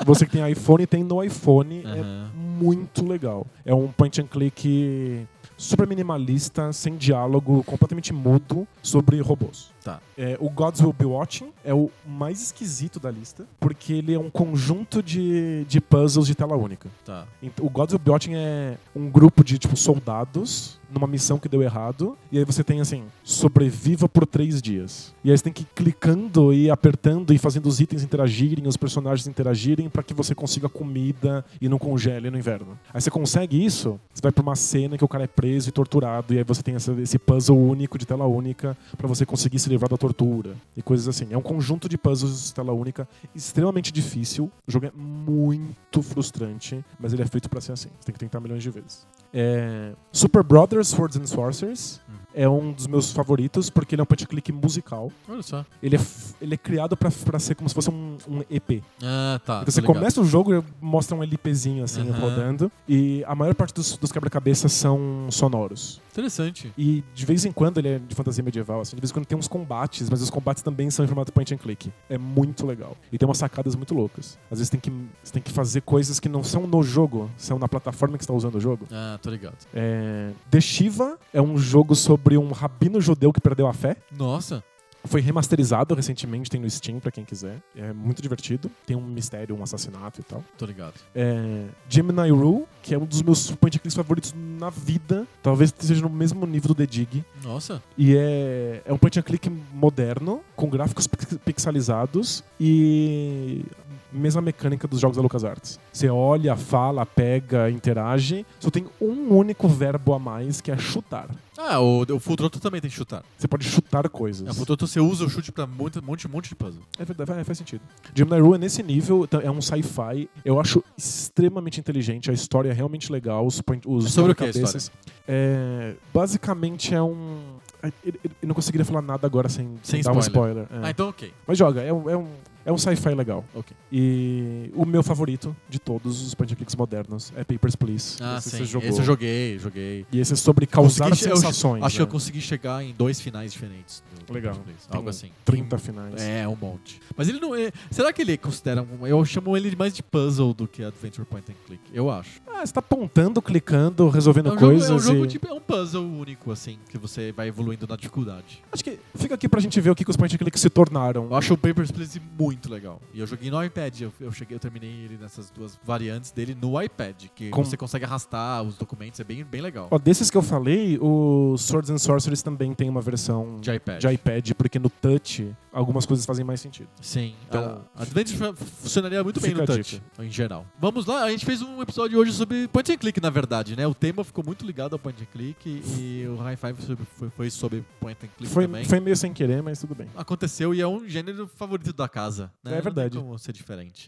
você que tem iPhone, tem no iPhone. É
Aham.
muito legal. É um point and click super minimalista, sem diálogo, completamente mudo sobre robôs.
Tá.
É, o Gods Will Be Watching é o mais esquisito da lista, porque ele é um conjunto de, de puzzles de tela única.
Tá.
Ent- O Gods of Biotin é um grupo de, tipo, soldados numa missão que deu errado. E aí você tem, assim, sobreviva por três dias. E aí você tem que ir clicando e apertando e fazendo os itens interagirem, os personagens interagirem pra que você consiga comida e não congele no inverno. Aí você consegue isso, você vai pra uma cena que o cara é preso e torturado. E aí você tem essa- esse puzzle único de tela única pra você conseguir se livrar da tortura. E coisas assim. É um conjunto de puzzles de tela única extremamente difícil. O jogo é muito frustrante, mas ele é feito pra ser assim. Você tem que tentar milhões de vezes. É, Super Brothers Swords and Sorcerers
Uhum.
é um dos meus favoritos porque ele é um punch click musical.
Olha só.
Ele é, f- ele é criado pra- pra ser como se fosse um, um EP.
Ah, tá.
Então você
tô ligado. Uhum.
começa o jogo e mostra um LPzinho assim
Aham.
rodando e a maior parte dos, dos quebra-cabeças são sonoros.
Interessante.
E de vez em quando ele é de fantasia medieval, assim, de vez em quando tem uns combates, mas os combates também são em formato point and click. É muito legal. E tem umas sacadas muito loucas. Às vezes tem que, você tem que fazer coisas que não são no jogo, são na plataforma que está usando o jogo.
Ah, tô ligado.
É... The Shiva é um jogo sobre um rabino judeu que perdeu a fé.
Nossa.
Foi remasterizado recentemente, tem no Steam pra quem quiser. É muito divertido. Tem um mistério, um assassinato e tal.
Tô ligado.
É, Gemini Rule, que é um dos meus point and clicks favoritos na vida. Talvez seja no mesmo nível do The Dig.
Nossa.
E é, é um point and click moderno, com gráficos pix- pixelizados e mesma mecânica dos jogos da LucasArts. Você olha, fala, pega, interage, só tem um único verbo a mais que é chutar.
Ah, o, o Full Throttle também tem que chutar.
Você pode chutar coisas.
É, o Full Throttle você usa o chute pra muito, monte, monte de puzzle.
É verdade, é, faz sentido. Gemini Rue é nesse nível, tá- é um sci-fi. Eu acho extremamente inteligente, a história é realmente legal. Os, point- os
É sobre o que a
quebra-cabeças- É, basicamente é um. é- Eu eu não conseguiria falar nada agora sem,
Sem
dar
spoiler.
um spoiler.
Ah,
é.
então ok.
Mas joga, é um, é um, é um sci-fi legal.
Ok.
E o meu favorito de todos os point and clicks modernos é Papers, Please.
Ah,
Esse
sim.
você jogou.
Esse eu joguei, joguei.
E esse é sobre causar
Consegui che- eu-
sensações.
Acho que eu
né?
consegui chegar em dois finais diferentes. do
Legal.
Papers, Please.
Tem um
Algo assim.
30 finais.
É, um monte. Mas ele não é. Será que ele considera. um- Eu chamo ele mais de puzzle do que Adventure Point and Click. Eu acho.
Ah, você tá apontando, clicando, resolvendo
é um jogo,
coisas.
é um jogo
e...
tipo. É um puzzle único, assim, que você vai evoluindo na dificuldade.
Acho que fica aqui pra gente ver o que, que os point and clicks se tornaram.
Eu acho o Papers, Please muito legal. E eu joguei no iPad. Eu, eu cheguei, eu terminei ele nessas duas variantes dele no iPad. Que
Com-
você consegue arrastar os documentos. É bem, bem legal.
Ó, desses que eu falei, o Swords and Sorceries também tem uma versão
De iPad.
de iPad, porque no touch algumas coisas fazem mais sentido.
Sim.
Então,
a Adventure fu- funcionaria muito bem
fica
no
a
touch, em geral. Vamos lá, a gente fez um episódio hoje sobre point and click, na verdade, né? O tema ficou muito ligado ao point and click e o High Five sobre- foi, foi sobre point and click
Foi,
também.
foi meio sem querer, mas tudo bem.
Aconteceu e é um gênero favorito da casa, né?
É verdade.
Não tem como ser diferente.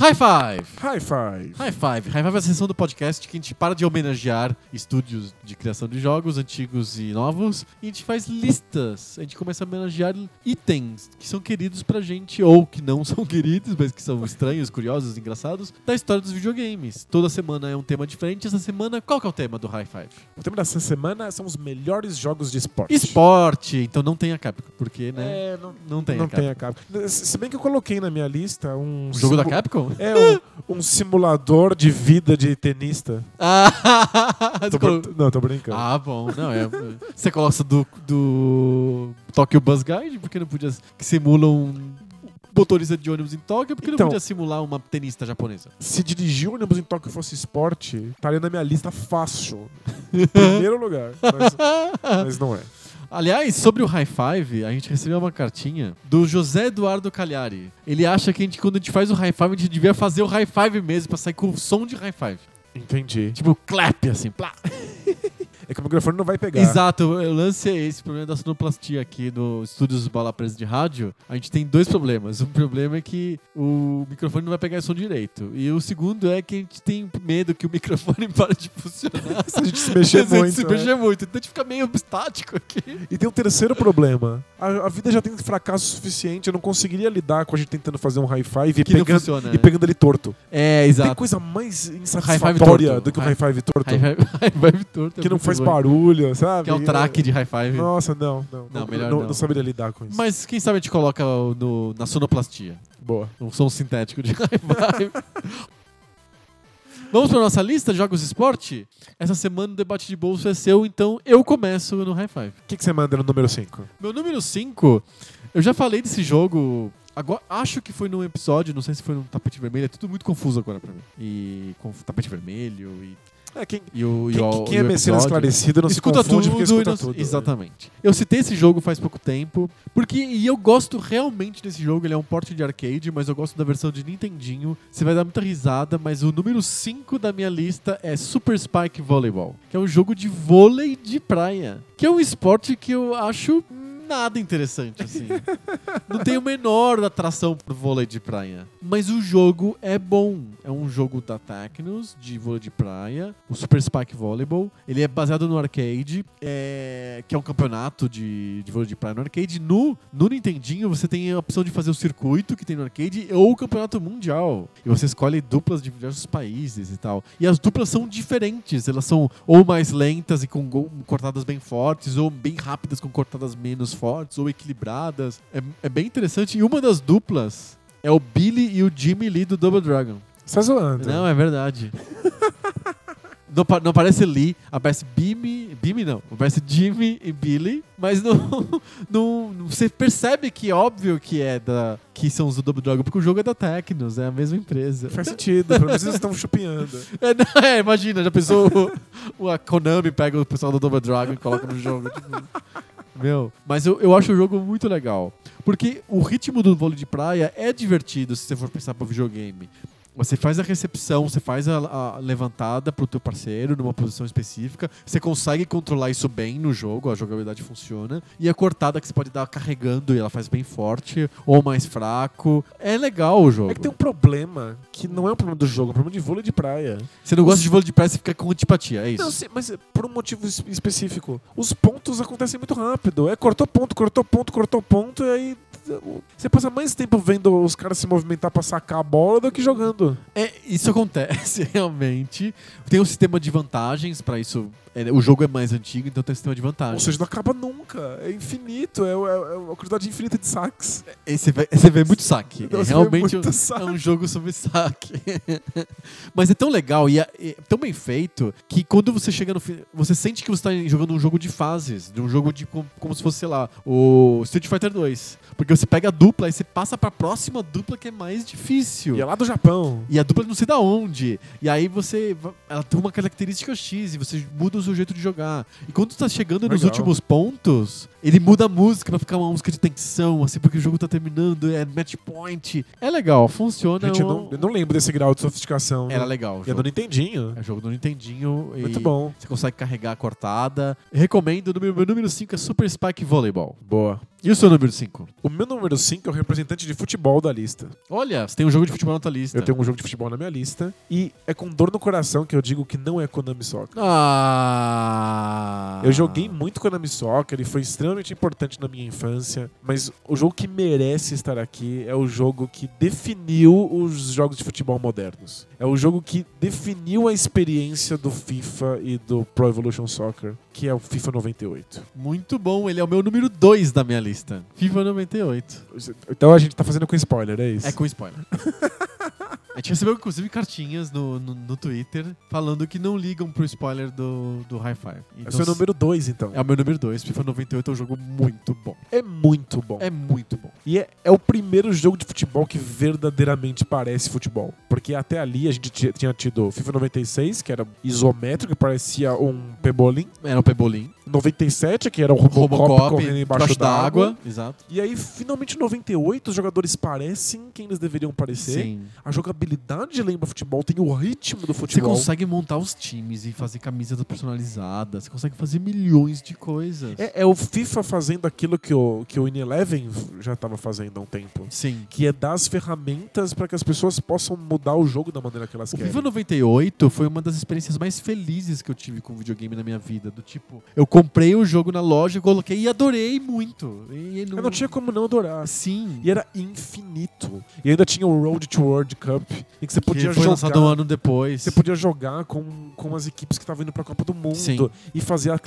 High Five!
High five!
High Five. High Five é a sessão do podcast que a gente para de homenagear estúdios de criação de jogos antigos e novos e a gente faz listas. A gente começa a homenagear itens que são queridos pra gente ou que não [laughs] são queridos, mas que são estranhos, curiosos, engraçados, da história dos videogames. Toda semana é um tema diferente. Essa semana, qual que é o tema do High Five?
O tema dessa semana são os melhores jogos de esporte.
Esporte. Então não tem a Capcom, porque, né?
É, não,
Não tem
não
a Capcom.
tem a Capcom. Se bem que eu coloquei na minha lista um.
O jogo da
simu- [laughs]
Capcom?
É um, um simulador de vida de tenista.
Ah, [laughs]
Tô
desculpa.
brin- Não, tô brincando.
Ah, bom. Não, é, você coloca do, do Tokyo Bus Guide, porque não podia. Que simula um motorista de ônibus em Tóquio, porque
Então.
não podia simular uma tenista japonesa.
Se dirigir um ônibus em Tóquio fosse esporte, estaria na minha lista
[laughs]
fácil. Em primeiro lugar. Mas, mas não é.
Aliás, sobre o High Five, a gente recebeu uma cartinha do José Eduardo Cagliari. Ele acha que a gente, quando a gente faz o High Five, a gente devia fazer o High Five mesmo, pra sair com o som de High Five.
Entendi.
Tipo, clap, assim, plá.
É que o microfone não vai pegar.
Exato, o lance é esse o problema da sonoplastia aqui no Estúdios Bola Presa de Rádio. A gente tem dois problemas. Um problema é que o microfone não vai pegar som direito. E o segundo é que a gente tem medo que o microfone [laughs] pare de funcionar.
Se a gente se mexer
[laughs] Se a gente
muito.
se
né?
mexer muito. Então a gente fica meio estático aqui.
E tem um terceiro problema. A, a vida já tem fracasso suficiente. Eu não conseguiria lidar com a gente tentando fazer um high five e,
Que não
pegando,
funciona,
e
né?
pegando ele torto.
É,
Tem
exato.
coisa mais
High five
insatisfatória
torto.
do que um
High-
high five torto.
[laughs] High five, high five torto. é
que não
muito
faz
ruim.
barulho, sabe?
Que é o track de high five.
Nossa, não. Não,
Não, melhor não.
não saberia lidar com isso.
Mas quem sabe a gente coloca o- no- na sonoplastia.
Boa.
[laughs] Um som sintético de high five. Vamos para nossa lista de jogos de esporte? Essa semana o debate de bolso é seu, então eu começo no High Five.
O que, que você manda no número 5?
Meu número 5, eu já falei desse jogo. Agora, acho que foi num episódio, não sei se foi num tapete vermelho, é tudo muito confuso agora pra mim. E com tapete vermelho e,
É, quem,
e o. e
quem,
o-
quem
e
é
o
mecenas
episódio.
esclarecido não
escuta
se confunde
tudo,
porque escuta
e não-
tudo. né?
Exatamente. Eu citei esse jogo faz pouco tempo, porque e eu gosto realmente desse jogo, ele é um porte de arcade, mas eu gosto da versão de Nintendinho. Você vai dar muita risada, mas o número 5 da minha lista é Super Spike Volleyball, que é um jogo de vôlei de praia, que é um esporte que eu acho nada interessante assim. não tem o menor atração por vôlei de praia. Mas o jogo é bom. É um jogo da Tecnos, de vôlei de praia, o Super Spike Volleyball. Ele é baseado no arcade, é, que é um campeonato de, de vôlei de praia no arcade. No, no Nintendinho, você tem a opção de fazer o circuito que tem no arcade ou o campeonato mundial. E você escolhe duplas de diversos países e tal. E as duplas são diferentes. Elas são ou mais lentas e com gol- cortadas bem fortes, ou bem rápidas com cortadas menos fortes, ou equilibradas. É, é bem interessante. E uma das duplas é o Billy e o Jimmy Lee do Double Dragon.
Você tá zoando.
Não, é verdade. Não, pa- não parece Lee, aparece Bimmy. Bimmy não, aparece Jimmy e Billy, mas não, [laughs] não- não- Você percebe que é óbvio que é da. que são os do Double Dragon, porque o jogo é da Tecnos, é a mesma empresa.
Faz sentido, pelo menos eles estão
[laughs]
chupinhando.
É, não, é, imagina, já pensou o, o- a Konami pega o pessoal do Double Dragon e coloca no jogo. tipo, meu, mas eu, eu acho o jogo muito legal. Porque o ritmo do vôlei de praia é divertido se você for pensar para videogame. Você faz a recepção, você faz a, a levantada pro teu parceiro numa posição específica, você consegue controlar isso bem no jogo, a jogabilidade funciona. E a cortada que você pode dar carregando e ela faz bem forte ou mais fraco. É legal o jogo.
É que tem um problema que não é um problema do jogo, é um problema de vôlei de praia.
Você não gosta de vôlei de praia, você fica com antipatia, é isso.
um Não, sim, mas por um motivo es- específico. Os pontos acontecem muito rápido. É cortou ponto, cortou ponto, cortou ponto, e aí o- você passa mais tempo vendo os caras se movimentar pra sacar a bola do que jogando.
É, isso acontece [laughs] realmente. Tem um sistema de vantagens pra isso. É, o jogo é mais antigo, então tem um sistema de
Ou
vantagens.
seja, não acaba nunca. É infinito. É, é- é uma quantidade infinita de saques.
E Você vê, você vê muito saque.
Nossa,
é
foi
realmente
muito
um,
saque.
é um jogo sobre saque. [laughs] Mas é tão legal e é, é tão bem feito que quando você chega no fim, você sente que você está jogando um jogo de fases, de um jogo de com- como se fosse, sei lá, o Street Fighter 2. Porque você pega a dupla e você passa pra próxima dupla que é mais difícil.
E é lá do Japão.
E a dupla não sei da onde. E aí você. va- Ela tem uma característica X e você muda o seu jeito de jogar. E quando tu tá chegando nos
Legal.
últimos pontos, ele muda a música pra ficar uma música de tensão, assim, porque o jogo tá terminando, é match point. É legal, funciona.
Gente,
é
eu
um-
não, eu não lembro desse grau de sofisticação.
Era legal. É. o
E é do
jogo.
Nintendinho.
É jogo do Nintendinho. e
Muito bom.
Você consegue carregar a cortada. Recomendo. o número- Meu número 5 é Super Spike Volleyball.
Boa.
E o seu número 5?
O meu número 5 é o representante de futebol da lista.
Olha, você tem um jogo de futebol na tua lista.
Eu tenho um jogo de futebol na minha lista. E é com dor no coração que eu digo que não é Konami Soccer.
Ah!
Eu joguei muito Konami Soccer, ele foi extremamente importante na minha infância, mas o jogo que merece estar aqui é o jogo que definiu os jogos de futebol modernos. É o jogo que definiu a experiência do FIFA e do Pro Evolution Soccer, que é o FIFA 98.
Muito bom, ele é o meu número 2 da minha lista. FIFA 98.
Então a gente tá fazendo com spoiler, é isso?
É com spoiler. [laughs] A gente recebeu, inclusive, cartinhas no, no, no Twitter falando que não ligam pro spoiler do, do High Five.
é o
Então,
seu número 2, então.
É o meu número 2. FIFA 98 é um jogo muito bom.
É muito bom.
É muito bom.
E é, é o primeiro jogo de futebol que verdadeiramente parece futebol. Porque até ali a gente ti- tinha tido FIFA 96, que era isométrico, que parecia um pebolim.
Era o Pebolim.
97, que era o Robocop, correndo embaixo
debaixo
d'água.
Exato.
E aí, finalmente, em 98, os jogadores parecem quem eles deveriam parecer.
Sim.
A jogabilidade lembra futebol, tem o ritmo do
Você
futebol.
consegue montar os times e fazer camisetas personalizadas. Você consegue fazer milhões de coisas.
É, é o FIFA fazendo aquilo que o, que o Ineleven já estava fazendo há um tempo.
Sim.
Que é dar as ferramentas para que as pessoas possam mudar o jogo da maneira que elas
O
querem.
FIFA 98 foi uma das experiências mais felizes que eu tive com videogame na minha vida. Do tipo, eu Comprei o jogo na loja, coloquei e adorei muito. E
Eu não tinha como não adorar.
Sim.
E era infinito. E ainda tinha o Road to World Cup, em que você podia
que foi lançado um
jogar.
ano depois.
Você podia jogar com, com as equipes que estavam indo pra Copa do Mundo
Sim.
e fazer a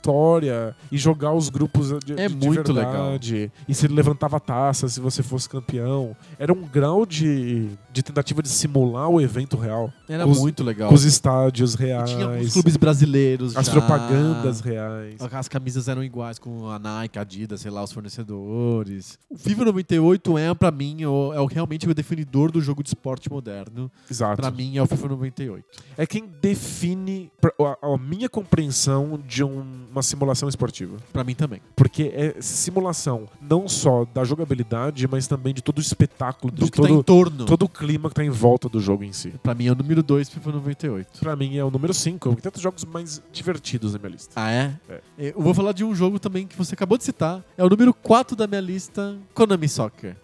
classificatória e jogar os grupos de,
É
de, de
muito
verdade. E se levantava a taça se você fosse campeão. Era um grau de, de tentativa de simular o evento real.
Era
Com os-
muito legal.
Com os estádios
E
reais.
tinha os clubes Ah. brasileiros
As
já.
propagandas reais.
As camisas eram iguais com a Nike, a Adidas, sei lá, os fornecedores. O FIFA 98 é, pra mim, o- é o- realmente o definidor do jogo de esporte moderno.
Exato.
Pra mim, é o FIFA 98.
É quem define pra- a, a minha compreensão de um- uma simulação esportiva.
Pra mim também.
Porque é simulação não só da jogabilidade, mas também de todo o espetáculo,
Do
de
que tá em
todo,
torno.
todo o clima que tá em volta do jogo em si.
Pra mim, é o número 2 FIFA 98.
Pra mim é o número 5, tem tantos jogos mais divertidos na minha lista.
Ah, é?
É.
Eu vou falar de um jogo também que você acabou de citar. É o número 4 da minha lista, Konami Soccer.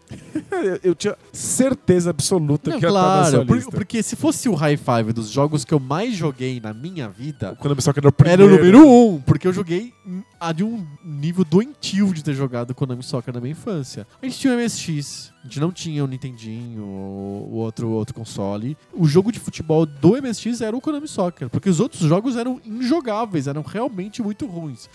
É, Eu- Eu tinha certeza absoluta
Não,
que ia estar tá na sua
por-
lista.
porque se fosse o High Five dos jogos que eu mais joguei na minha vida,
Quando eu pensava que era o
era
primeiro.
o número 1, um, porque eu joguei hum, a de um nível doentio de ter jogado Konami Soccer na minha infância. A gente tinha o MSX, a gente não tinha o Nintendinho ou outro, outro console. O jogo de futebol do MSX era o Konami Soccer, porque os outros jogos eram injogáveis, eram realmente muito ruins.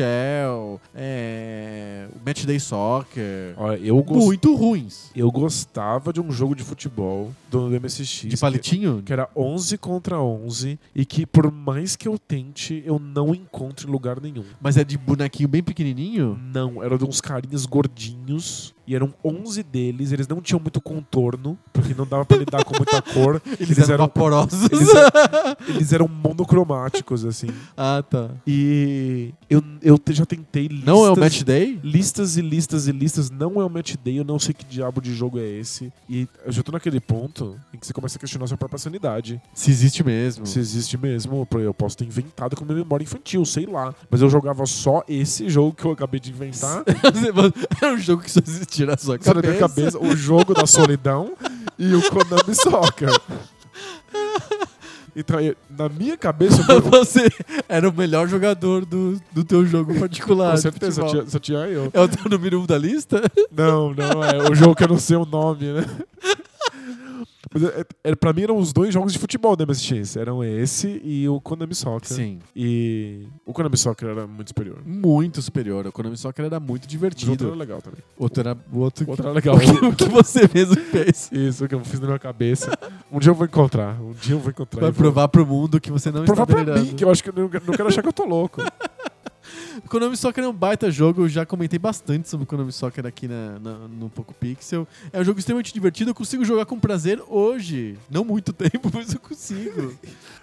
Michel, é, o Match Day Soccer,
Olha, eu, gos-
muito ruins.
eu gostava de um jogo de futebol do MSX.
De palitinho?
que era 11 contra 11 e que por mais que eu tente, eu não encontro em lugar nenhum.
Mas é de bonequinho bem pequenininho?
Não, era de uns carinhas gordinhos e eram 11 deles, eles não tinham muito contorno, porque não dava pra lidar com muita cor.
[laughs] Eles,
[laughs]
eram vaporosos.
eles eram- eles eram monocromáticos assim.
ah, tá.
E eu, eu te- já tentei listas
Não é o Match Day?
listas e listas e listas, não é o match day, eu não sei que diabo de jogo é esse. E eu já tô naquele ponto em que você começa a questionar sua própria sanidade.
Se existe mesmo. [laughs]
Se existe mesmo, pô, eu posso ter inventado com minha memória infantil, sei lá. Mas eu jogava só esse jogo que eu acabei de inventar.
Era um jogo que só existia na sua
Só
cabeça.
na minha cabeça, o jogo da solidão e o Konami Soccer. Então, eu- na minha cabeça, eu,
[laughs] Você era o melhor jogador do, do teu jogo particular.
com
de
certeza, só
futebol.
tinha, só tinha eu.
É o teu número um
[laughs]
da lista?
Não, não, é o jogo que eu não sei o nome, né? Mas, é, é, pra mim eram os dois jogos de futebol da MSX. Eram esse e o Konami Soccer.
Sim.
E o Konami Soccer era muito superior.
Muito superior. O Konami Soccer era muito
O jogo era
divertido.
legal também.
Outro era, o outro,
Outro era legal.
o que, [laughs] o que você mesmo fez.
Isso que eu fiz na minha cabeça. Um dia eu vou encontrar. Um dia eu vou encontrar.
Vai
e vou-
provar tá pro mundo que você não
Provar
está
pra
delirando.
mim, que eu acho que eu não não quero achar que eu tô louco.
Konami Soccer é um baita jogo, eu já comentei bastante sobre o Konami Soccer aqui na, na- no Poco Pixel. É um jogo extremamente divertido, eu consigo jogar com prazer hoje. Não muito [laughs] tempo, mas eu consigo.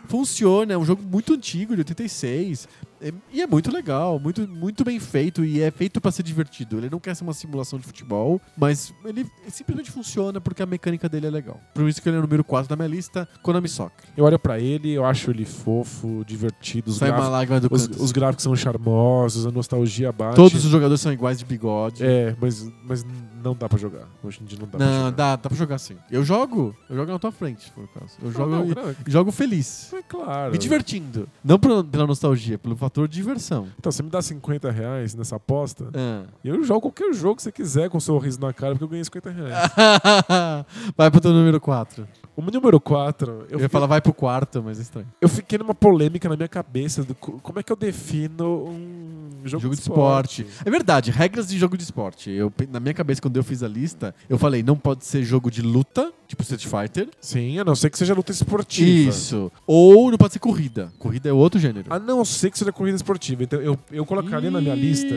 Funciona, é um jogo muito antigo, de 86. é- e é muito legal, muito, muito bem feito e é feito pra ser divertido. Ele não quer ser uma simulação de futebol, mas ele simplesmente funciona porque a mecânica dele é legal. Por isso que ele é o número 4 da minha lista, Konami Soccer.
Eu olho pra ele, eu acho ele fofo, divertido. Os,
Sai uma
gráficos,
lágrima do
os,
canto.
os gráficos são charmosos, a nostalgia bate.
Todos os jogadores são iguais de bigode.
É, mas, mas não dá pra jogar. Hoje em dia não dá pra
Não,
jogar.
dá, dá pra jogar sim. Eu jogo, eu jogo na tua frente, se for o caso. Eu jogo,
não,
e-
não,
jogo feliz.
é claro.
Me divertindo. Não por- pela nostalgia, pelo fator diversão.
Então, você me dá 50 reais nessa aposta,
Ah.
eu jogo qualquer jogo que você quiser com um sorriso na cara, porque eu ganhei 50
Ah.
reais.
[laughs] vai pro teu número 4.
O meu número 4,
Eu,
eu,
ia falar vai pro quarto, mas é estranho.
eu fiquei numa polêmica na minha cabeça do co- como é que eu defino um jogo, de esporte.
É verdade, regras de jogo de esporte. Eu, pe- na minha cabeça, quando eu fiz a lista, eu falei, não pode ser jogo de luta, tipo Street Fighter.
Sim, a não ser que seja luta esportiva.
Isso. Ou não pode ser corrida. Corrida é outro gênero.
A não ser que seja corrida esportiva. Então eu, eu colocaria na minha lista.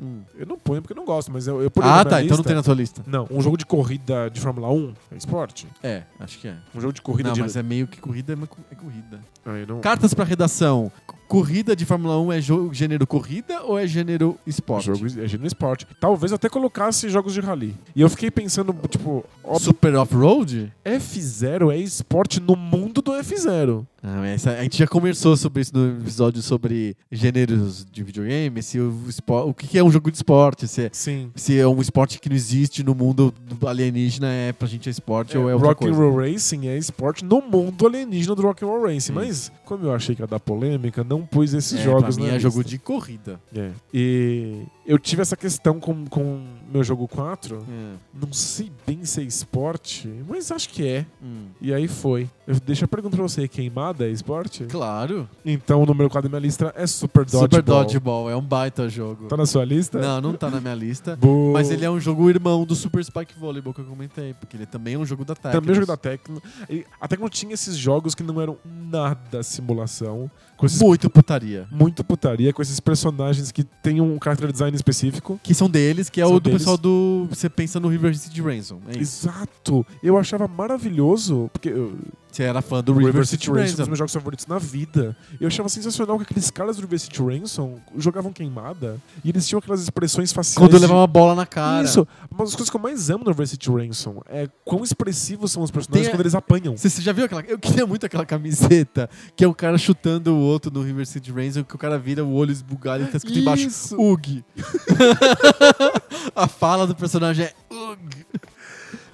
Hum.
Eu não ponho porque eu não gosto, mas eu, eu poderia.
Ah,
na
tá.
minha
Então não
lista-
tem na tua lista.
Não, um jogo de corrida de Fórmula 1 é esporte.
É, acho que é.
Um jogo de corrida
não,
de.
mas é meio que corrida, é uma co- é corrida.
Ah, eu não-
Cartas pra redação. C- Corrida de Fórmula 1 é jo- gênero corrida ou é gênero esporte?
Jogo é gênero esporte. Talvez eu até colocasse jogos de rally. E eu fiquei pensando, tipo, ó,
Super off-road?
F0 é esporte no mundo do F0.
Ah, essa- a gente já conversou sobre isso no episódio sobre gêneros de videogame, se o, espo- o que que é um jogo de esporte, se é,
Sim.
se é um esporte que não existe no mundo alienígena, é pra gente é esporte ou é outra
rock and
coisa.
Roll Racing é esporte no mundo alienígena do Rock and Roll Racing. Mas, como eu achei que ia dar polêmica, não pus esses
é,
jogos
pra mim
na
é jogo
lista.
de corrida.
É. E eu tive essa questão com, com meu jogo 4. Não sei bem se é esporte, mas acho que é.
Hum.
E aí foi. Eu deixo a pergunta pra você: queimada é esporte?
Claro.
Então, o número 4 da minha lista é Super Dodgeball.
Super Dodgeball é um baita jogo.
Tá na sua lista?
Não, não tá na minha lista.
Boa.
Mas ele é um jogo irmão do Super Spike Volleyball que eu comentei, porque ele também é um jogo da Tecnos.
Também jogo da Tecno. E A Tecno tinha esses jogos que não eram nada simulação. Com esses
Muito putaria.
muito putaria, com esses personagens que tem um character design específico.
Que são deles, que é
São
o do
deles.
pessoal do... Você pensa no River City Ransom. É isso.
Exato! Eu achava maravilhoso, porque eu,
Você era fã do
o
River,
River
City,
City Ransom é um dos
Ransom.
meus jogos favoritos na vida. Eu achava sensacional que aqueles caras do River City Ransom jogavam queimada e eles tinham aquelas expressões faciais.
Quando
de-
levava uma bola na cara.
Isso, uma das coisas que eu mais amo no River City Ransom é quão expressivos são os personagens
Tem a-
quando eles apanham.
Você, você já viu aquela? Eu queria muito aquela camiseta que é um cara chutando o outro no River City Ransom, que o cara vira o olho esbugado e tá escrito
Isso.
embaixo UG. [laughs] a fala do personagem é UG.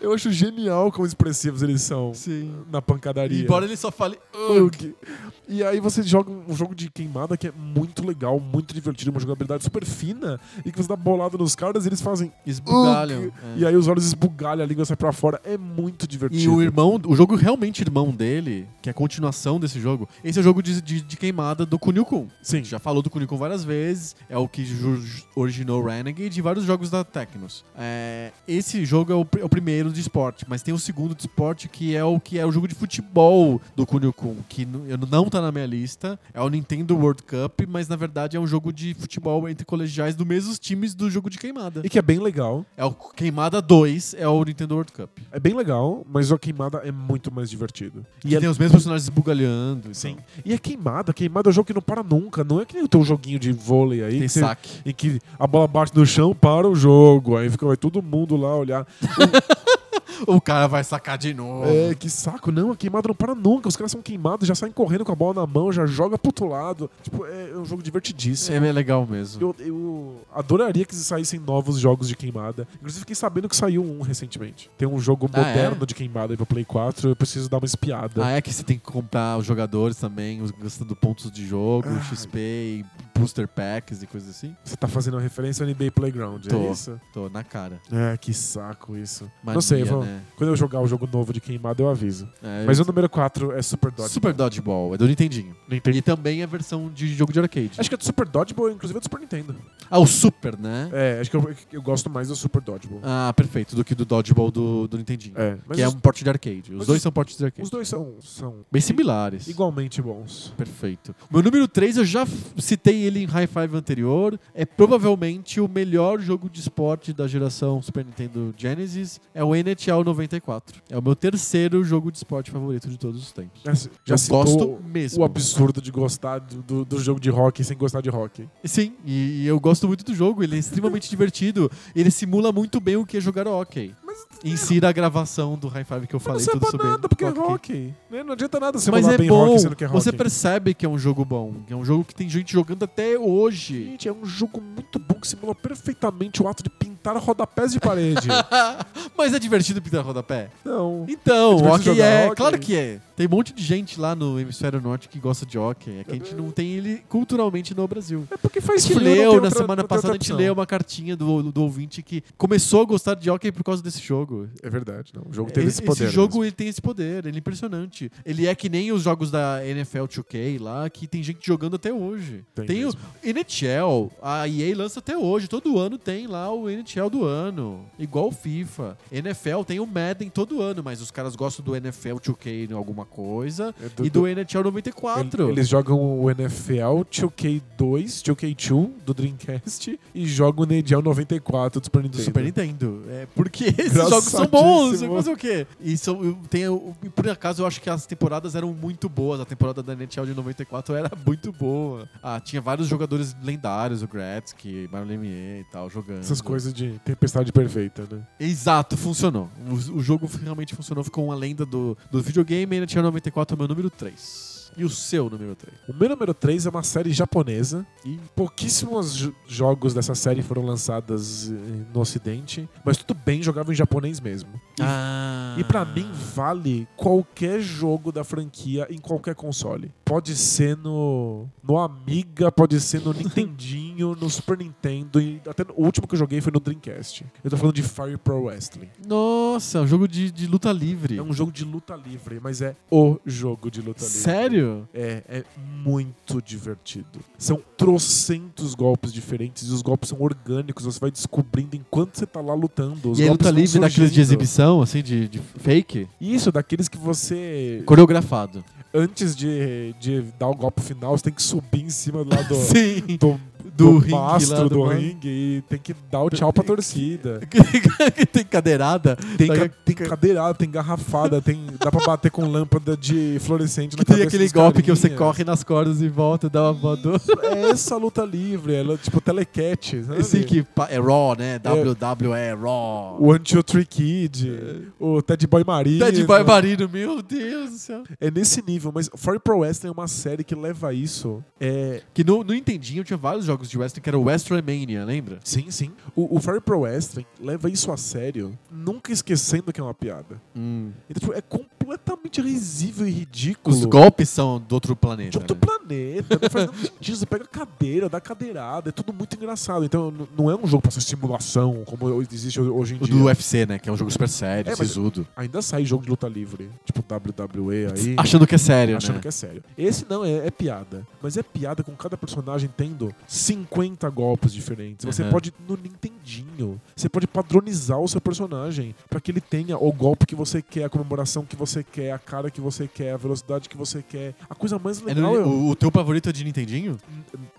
Eu acho genial quão expressivos eles são
Sim.
na pancadaria.
Embora ele só fale UG.
Ugh. E aí você joga um jogo de queimada que é muito legal, muito divertido, uma jogabilidade super fina, e que você dá bolada nos caras e eles fazem.
Esbugalham.
"Ugh",
é.
E aí os olhos esbugalham, a língua sai pra fora. É muito divertido.
E o irmão, o jogo realmente irmão dele, que é a continuação desse jogo, esse é o jogo de, de- de queimada do Kunio Kun.
Sim.
Já falou do Kunio Kun várias vezes, é o que ju- originou Renegade e vários jogos da Tecnos. É, esse jogo é o, pr- é o primeiro de esporte, mas tem o segundo de esporte que é o que é o jogo de futebol do Kunio Kun, que n- eu- não tá na minha lista. É o Nintendo World Cup, mas na verdade é um jogo de futebol entre colegiais dos mesmos times do jogo de queimada.
E que é bem legal.
É o Queimada 2, é o Nintendo World Cup.
É bem legal, mas a queimada é muito mais divertido. é
E é tem os mesmos personagens bugalhando.
Sim. E é queimada, queimada é um jogo que não para nunca. Não é que nem o teu joguinho de vôlei aí.
Tem
que você- [laughs]
saque.
Em que a bola bate no chão, para o jogo. Aí fica vai todo mundo lá olhar.
O cara vai sacar de novo.
É, que saco. Não, a queimada não para nunca. Os caras são queimados, já saem correndo com a bola na mão, já joga pro outro lado. Tipo, é é um jogo divertidíssimo.
é legal mesmo.
Eu, eu adoraria que saíssem novos jogos de queimada. Inclusive, fiquei sabendo que saiu um recentemente. Tem um jogo
Ah,
moderno
é?
de queimada aí pra Play 4. Eu preciso dar uma espiada.
Ah, é que você tem que comprar os jogadores também, os gastando pontos de jogo,
Ai.
XP, e booster packs e coisas assim.
Você tá fazendo uma referência ao NBA Playground, é
Tô.
isso?
Tô na cara.
É, que saco isso.
Mania,
não sei, vou-
né?
quando eu jogar o jogo novo de queimada, eu aviso.
É,
Mas
eu-
o número 4 é Super Dodgeball.
Super Dodgeball, é do Nintendinho.
Nintendo.
E também é a versão de jogo de arcade.
Acho que é do Super Dodgeball, inclusive é do Super Nintendo.
Ah, o Super, né?
É, acho que eu, eu gosto mais do Super Dodgeball.
Ah, perfeito, do que do Dodgeball do, do Nintendinho.
É, um mas
que é
os,
um porte de arcade. Os
mas
dois
os-
são portes de arcade.
os dois são, são
Bem similares.
igualmente bons.
Perfeito. O meu número 3, eu já f- citei ele em High Five anterior. É provavelmente o melhor jogo de esporte da geração Super Nintendo Genesis. É o NHL 94. É o meu terceiro jogo de esporte favorito de todos os tempos.
Já, se- já
eu
citou
gosto mesmo.
o absurdo de gostar do, do, do jogo de rock sem gostar de rock.
Sim, e, e eu gosto muito do jogo. Ele é
[laughs]
extremamente divertido. Ele simula muito bem o que é jogar hockey.
Mas-
Insira a gravação do High Five que eu
Mas
falei
não serve pra
tudo sobre
nada, porque é
hockey.
rock. né? Não adianta nada você
Mas
falar
é
bem
bom.
rock sendo que é rock.
Você percebe que é um jogo bom. que É um jogo que tem gente jogando até hoje.
Gente, é um jogo muito bom que simula perfeitamente o ato de pintar rodapés de parede. [laughs]
Mas é divertido pintar rodapé.
não.
Então,
Você gosta de
hockey
jogar
é.
hóquei?
Claro que é. Tem um monte de gente lá no hemisfério norte que gosta de hockey. É que a gente não tem ele culturalmente no Brasil.
É porque
A
faz
gente
frio, não
leu,
tem
na
outra-
semana
não tem
passada, a
outra
gente
opção.
leu uma cartinha do, do ouvinte que começou a gostar de hockey por causa desse jogo.
É verdade, não. O jogo teve esse,
Esse-
poder.
esse jogo
mesmo.
ele tem esse poder, ele é impressionante. Ele é que nem os jogos da NFL 2K lá, que tem gente jogando até hoje.
Tem
Tem, o
mesmo.
NHL, a EA lança até hoje, todo ano tem lá o NHL do ano, igual o FIFA. NFL tem o Madden todo ano, mas os caras gostam do NFL 2K em alguma coisa
É do-
e do,
do-
NHL 94.
Ele- Eles jogam o NFL 2K2, 2K2 do Dreamcast e jogam o NHL 94 do Super
do
Nintendo.
Super Nintendo. É, porque [laughs] esses jogos são bons,
Engraçadíssimo.
fazer o quê? E são, eu tenho- eu- e por acaso eu acho que as temporadas eram muito boas. A temporada da NHL de 94 era [laughs] muito boa. Ah, tinha vários jogadores lendários, o Gretzky, Mario Lemieux e tal, jogando.
Essas coisas de tempestade perfeita, né?
Exato, funcionou. O, o jogo realmente funcionou, ficou uma lenda do, do videogame. A NHL 94 é o meu número 3. E o seu número 3.
O meu número 3 é uma série japonesa
E
Pouquíssimos jo- jogos dessa série foram lançadas eh, no ocidente, mas tudo bem, jogava em japonês mesmo. E,
Ah,
e para mim vale qualquer jogo da franquia em qualquer console. Pode ser no no Amiga, pode ser no Nintendinho, no Super Nintendo e até o último que eu joguei foi no Dreamcast. Eu tô falando de Fire Pro Wrestling.
Nossa, é um jogo de, de luta livre.
É um jogo de luta livre, mas é o jogo de luta livre.
Sério?
É, é muito divertido. São trocentos golpes diferentes e os golpes são orgânicos. Você vai descobrindo enquanto você tá lá lutando. Os
e é
golpes
luta
vão
livre daqueles de
surgindo.
exibição, assim, de, de fake?
Isso, daqueles que você,
Coreografado.
antes de, de dar o golpe final, você tem que subir em cima lá do,
Sim.
do,
Do
do,
ringue lá,
mastro
do
do
man-
ringue e tem que dar o tchau pra torcida.
que [laughs] tem cadeirada.
Tem,
Sabe
ca- tem cadeirada, tem garrafada, tem, dá pra bater com lâmpada de fluorescente na
Que tem
cabeça
aquele
dos
golpe que você
carinhas.
corre nas cordas e volta e dá uma voadora.
É essa luta livre, ela tipo telecat, sabe?
Esse que pa- é Raw, né? WWE Raw.
O Until Tree Kid, o Ted Boy Maria.
Ted Barbarino, meu Deus do céu.
É nesse nível, mas Fire Pro Wrestling é uma série que leva isso. É,
Que no, no Nintendinho tinha vários jogos de wrestling que era o WrestleMania, lembra?
sim, sim. O, o Fire Pro Wrestling leva isso a sério, nunca esquecendo que é uma piada. Então, tipo, é completamente risível e ridículo.
Os golpes são do outro planeta.
de outro
né?
planeta, não faz nada sentido. Você pega a cadeira, dá cadeirada, é tudo muito engraçado. Então n- não é um jogo pra ser simulação, como existe hoje em
O
dia.
do UFC, né? Que é um jogo super sério,
É, mas-
sisudo.
Ainda sai jogo de luta livre, tipo WWE aí.
Achando que é sério,
achando
né?
que é sério. Esse não é, é piada, mas é piada com cada personagem tendo 50 golpes diferentes. Você
Uhum.
pode no Nintendinho, você pode padronizar o seu personagem pra que ele tenha o golpe que você quer, a comemoração que você quer, a cara que você quer, a velocidade que você quer. A coisa mais
É
legal
no-
é o-
o, o teu favorito é de Nintendinho?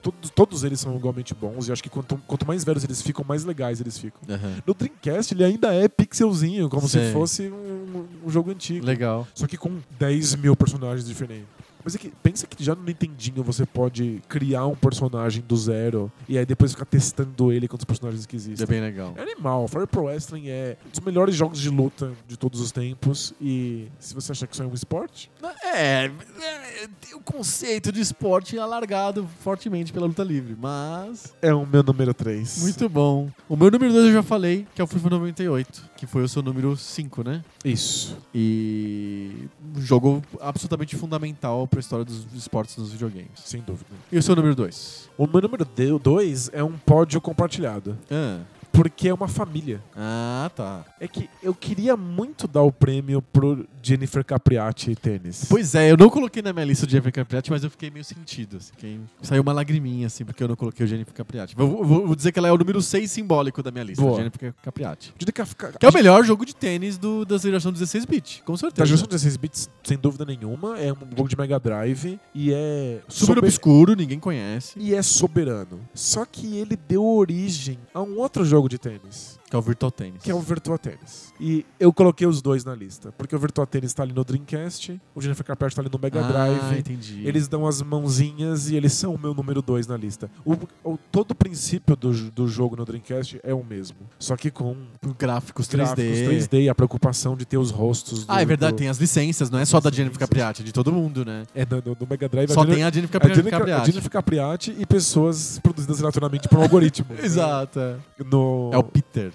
todos, todos eles são igualmente bons e acho que quanto, quanto mais velhos eles ficam, mais legais eles ficam. No Dreamcast ele ainda é pixelzinho, como
Sei.
se fosse um, um jogo antigo.
Legal.
Só que com 10 mil personagens diferentes. Mas é que, pensa que já no Nintendinho você pode criar um personagem do zero e aí depois ficar testando ele com os personagens que
É
existem.
bem legal.
É animal. Fire Pro Wrestling é um dos melhores jogos de luta de todos os tempos e se você achar que isso é um esporte,
É, é, o conceito de esporte é alargado fortemente pela luta livre, mas.
é o meu número 3.
Muito bom. O meu número 2 eu já falei, que é o FIFA 98, que foi o seu número 5, né?
Isso.
E. Um jogo absolutamente fundamental pra história dos esportes nos videogames.
Sem dúvida.
E o seu número 2?
O meu número 2 é um pódio compartilhado.
Ah.
Porque é uma família.
ah, tá.
É que eu queria muito dar o prêmio pro Jennifer Capriati tênis.
Pois é, eu não coloquei na minha lista o Jennifer Capriati, mas eu fiquei meio sentido. assim, fiquei- Saiu uma lagriminha, assim, porque eu não coloquei o Jennifer Capriati. Vou, vou- vou dizer que ela é o número 6 simbólico da minha lista,
Boa.
Jennifer Capriati.
Jennifer Cap-
Que é o melhor jogo de tênis do, da geração 16-bit, com certeza.
Da geração 16 bits, sem dúvida nenhuma, é um jogo de Mega Drive e é
Super
sober-
obscuro, ninguém conhece.
e é soberano. Só que ele deu origem a um outro jogo de tênis,
Que é o Virtual Tennis.
que é o Virtua Tennis. E eu coloquei os dois na lista, porque o Virtua Tennis tá ali no Dreamcast, o Jennifer Carpenter tá ali no Mega
ah,
Drive.
entendi.
Eles dão as mãozinhas e eles são o meu número 2 na lista. O, o- todo o princípio do, j- do jogo no Dreamcast é o mesmo. Só que com
Gráficos 3D.
gráficos 3D e a preocupação de ter os rostos do.
Ah, é verdade,
do-
tem as licenças, não é só da
As
Jennifer
licenças.
Capriati, é de todo mundo, né?
É, no, no- no Mega Drive
Só
a Jennifer-
tem a Jennifer
A
Capri-
Jennifer, a
Capriati.
Jennifer Capriati e pessoas produzidas aleatoriamente por um algoritmo.
[laughs] Exato. é.
No,
É o [laughs] Peter.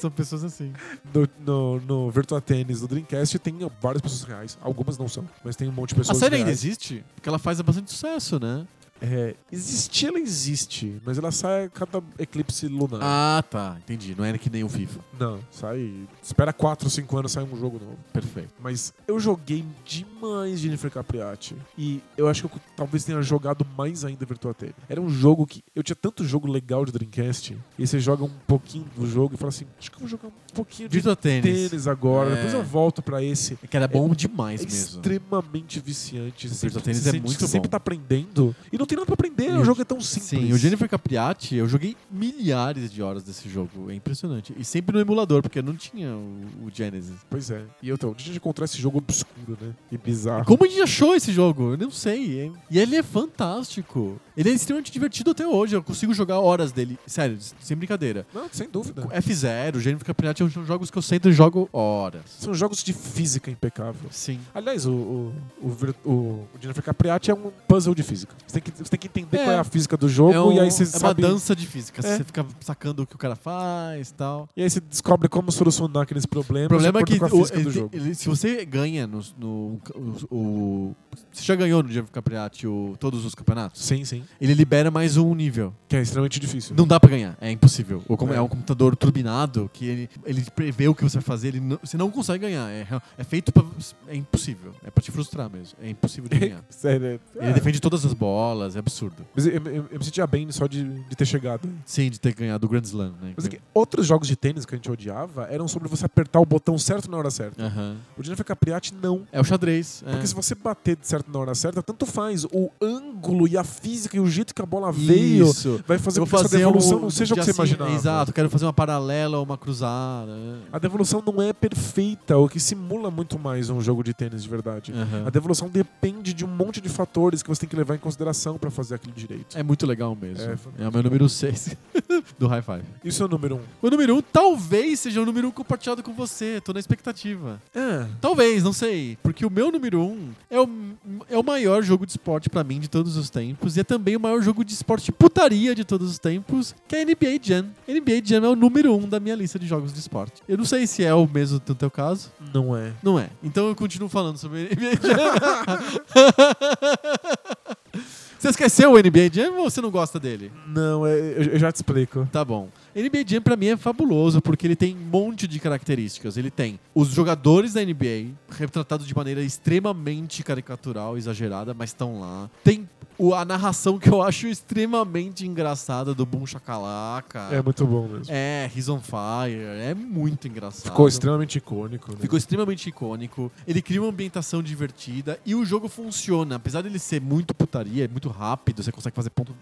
São pessoas assim.
no, no, no Virtua Tennis, no Dreamcast, tem várias pessoas reais. Algumas não são, mas tem um monte de
A
pessoas
série ainda
reais.
existe? Porque ela faz bastante sucesso, né?
É, existir, ela existe, mas ela sai a cada eclipse lunar.
Ah, tá. Entendi. Não era que nem o FIFA.
Não, sai... Espera 4, 5 anos, sai um jogo novo.
Perfeito.
Mas eu joguei demais Jennifer Capriati. E eu acho que eu talvez tenha jogado mais ainda Virtua Tennis. Era um jogo que. Eu tinha tanto jogo legal de Dreamcast. E você joga um pouquinho do jogo e fala assim: acho que eu vou jogar um pouquinho de
Virtua Tennis.
tênis agora.
É.
Depois eu volto pra esse.
É Que era bom
É
demais mesmo.
extremamente viciante. Você
Virtua Tennis
você
é
sente
muito
que Sempre
bom.
tá aprendendo. E não tem nada pra aprender.
E
o
o-
jogo é tão simples.
Sim, o Jennifer Capriati, eu joguei milhares de horas desse jogo. É impressionante. E sempre no emulador, porque não tinha o, o Genesis.
Pois é. E eu então, a gente encontrar esse jogo obscuro, né? E bizarro.
Como a gente achou esse jogo? Eu não sei. hein? E ele é fantástico. Ele é extremamente divertido até hoje. Eu consigo jogar horas dele. Sério, sem brincadeira.
Não, sem dúvida.
é? F0, Jennifer Capriati são jogos que eu sento e jogo horas.
São jogos de física impecável.
Sim.
Aliás, o, o, o, vir- o- o Jennifer Capriati é um puzzle de física. Você tem que Você tem que entender
É.
qual é a física do jogo
é um-
e aí você
é uma
sabe.
dança de física.
É.
Você fica sacando o que o cara faz e tal.
E aí você descobre como solucionar aqueles problemas.
O problema é
de
que
acordo com a
o-
física do
ele-
jogo.
ele- se você ganha no, no- o, o- Você já ganhou no Diabo Campeonato o- todos os campeonatos?
Sim, sim.
Ele libera mais um nível.
Que é extremamente difícil.
Não dá pra ganhar, é impossível. Ou como
É.
é. um computador turbinado que ele, ele prevê o que você vai fazer, ele não- você não consegue ganhar. É, real- é feito pra. É impossível. É pra te frustrar mesmo. É impossível de ganhar.
né? [laughs] Sério. é-
Ele defende todas as bolas, é absurdo.
Mas eu, eu- eu me sentia bem só de, de ter chegado.
Sim, de ter ganhado o Grand Slam, né?
Mas é que outros jogos de tênis que a gente odiava eram sobre você apertar o botão certo na hora certa.
Aham.
O Jennifer Capriati, não.
É o xadrez. é.
Porque se você bater de certo na hora certa, tanto faz. O ângulo e a física e o jeito que a bola veio
Isso.
vai fazer
Eu
com que essa devolução não seja o que você
assim,
imaginava.
Exato, quero fazer uma paralela ou uma cruzada. né?
A devolução não é perfeita, o que simula muito mais um jogo de tênis de verdade.
Aham.
A devolução depende de um monte de fatores que você tem que levar em consideração pra fazer aquilo direito.
É muito legal mesmo.
É,
É, o meu número 6 [laughs] do High Five.
Isso é o número um.
O número 1 um, talvez seja o número 1 um compartilhado com você. Tô na expectativa. Talvez, não sei. Porque o meu número 1 um é, o, é o maior jogo de esporte pra mim de todos os tempos. E é também o maior jogo de esporte putaria de todos os tempos, que é NBA Jam. NBA Jam é o número 1 um da minha lista de jogos de esporte. Eu não sei se é o mesmo no teu caso.
Não é.
Não é. Então eu continuo falando sobre NBA
[laughs]
Jam. você esqueceu o NBA Jam ou você não gosta dele?
Não, é, eu, eu já te explico.
Tá bom. NBA Jam pra mim é fabuloso porque ele tem um monte de características. Ele tem os jogadores da NBA retratados de maneira extremamente caricatural, exagerada, mas estão lá. Tem o- a narração que eu acho extremamente engraçada do Boom Chacalaca.
É muito bom mesmo.
É, He's on Fire. É muito engraçado.
Ficou extremamente icônico. Né?
Ficou extremamente icônico. Ele cria uma ambientação divertida e o jogo funciona. Apesar dele ser muito putaria, é muito rápido, você consegue fazer ponto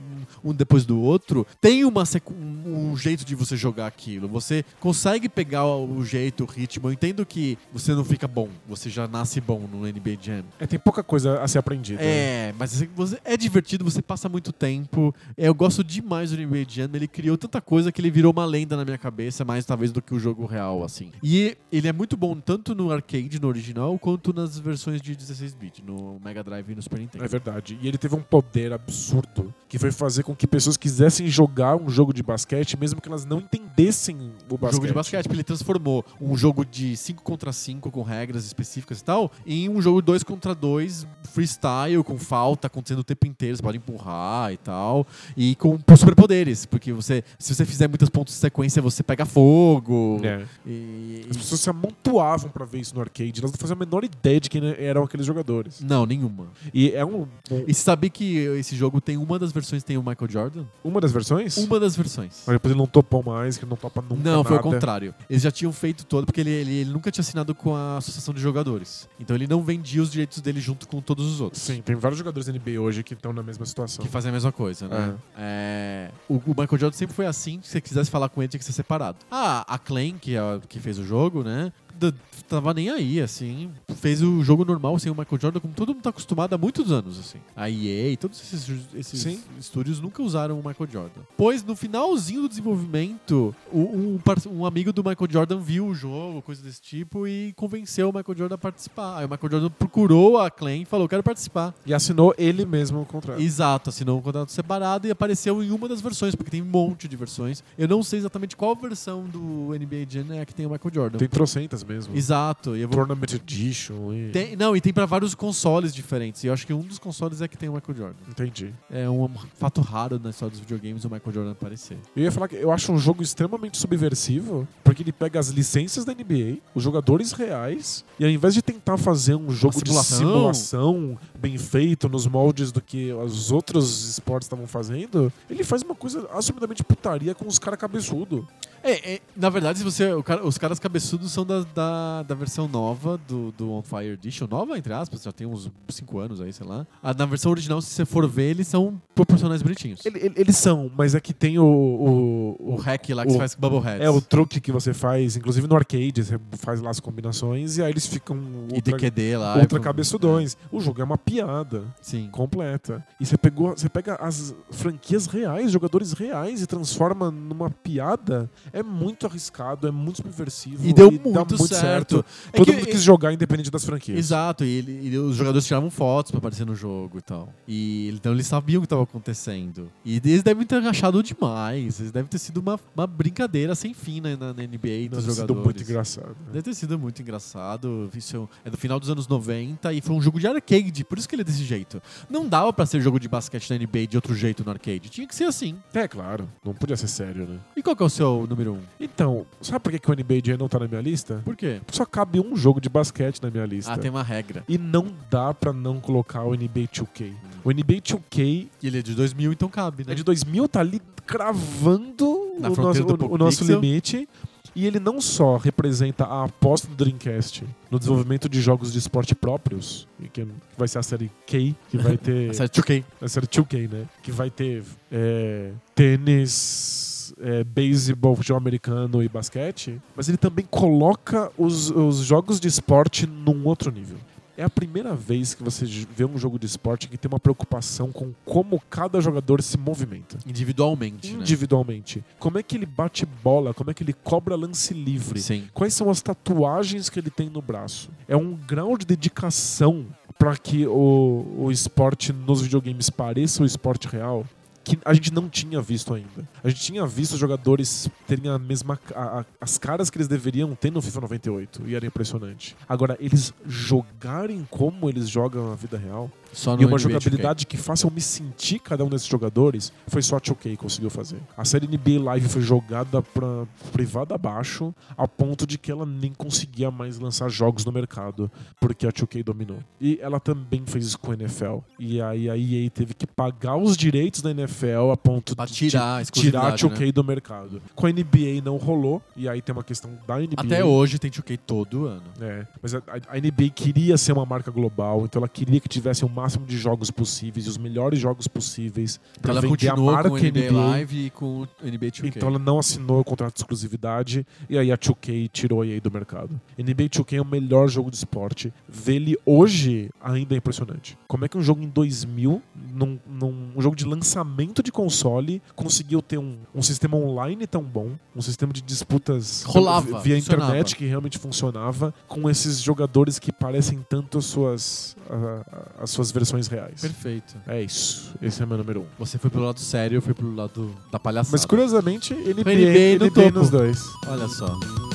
um um depois do outro, tem uma sequ- um um jeito de você jogar aquilo. Você consegue pegar o jeito, o ritmo. Eu entendo que você não fica bom, você já nasce bom no NBA Jam.
É, tem pouca coisa a ser aprendida. né?
É, mas assim, você- é divertido, você passa muito tempo. É, Eu gosto demais do NBA Jam. Ele criou tanta coisa que ele virou uma lenda na minha cabeça, mais talvez do que o jogo real, assim. E ele é muito bom tanto no arcade, no original, quanto nas versões de 16-bit, no Mega Drive e no Super Nintendo.
É verdade. E ele teve um poder absurdo que foi fazer com que pessoas quisessem jogar um jogo de basquete, mesmo que elas não entendessem o
Um
basquete.
jogo de basquete, porque ele transformou um jogo de 5 contra 5 com regras específicas e tal, em um jogo 2 contra 2 freestyle, com falta acontecendo o tempo inteiro, você pode empurrar e tal, e com superpoderes, porque você, se você fizer muitos pontos de sequência, você pega fogo.
É.
E-
As pessoas se amontoavam pra ver isso no arcade, elas não faziam a menor ideia de quem eram aqueles jogadores.
Não, nenhuma.
E é um,
E você sabe que esse jogo tem uma das versões tem o Michael Jordan?
uma das versões?
Uma das versões.
Mas depois ele não topou mais, que ele não topa nunca.
Não, foi o
nada.
contrário. Eles já tinham feito todo, porque ele, ele, ele nunca tinha assinado com a associação de jogadores. Então ele não vendia os direitos dele junto com todos os outros.
Sim, tem vários jogadores da NBA hoje que estão na mesma situação.
Que fazem a mesma coisa, né? É, o, o Michael Jordan sempre foi assim. Se você quisesse falar com ele, tinha que ser separado. Ah, a Clan, que, é a- que fez o jogo, né? d- Tava nem aí, assim. Fez o jogo normal sem o Michael Jordan, como todo mundo tá acostumado há muitos anos, assim. A EA e todos esses, ju- esses
Sim.
estúdios nunca usaram o Michael Jordan. Pois no finalzinho do desenvolvimento, o- um, par- um amigo do Michael Jordan viu o jogo, coisa desse tipo, e convenceu o Michael Jordan a participar. Aí o Michael Jordan procurou a Clan e falou: quero participar.
E assinou ele mesmo o contrato.
Exato, assinou um contrato separado e apareceu em uma das versões, porque tem um monte de versões. Eu não sei exatamente qual versão do NBA Jam é a que tem o Michael Jordan.
Tem trocentas mesmo.
Exato. E eu vou...
Tournament Edition. E...
tem, não, e tem pra vários consoles diferentes. E eu acho que um dos consoles é que tem o Michael Jordan.
Entendi.
É um fato raro na história dos videogames o Michael Jordan aparecer.
Eu ia falar que eu acho um jogo extremamente subversivo, porque ele pega as licenças da NBA, os jogadores reais, e ao invés de tentar fazer um jogo
Uma
de
simulação.
simulação bem feito, nos moldes do que os outros esportes estavam fazendo, ele faz uma coisa assumidamente putaria com os caras cabeçudo.
É, é, na verdade, se você, o cara- os caras cabeçudos são da, da, da versão nova do, do On Fire Edition. Nova, entre aspas, já tem uns 5 anos aí, sei lá. Ah, na versão original, se você for ver, eles são proporcionais bonitinhos.
Ele- ele- eles são, mas é que tem o, o,
O
o-
hack lá que
o-
você faz com Bubble Heads.
É o truque que você faz, inclusive no arcade, você faz lá as combinações, e aí eles ficam
E
ultra,
DQD lá.
ultra
com-
cabeçudões. O jogo é uma piada.
É, Sim.
completa. E você, pegou, você pega as franquias reais, jogadores reais e transforma numa piada. É muito arriscado, é muito subversivo.
E deu
dá
muito certo. É
Todo
que-
mundo quis jogar independente das franquias.
Exato, e, ele- e os jogadores tiravam fotos pra aparecer no jogo e tal. E então eles sabiam o que estava acontecendo. E eles devem ter achado demais. Eles devem ter sido uma, uma brincadeira sem fim na, na- na NBA dos
Deve ter sido
jogadores.
muito engraçado. né?
Deve ter sido muito engraçado. Isso é um- é do final dos anos 90 e foi um jogo de arcade, por isso que ele é desse jeito. Não dava pra ser jogo de basquete na NBA de outro jeito no arcade. Tinha que ser assim.
É claro, não podia ser sério, né?
E qual que é o seu número um?
Então, sabe por que, que o NBA Jam não tá na minha lista?
Por quê?
Só cabe um jogo de basquete na minha lista.
Ah, tem uma regra.
E não dá pra não colocar o NBA
Hum.
2K. O NBA 2K
E ele é de 2000, então cabe, né?
é de 2000, tá ali cravando
Na
o nosso,
fronteira do
o,
Pop
o nosso
Pixel.
limite. E ele não só representa a aposta do Dreamcast no desenvolvimento de jogos de esporte próprios, e que vai ser a série K, que vai ter.
[laughs] Essa é 2K.
a série 2K, né? Que vai ter é, tênis, é, beisebol, futebol americano e basquete. Mas ele também coloca os, os jogos de esporte num outro nível. É a primeira vez que você j- vê um jogo de esporte que tem uma preocupação com como cada jogador se movimenta.
Individualmente, né?
Individualmente. Como é que ele bate bola? Como é que ele cobra lance livre?
Sim.
Quais são as tatuagens que ele tem no braço? É um grau de dedicação para que o, o esporte nos videogames pareça o esporte real que a gente não tinha visto ainda. A gente tinha visto os jogadores terem a mesma ca- a- a- as caras que eles deveriam ter no FIFA 98 e era impressionante. Agora eles jogarem como eles jogam na vida real
Só é no
e uma
NBA 2K.
jogabilidade que faça eu me sentir cada um desses jogadores foi só a 2K conseguiu fazer. A série NBA Live foi jogada pra privada abaixo a ponto de que ela nem conseguia mais lançar jogos no mercado porque a 2K dominou. E ela também fez isso com a NFL. E aí a EA teve que pagar os direitos da NFL a ponto
Pra
de
tirar a
tirar a
exclusividade,
2K
né?
do mercado. Com a NBA não rolou e aí tem uma questão da NBA.
Até hoje tem 2K todo ano.
É, mas a, a- a NBA queria ser uma marca global, então ela queria que tivesse o máximo de jogos possíveis, e os melhores jogos possíveis
Então
pra
ela
vender a
continuou
marca
com o NBA,
NBA.
Live e com o NBA 2K.
Então ela não assinou o contrato de exclusividade e aí a 2K tirou a EA do mercado. NBA 2K é o melhor jogo de esporte. Vê-ele hoje ainda é impressionante. Como é que um jogo em 2000, num, num- um jogo de lançamento de console, conseguiu ter um, um sistema online tão bom, um sistema de disputas
Rolava,
via
funcionava.
internet que realmente funcionava, com esses jogadores que parecem tanto as suas, a- a- as suas versões reais.
Perfeito.
É isso. Esse é meu número um.
Você foi pro lado sério, eu fui pro lado da palhaçada.
Mas curiosamente, ele
NBA
NBA,
no
NBA
topo.
nos dois.
Olha só.